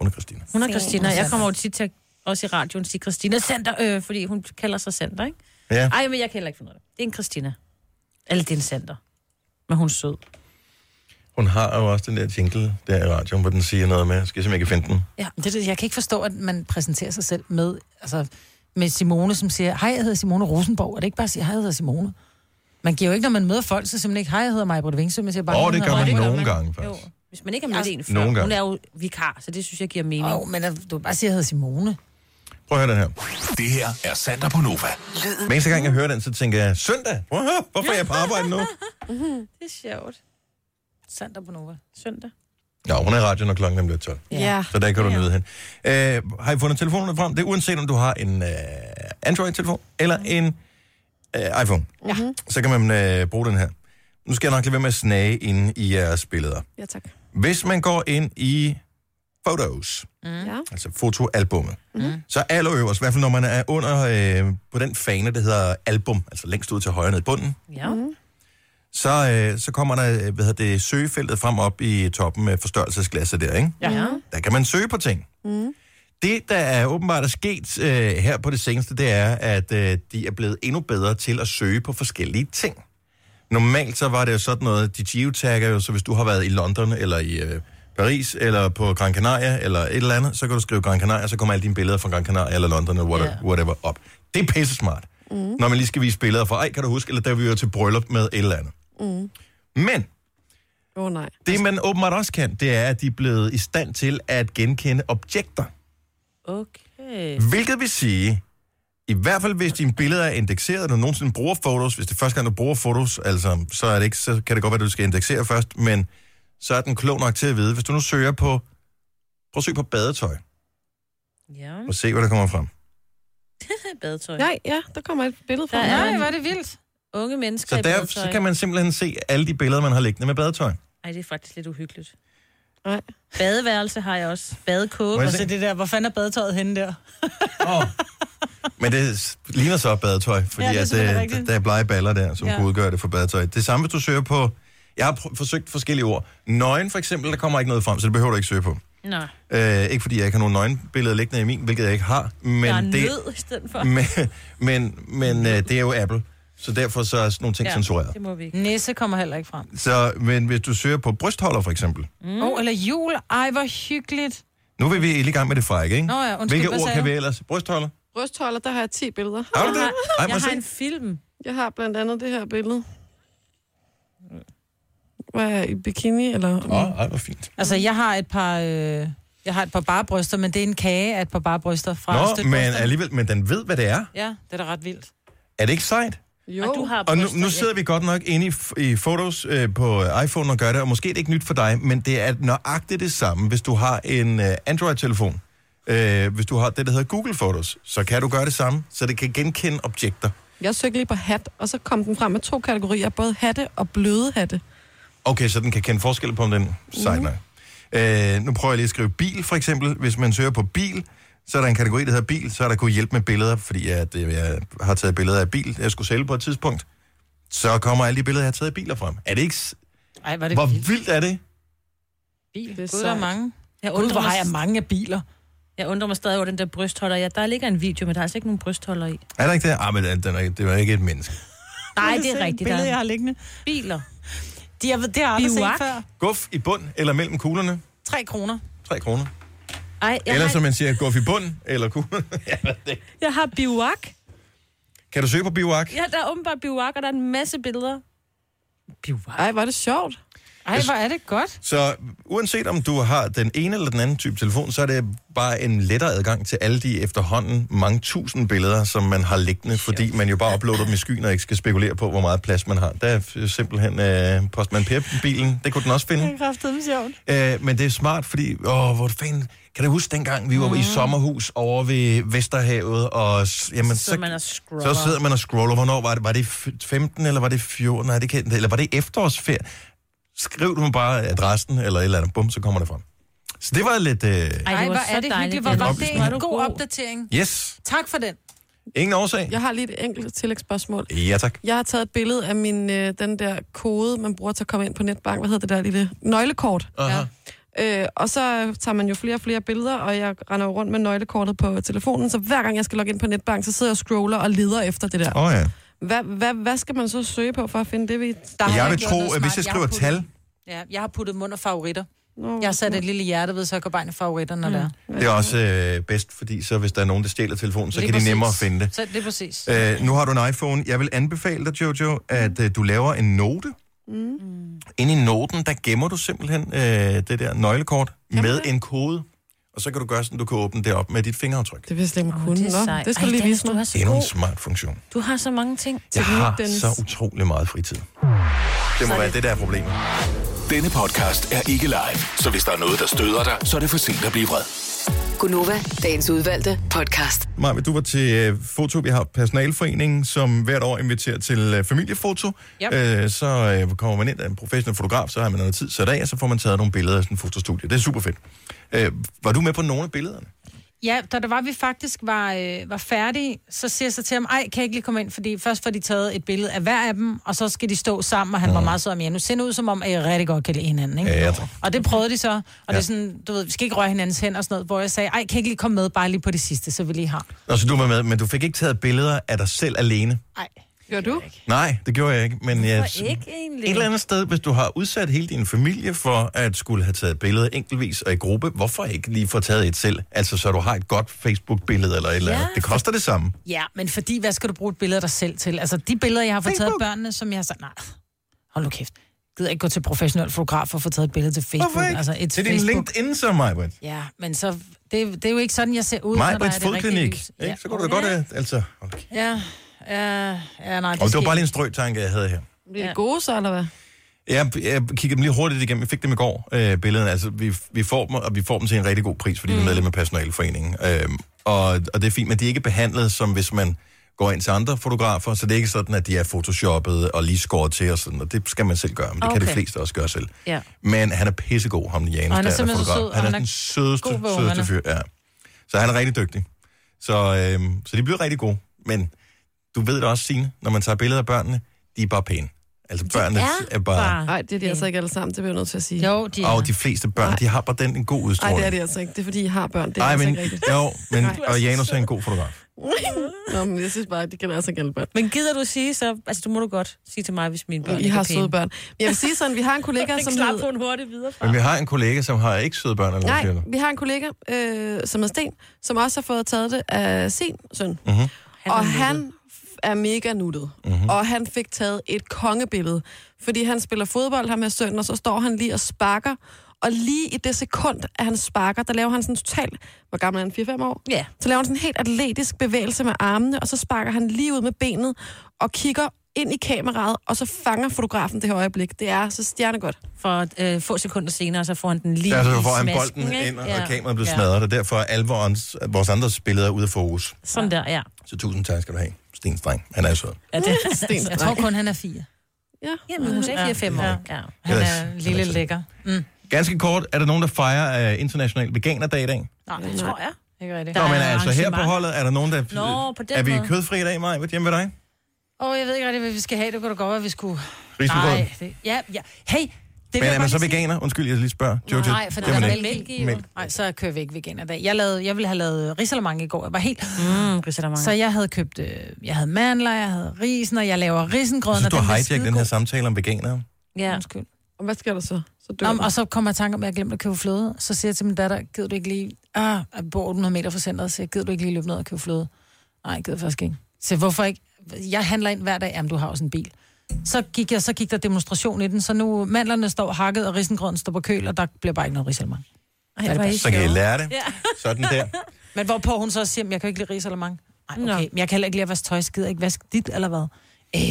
[SPEAKER 1] hun er Christina.
[SPEAKER 2] Hun er Christina. Jeg kommer jo tit til at- også i radioen sige Christina Sander, øh, fordi hun kalder sig Sander, ikke?
[SPEAKER 1] Ja.
[SPEAKER 2] Ej, men jeg kan heller ikke finde ud af det. Det er en Christina. Eller det er en Sander. Men hun er sød.
[SPEAKER 1] Hun har jo også den der jingle der i radioen, hvor den siger noget med. Skal jeg se, om jeg kan finde den?
[SPEAKER 4] Ja, det, er det, jeg kan ikke forstå, at man præsenterer sig selv med, altså, med Simone, som siger, hej, jeg hedder Simone Rosenborg. Og det er ikke bare at sige, hej, jeg hedder Simone. Man giver jo ikke, når man møder folk, så simpelthen ikke, hej, jeg hedder Maja Britt Vingsø, men siger bare...
[SPEAKER 1] Åh,
[SPEAKER 4] hun
[SPEAKER 1] Mm, det
[SPEAKER 4] hedder
[SPEAKER 1] gør
[SPEAKER 4] Maja.
[SPEAKER 1] man nogle gange, faktisk.
[SPEAKER 2] Jo. Hvis man ikke har mødt en før.
[SPEAKER 1] Nogle gange.
[SPEAKER 2] Hun er jo vikar, så det synes jeg giver mening.
[SPEAKER 4] Åh, men at du bare siger, jeg hedder Simone.
[SPEAKER 1] Prøv at høre den her.
[SPEAKER 5] Det her er Sander på Nova.
[SPEAKER 1] Men eneste gang, jeg hører den, så tænker jeg, søndag? Wow, Hvorfor er jeg på arbejde nu?
[SPEAKER 2] Det er sjovt.
[SPEAKER 4] Sander på Nova.
[SPEAKER 2] Søndag.
[SPEAKER 1] Ja, hun er i radioen, når klokken er blevet 12.
[SPEAKER 2] Ja.
[SPEAKER 1] Så der kan du nyde hende. Øh, har I fundet telefonerne frem? Det er uanset, om du har en øh, Android-telefon eller en øh, iPhone.
[SPEAKER 3] Ja.
[SPEAKER 1] Så kan man øh, bruge den her. Nu skal jeg nok lade være med at snage inde i jeres billeder.
[SPEAKER 3] Ja, tak.
[SPEAKER 1] Hvis man går ind i Photos,
[SPEAKER 3] Mm. Ja.
[SPEAKER 1] altså fotoalbummet, Mm-hmm.
[SPEAKER 3] Mm.
[SPEAKER 1] Så allerøverst, i hvert fald når man er under øh, på den fane, der hedder album, altså længst ud til højre ned i bunden,
[SPEAKER 2] Ja. Mm.
[SPEAKER 1] så, øh, så kommer der øh, hvad hedder det, søgefeltet frem op i toppen med forstørrelsesglasset der, ikke?
[SPEAKER 2] Ja.
[SPEAKER 1] Der kan man søge på ting.
[SPEAKER 2] Mm.
[SPEAKER 1] Det, der er åbenbart er sket øh, her på det seneste, det er, at øh, de er blevet endnu bedre til at søge på forskellige ting. Normalt så var det jo sådan noget, de geotagger jo, så hvis du har været i London, eller i øh, Paris, eller på Gran Canaria, eller et eller andet, så kan du skrive Gran Canaria, så kommer alle dine billeder fra Gran Canaria, eller London, eller whatever, yeah. whatever op. Det er pisse smart. Mm. Når man lige skal vise billeder fra, ej, kan du huske, eller der vi jo til bryllup med et eller andet.
[SPEAKER 3] Mm.
[SPEAKER 1] Men
[SPEAKER 3] Åh, oh, nej.
[SPEAKER 1] det, man åbenbart også kan, det er, at de er blevet i stand til at genkende objekter.
[SPEAKER 2] Okay.
[SPEAKER 1] Hvilket vil sige, i hvert fald hvis dine billeder er indekseret, og du nogensinde bruger fotos, hvis det er første gang, du bruger fotos, altså, så, er det ikke, så kan det godt være, at du skal indeksere først, men så er den klog nok til at vide, hvis du nu søger på, prøv at søge på badetøj,
[SPEAKER 2] Ja.
[SPEAKER 1] og se, hvad der kommer frem.
[SPEAKER 2] badetøj.
[SPEAKER 3] Nej, ja, der kommer et billede fra
[SPEAKER 2] Der
[SPEAKER 3] mig.
[SPEAKER 2] er en-
[SPEAKER 4] Hvor er det vildt.
[SPEAKER 2] Unge mennesker
[SPEAKER 1] Så
[SPEAKER 2] i
[SPEAKER 1] der
[SPEAKER 2] badetøj.
[SPEAKER 1] så kan man simpelthen se alle de billeder, man har liggende med badetøj.
[SPEAKER 2] Ej, det er faktisk lidt uhyggeligt.
[SPEAKER 3] Nej.
[SPEAKER 2] Badeværelse har jeg også.
[SPEAKER 1] Må
[SPEAKER 2] Badekåbe.
[SPEAKER 1] jeg se? Og så
[SPEAKER 4] det der, hvor fanden er badetøjet henne der?
[SPEAKER 1] Men det s- ligner så badetøj, fordi
[SPEAKER 4] Ja, det er
[SPEAKER 1] ja, det
[SPEAKER 4] selvfølgelig
[SPEAKER 1] at,
[SPEAKER 4] rigtigt.
[SPEAKER 1] øh, der er blege baller der, som
[SPEAKER 4] Ja.
[SPEAKER 1] ja. kunne udgøre det for badetøj. Det samme, hvis du søger på... Jeg har pr- forsøgt forskellige ord. Nøgen for eksempel, der kommer ikke noget frem, så det behøver du ikke søge på.
[SPEAKER 2] Nå.
[SPEAKER 1] Øh, ikke fordi jeg ikke har nogen nøgenbilleder liggende i min, hvilket jeg ikke har. Men
[SPEAKER 2] Men jeg er
[SPEAKER 1] det,
[SPEAKER 2] nød i stedet for.
[SPEAKER 1] Men, men, men øh, det er jo Apple, så derfor så er sådan nogle ting ja. censureret.
[SPEAKER 2] det må vi ikke.
[SPEAKER 4] Næse kommer heller ikke frem.
[SPEAKER 1] Så, men hvis du søger på brystholder for eksempel,
[SPEAKER 4] Mm. Oh, eller jul. Ej, hvor hyggeligt.
[SPEAKER 1] nu vil vi lige i gang med det frække, ikke?
[SPEAKER 4] Nå ja, undskyld,
[SPEAKER 1] Hvilke
[SPEAKER 4] hvad
[SPEAKER 1] ord
[SPEAKER 4] sagde
[SPEAKER 1] kan
[SPEAKER 4] du?
[SPEAKER 1] vi ellers? Brystholder?
[SPEAKER 3] Brystholder, der har jeg 10 billeder.
[SPEAKER 1] Har du det? Jeg har- Ej, må jeg jeg har se. en
[SPEAKER 2] film.
[SPEAKER 3] Jeg har blandt andet det her billede. Hvor jeg er i bikini, eller...
[SPEAKER 1] Åh, oh, ej, hvor fint.
[SPEAKER 4] Altså, jeg har et par... Øh, jeg har et par bare bryster, men det er en kage af et par bare bryster fra
[SPEAKER 1] Nå, men
[SPEAKER 4] støtbrysterne.
[SPEAKER 1] alligevel, men den ved, hvad det er.
[SPEAKER 4] Ja, det er da ret vildt.
[SPEAKER 1] Er det ikke sejt?
[SPEAKER 3] Jo.
[SPEAKER 4] Og du har
[SPEAKER 1] Og nu, nu sidder vi godt nok inde i, f- i Photos øh, på iPhone og gør det, og måske er det ikke nyt for dig, men det er nøjagtigt det samme, hvis du har en øh, Android-telefon. Øh, hvis du har det, der hedder Google Photos, så kan du gøre det samme, så det kan genkende objekter.
[SPEAKER 3] Jeg søgte lige på hat, og så kom den frem med to kategorier, både hatte og bløde hatte.
[SPEAKER 1] Okay, så den kan kende forskel på, om den sejt nok. Øh, nu prøver jeg lige at skrive bil, for eksempel. Hvis man søger på bil, så er der en kategori, der hedder bil, så er der kunne hjælpe med billeder, fordi jeg, det, jeg har taget billeder af bil, jeg skulle sælge på et tidspunkt. Så kommer alle de billeder, jeg har taget af biler frem. Er det ikke... s-
[SPEAKER 4] Ej, var det
[SPEAKER 1] Hvor
[SPEAKER 4] Hvor...
[SPEAKER 1] vildt er det?
[SPEAKER 4] bil.
[SPEAKER 3] Det er
[SPEAKER 4] Gud, der er
[SPEAKER 3] sejt.
[SPEAKER 4] mange.
[SPEAKER 2] Jeg
[SPEAKER 4] Gud,
[SPEAKER 2] undrer
[SPEAKER 4] hvor
[SPEAKER 2] mig-
[SPEAKER 4] har jeg mange af biler.
[SPEAKER 2] Jeg undrer mig stadig over den der brystholder. Ja, der ligger en video, men der er altså ikke nogen brystholder i.
[SPEAKER 1] Er der ikke det? Ah, men den er, det var ikke et menneske.
[SPEAKER 2] Nej,
[SPEAKER 4] Prøv lige
[SPEAKER 2] det
[SPEAKER 4] at se
[SPEAKER 2] er
[SPEAKER 4] et
[SPEAKER 2] rigtigt.
[SPEAKER 4] billede,
[SPEAKER 2] der.
[SPEAKER 4] jeg har liggende.
[SPEAKER 2] Biler.
[SPEAKER 4] De, jeg ved, det har jeg aldrig set
[SPEAKER 2] Biwak.
[SPEAKER 4] før.
[SPEAKER 1] Guf i bund eller mellem kuglerne.
[SPEAKER 4] 3 kroner.
[SPEAKER 1] 3 kroner.
[SPEAKER 2] Ej, jeg,
[SPEAKER 1] Eller
[SPEAKER 2] har,
[SPEAKER 1] som man siger, guf i bund eller kuglerne. Jeg ved det ikke.
[SPEAKER 2] jeg har biwak.
[SPEAKER 1] kan du søge på biwak?
[SPEAKER 2] Ja, der er åbenbart biwak, og der er en masse billeder.
[SPEAKER 3] Ej, var det sjovt.
[SPEAKER 4] Ej, hvor er det godt.
[SPEAKER 1] Så uanset om du har den ene eller den anden type telefon, så er det bare en lettere adgang til alle de efterhånden mange tusind billeder, som man har liggende, fordi man jo bare uploader dem i skyen og ikke skal spekulere på, hvor meget plads man har. Der er f- simpelthen øh, Postman Per-bilen, det kunne den også finde.
[SPEAKER 4] kraftedeme sjovt.
[SPEAKER 1] Øh, men det er smart, fordi, åh, hvor fanden, kan du huske dengang, vi var i sommerhus over ved Vesterhavet, og s- jamen,
[SPEAKER 2] Så man og scroller.
[SPEAKER 1] så sidder man og scroller. Hvornår var det? Var det f- 15, eller var det 14? Nej, det kan, eller var det efterårsferie? Skriv du bare adressen, eller et eller andet. Bum, så kommer det frem. Så det var lidt... Øh,
[SPEAKER 4] Ej, hvor er det hyggeligt. Hvor var det
[SPEAKER 1] oplysning.
[SPEAKER 4] en god opdatering.
[SPEAKER 1] yes,
[SPEAKER 4] Tak for den.
[SPEAKER 1] ingen årsag.
[SPEAKER 3] Jeg har lige et enkelt tillægsspørgsmål.
[SPEAKER 1] Ja, tak.
[SPEAKER 3] Jeg har taget et billede af min, øh, den der kode, man bruger til at komme ind på netbank. Hvad hedder det der lille? Nøglekort.
[SPEAKER 1] Aha.
[SPEAKER 3] Øh, og så tager man jo flere og flere billeder, og jeg render jo rundt med nøglekortet på telefonen, så hver gang jeg skal logge ind på netbank, så sidder jeg og scroller og leder efter det der.
[SPEAKER 1] Åh oh, ja.
[SPEAKER 3] Hvad, hvad, hvad skal man så søge på for at finde det? Vi...
[SPEAKER 4] Der har
[SPEAKER 1] Jeg
[SPEAKER 4] jeg
[SPEAKER 1] vil
[SPEAKER 4] gjort
[SPEAKER 1] tro,
[SPEAKER 4] noget
[SPEAKER 1] at hvis jeg
[SPEAKER 4] smart. Jeg
[SPEAKER 1] skriver
[SPEAKER 4] har
[SPEAKER 1] tal,
[SPEAKER 4] Ja, jeg har puttet mund og favoritter.
[SPEAKER 3] Nå,
[SPEAKER 4] Jeg har sat et lille hjerte ved, så jeg går bare ind i favoritter, når mm. det er.
[SPEAKER 1] det er også øh, bedst, fordi så hvis der er nogen, der stjæler telefonen, så
[SPEAKER 4] Lige
[SPEAKER 1] kan de
[SPEAKER 4] præcis.
[SPEAKER 1] nemmere finde det.
[SPEAKER 4] Så det er præcis.
[SPEAKER 1] Øh, nu har du en iPhone. Jeg vil anbefale dig, Jojo, at øh, du laver en note. Mm. Inde i noten, der gemmer du simpelthen øh, det der nøglekort med en kode. Og så kan du gøre sådan, du kan åbne det op med dit fingeraftryk.
[SPEAKER 3] Det vil jeg slet ikke
[SPEAKER 2] Åh,
[SPEAKER 3] kunne.
[SPEAKER 2] det er
[SPEAKER 3] Nå,
[SPEAKER 2] sejt.
[SPEAKER 3] det skal du
[SPEAKER 2] Ej,
[SPEAKER 3] lige
[SPEAKER 2] Dennis,
[SPEAKER 3] vise
[SPEAKER 2] du
[SPEAKER 3] mig.
[SPEAKER 2] har så
[SPEAKER 1] Det er en
[SPEAKER 2] god.
[SPEAKER 1] smart funktion.
[SPEAKER 2] Du har så mange ting.
[SPEAKER 1] Jeg har
[SPEAKER 3] Dennis.
[SPEAKER 1] så utrolig meget fritid. Det må være det, der er problemet.
[SPEAKER 5] Denne podcast er ikke live, så hvis der er noget, der støder dig, så er det for sent at blive vred.
[SPEAKER 6] Gunova, dagens udvalgte podcast.
[SPEAKER 1] Maja, du var til øh, foto. Vi har personalforeningen, som hvert år inviterer til øh, familiefoto.
[SPEAKER 4] Yep.
[SPEAKER 1] Øh, så øh, kommer man ind af en professionel fotograf, så har man noget tid sat af, og så får man taget nogle billeder af sådan en fotostudie. Det er super fedt. Øh, var du med på nogle af billederne?
[SPEAKER 4] Ja, da det var, vi faktisk var, øh, var færdige, så siger jeg så til ham, ej, kan jeg ikke lige komme ind, fordi først får de taget et billede af hver af dem, og så skal de stå sammen, og han mm. var meget sød, men nu ser det ud som om, at I rigtig godt kan lide hinanden, ikke?
[SPEAKER 1] Ja, jeg tror.
[SPEAKER 4] Og det prøvede de så, og ja. det er sådan, du ved, vi skal ikke røre hinandens hænder og sådan noget, hvor jeg sagde, ej, kan jeg ikke lige komme med, bare lige på det sidste, så vi lige har.
[SPEAKER 1] Nå, så du var med, men du fik ikke taget billeder af dig selv alene?
[SPEAKER 4] Ej.
[SPEAKER 3] Gør du?
[SPEAKER 1] Nej, det gjorde jeg ikke. Men jeg,
[SPEAKER 2] Hvorfor ikke egentlig?
[SPEAKER 1] Et eller andet sted, hvis du har udsat hele din familie for at skulle have taget billeder enkeltvis og i gruppe, hvorfor ikke lige få taget et selv? Altså, så du har et godt Facebook-billede eller et eller andet. Det koster det samme.
[SPEAKER 4] Ja, men fordi, hvad skal du bruge et billede af dig selv til? Altså, de billeder, jeg har fået taget af børnene, som jeg har sagt, nej, hold nu kæft, gider ikke gå til professionel fotograf for at få taget et billede til Facebook.
[SPEAKER 1] Hvorfor ikke?
[SPEAKER 4] Altså, et
[SPEAKER 1] det er din
[SPEAKER 4] Facebook-
[SPEAKER 1] LinkedIn så, Majbrit.
[SPEAKER 4] Ja, men så, det, det er jo ikke sådan, jeg ser ud, når der er
[SPEAKER 1] Majbrits
[SPEAKER 4] det rigtige
[SPEAKER 1] fodklinik.
[SPEAKER 4] lys.
[SPEAKER 1] Ikke?
[SPEAKER 4] Ja.
[SPEAKER 1] Så kunne du da godt have, altså... Okay.
[SPEAKER 4] Ja, ja, ja nej,
[SPEAKER 1] Og det var
[SPEAKER 4] sker
[SPEAKER 1] bare lige en strøg tanke, jeg havde her.
[SPEAKER 3] Bliver det gode så, eller hvad?
[SPEAKER 1] Jeg, jeg kiggede dem lige hurtigt igennem. Jeg fik dem i går, øh, billederne. Altså, vi, vi får dem, og vi får dem til en rigtig god pris, fordi mm. de er medlem af Personalforeningen. Øh, og, og det er fint, men de er ikke behandlet, som hvis man går ind til andre fotografer, så det er ikke sådan, at de er photoshoppet og lige skåret til og sådan, og det skal man selv gøre, men det okay. kan de
[SPEAKER 4] Okay.
[SPEAKER 1] fleste også gøre selv.
[SPEAKER 4] Ja.
[SPEAKER 1] Men han er pissegod, ham Janus.
[SPEAKER 4] Og han er
[SPEAKER 1] der,
[SPEAKER 4] simpelthen så
[SPEAKER 1] fotograf.
[SPEAKER 4] sød, og
[SPEAKER 1] Han er
[SPEAKER 4] han er
[SPEAKER 1] den sødeste,
[SPEAKER 4] god ved
[SPEAKER 1] sødeste
[SPEAKER 4] ungerne.
[SPEAKER 1] fyr. Ja. Så han er rigtig dygtig. Så, øhm, så de bliver rigtig gode. Men du ved det også, Signe, når man tager billeder af børnene, de er bare pæne. Altså børnene er, er bare...
[SPEAKER 3] Nej, det er de altså ikke alle sammen, det bliver jeg nødt til at
[SPEAKER 2] Mm.
[SPEAKER 3] sige.
[SPEAKER 4] Jo, de
[SPEAKER 1] Og de fleste børn, de har bare den en god
[SPEAKER 3] Nej,
[SPEAKER 1] udstråling.
[SPEAKER 3] det er de altså ikke. Det er fordi, I har børn. Det er
[SPEAKER 1] Ej,
[SPEAKER 3] altså
[SPEAKER 1] men,
[SPEAKER 3] ikke rigtigt.
[SPEAKER 1] jo, men,
[SPEAKER 3] Nej.
[SPEAKER 1] og Janus er en god fotograf.
[SPEAKER 3] Nå, men jeg synes bare, det kan altså gælde børn.
[SPEAKER 2] Men gider du sige så... Altså, du må du godt sige til mig, hvis mine børn
[SPEAKER 3] I
[SPEAKER 2] ikke
[SPEAKER 3] har
[SPEAKER 2] er pæne.
[SPEAKER 3] søde børn. Men jeg vil sige sådan, vi har en kollega,
[SPEAKER 2] Den
[SPEAKER 3] som
[SPEAKER 2] slap
[SPEAKER 3] hed-
[SPEAKER 2] hun hurtigt videre fra.
[SPEAKER 1] Men vi har en kollega, som har ikke søde børn, eller hvad siger
[SPEAKER 3] Nej,
[SPEAKER 1] du?
[SPEAKER 3] vi har en kollega, øh, som hedder Sten, som også har fået taget det af sin søn.
[SPEAKER 1] Mhm.
[SPEAKER 3] Han og han f- er mega nuttet. Mm-hmm. Og han fik taget et kongebillede, fordi han spiller fodbold her med sønnen, og så står han lige og sparker. Og lige i det sekund, at han sparker, der laver han sådan total... Hvor gammel er han? 4-5 år?
[SPEAKER 2] Ja.
[SPEAKER 3] Så laver han sådan en helt atletisk bevægelse med armene, og så sparker han lige ud med benet og kigger ind i kameraet, og så fanger fotografen det her øjeblik. Det er så stjernegodt.
[SPEAKER 2] For øh, få sekunder senere, så får han den lige
[SPEAKER 1] Lige altså,
[SPEAKER 2] i
[SPEAKER 1] så får han
[SPEAKER 2] smasken,
[SPEAKER 1] bolden
[SPEAKER 2] ikke?
[SPEAKER 1] ind, og ja. kameraet bliver smadret, og derfor er alle vores, vores andres billeder ude af fokus.
[SPEAKER 2] Sådan der, ja.
[SPEAKER 1] Så tusind tak skal du have. Sten Streng, han er sød.
[SPEAKER 2] ja det, altså,
[SPEAKER 4] Jeg tror kun, han er fire.
[SPEAKER 3] Ja.
[SPEAKER 2] Jamen, hun er ikke 4-5 år. Ja.
[SPEAKER 4] Han
[SPEAKER 1] Ellers-
[SPEAKER 4] er lille lækker. Mm.
[SPEAKER 1] Ganske kort, er der nogen, der fejrer uh, International Veganerdag i dag?
[SPEAKER 4] Nej, det tror jeg. Ikke rigtigt.
[SPEAKER 1] Nå, men altså her på holdet, er der nogen, der...
[SPEAKER 4] Nå, på den
[SPEAKER 1] er vi
[SPEAKER 4] måde.
[SPEAKER 1] kødfri i dag, Maja? Hvad hjemme ved dig?
[SPEAKER 4] Åh, oh, jeg ved ikke rigtig, hvad vi skal have. Det kunne da godt være, vi skulle...
[SPEAKER 1] Risengrød.
[SPEAKER 4] Nej, det... Ja, ja. Hey, det vil
[SPEAKER 1] Det men
[SPEAKER 4] jeg
[SPEAKER 1] er man
[SPEAKER 4] godt
[SPEAKER 1] så
[SPEAKER 4] lige sige.
[SPEAKER 1] veganer? Undskyld, jeg lige spørger. Jojo,
[SPEAKER 4] Nej, for
[SPEAKER 1] det
[SPEAKER 4] der
[SPEAKER 1] er
[SPEAKER 4] er
[SPEAKER 1] man
[SPEAKER 4] mælk,
[SPEAKER 1] ikke.
[SPEAKER 4] mælk i. jo.
[SPEAKER 1] øh, Mælk.
[SPEAKER 4] Nej, så kører vi ikke veganer i dag. Jeg, lavede, jeg ville have lavet øh, risalamande i går. Jeg var helt...
[SPEAKER 2] Mm, risalamande.
[SPEAKER 4] Så jeg havde købt... Øh, jeg havde mandler, jeg havde risen, og jeg laver risengrød.
[SPEAKER 1] Jeg synes, du har hijacket den her samtale om veganere.
[SPEAKER 2] Ja.
[SPEAKER 4] Undskyld.
[SPEAKER 3] Og hvad sker der så? Så dør
[SPEAKER 4] Om,
[SPEAKER 3] den.
[SPEAKER 4] og så kommer jeg i tanke om, at jeg glemte at købe fløde. Så siger jeg til min datter, gider du ikke lige... Ah, jeg bor 800 meter fra centret, så jeg gider du ikke lige løbe ned og købe fløde? Nej, jeg gider faktisk ikke. Så hvorfor ikke? Jeg handler ind hver dag, jamen du har jo sådan en bil. Så gik, jeg, så gik der demonstration i den, så nu mandlerne står hakket, og risengrøden står på køl, og der bliver bare ikke noget risalemang.
[SPEAKER 1] hvor er I Så kan I sjove. lære det.
[SPEAKER 4] Ja.
[SPEAKER 1] Sådan der.
[SPEAKER 4] Men hvorpå hun så siger, "Jamen, jeg kan jo ikke lide risalemang. Nej, okay, men jeg kan heller ikke lide at vaske tøj, skider ikke vaske dit eller hvad. Øh,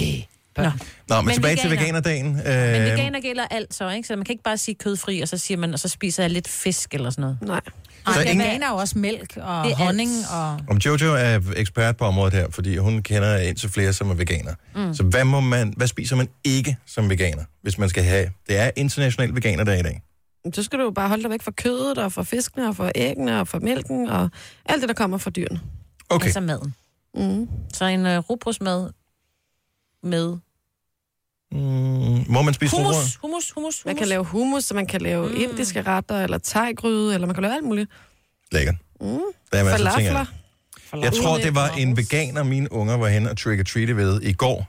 [SPEAKER 4] Nå.
[SPEAKER 1] Nå, men, men
[SPEAKER 2] Men
[SPEAKER 1] tilbage til
[SPEAKER 2] veganer.
[SPEAKER 1] veganerdagen.
[SPEAKER 2] Men
[SPEAKER 1] Øh,
[SPEAKER 2] veganer gælder alt så, ikke? Så man kan ikke bare sige kødfri, og så siger man, og så spiser jeg lidt fisk eller sådan noget.
[SPEAKER 3] Nej.
[SPEAKER 1] Så
[SPEAKER 4] Så
[SPEAKER 1] ingen-
[SPEAKER 4] ingen... er jo også mælk
[SPEAKER 2] Det er
[SPEAKER 4] og
[SPEAKER 2] alt.
[SPEAKER 4] honning og...
[SPEAKER 1] Om Jojo er ekspert på området her, fordi hun kender indtil flere, som er veganer. Mm.
[SPEAKER 4] Mm.
[SPEAKER 1] Så hvad, må man, hvad spiser man ikke som veganer, hvis man skal have... Det er international veganerdag i dag.
[SPEAKER 3] Men Så skal du jo bare holde dig væk fra kødet, og fra fiskene, og fra æggene, og fra mælken, og alt det, der kommer fra dyrene.
[SPEAKER 1] Okay.
[SPEAKER 2] Altså maden.
[SPEAKER 3] Mm.
[SPEAKER 2] Så en øh, rugbrødsmad med...
[SPEAKER 1] Mm, må man spise
[SPEAKER 3] Hummus.
[SPEAKER 1] rugbrød?
[SPEAKER 2] Hummus, hummus,
[SPEAKER 3] Man kan
[SPEAKER 2] hummus.
[SPEAKER 3] lave hummus, så man kan lave mm. indiske retter, eller teggryde, eller man kan lave alt muligt.
[SPEAKER 1] Lækkert.
[SPEAKER 3] Mm.
[SPEAKER 1] Der er masser af ting af
[SPEAKER 3] Falafler.
[SPEAKER 1] det. Jeg tror, det var en veganer, mine unger var hen og trick-or-treate ved i går,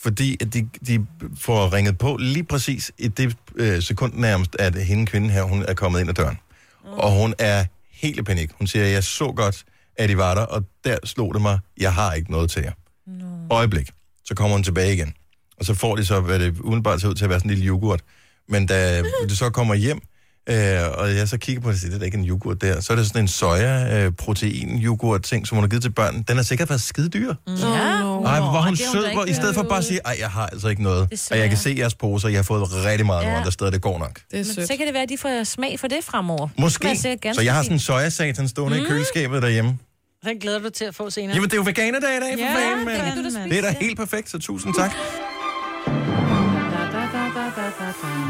[SPEAKER 1] fordi at de, de får ringet på lige præcis i det øh, sekund nærmest, at hende kvinden her, hun er kommet ind ad døren.
[SPEAKER 3] Mm.
[SPEAKER 1] Og hun er helt i panik. Hun siger, jeg så godt, at I var der, og der slog det mig, jeg har ikke noget til jer. Øjeblik. Så kommer hun tilbage igen. Og så får de så, hvad det udenbart ser ud til at være sådan en lille yoghurt. Men da det så kommer hjem, Øh, og jeg så kigger på det og siger, det er da ikke en yoghurt der. Så er det sådan en soja, øh, protein, yoghurt ting, som hun har givet til børnene. Den har sikkert været skide dyr. Mm. Ej,
[SPEAKER 2] Ja.
[SPEAKER 1] hvor var hun
[SPEAKER 2] det har hun da
[SPEAKER 1] sød, hvor
[SPEAKER 2] ikke
[SPEAKER 1] i stedet for
[SPEAKER 2] gjort.
[SPEAKER 1] bare at sige, ej, jeg har altså ikke noget.
[SPEAKER 2] Det er
[SPEAKER 1] Og jeg kan
[SPEAKER 2] soja.
[SPEAKER 1] se jeres poser, jeg har fået rigtig meget ja.
[SPEAKER 2] Ja.
[SPEAKER 1] nogle andre steder, det går nok.
[SPEAKER 3] Det er
[SPEAKER 2] Men så kan det være, at de får smag for det fremover.
[SPEAKER 1] Måske. Så jeg har sådan en sojasatan stående mm. i
[SPEAKER 4] Mm.
[SPEAKER 1] køleskabet derhjemme.
[SPEAKER 4] Den glæder du til at få senere.
[SPEAKER 1] Jamen, det er jo veganerdag i dag, for
[SPEAKER 4] Ja,
[SPEAKER 1] fanden,
[SPEAKER 4] det
[SPEAKER 1] mand.
[SPEAKER 4] kan du da spise,
[SPEAKER 1] Det er da
[SPEAKER 4] ja.
[SPEAKER 1] helt perfekt, så tusind tak.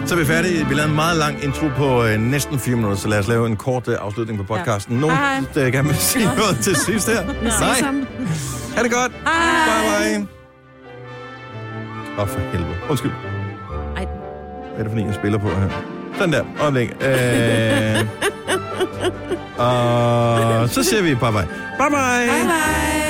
[SPEAKER 1] Så er vi færdige. Vi lavede en meget lang intro på øh, næsten fire minutter, så lad os lave en kort øh, afslutning på podcasten. Ja. Nogen,
[SPEAKER 14] Hej.
[SPEAKER 1] der gerne vil sige noget til sidst her? Nej. Ha' det godt. Hej. Bye bye. Åh, for helvede. Undskyld.
[SPEAKER 2] Ej.
[SPEAKER 1] Hvad er det for en, jeg spiller på her? Sådan der. Øjeblik. Øh... og så siger vi bye bye. Bye bye. Bye bye.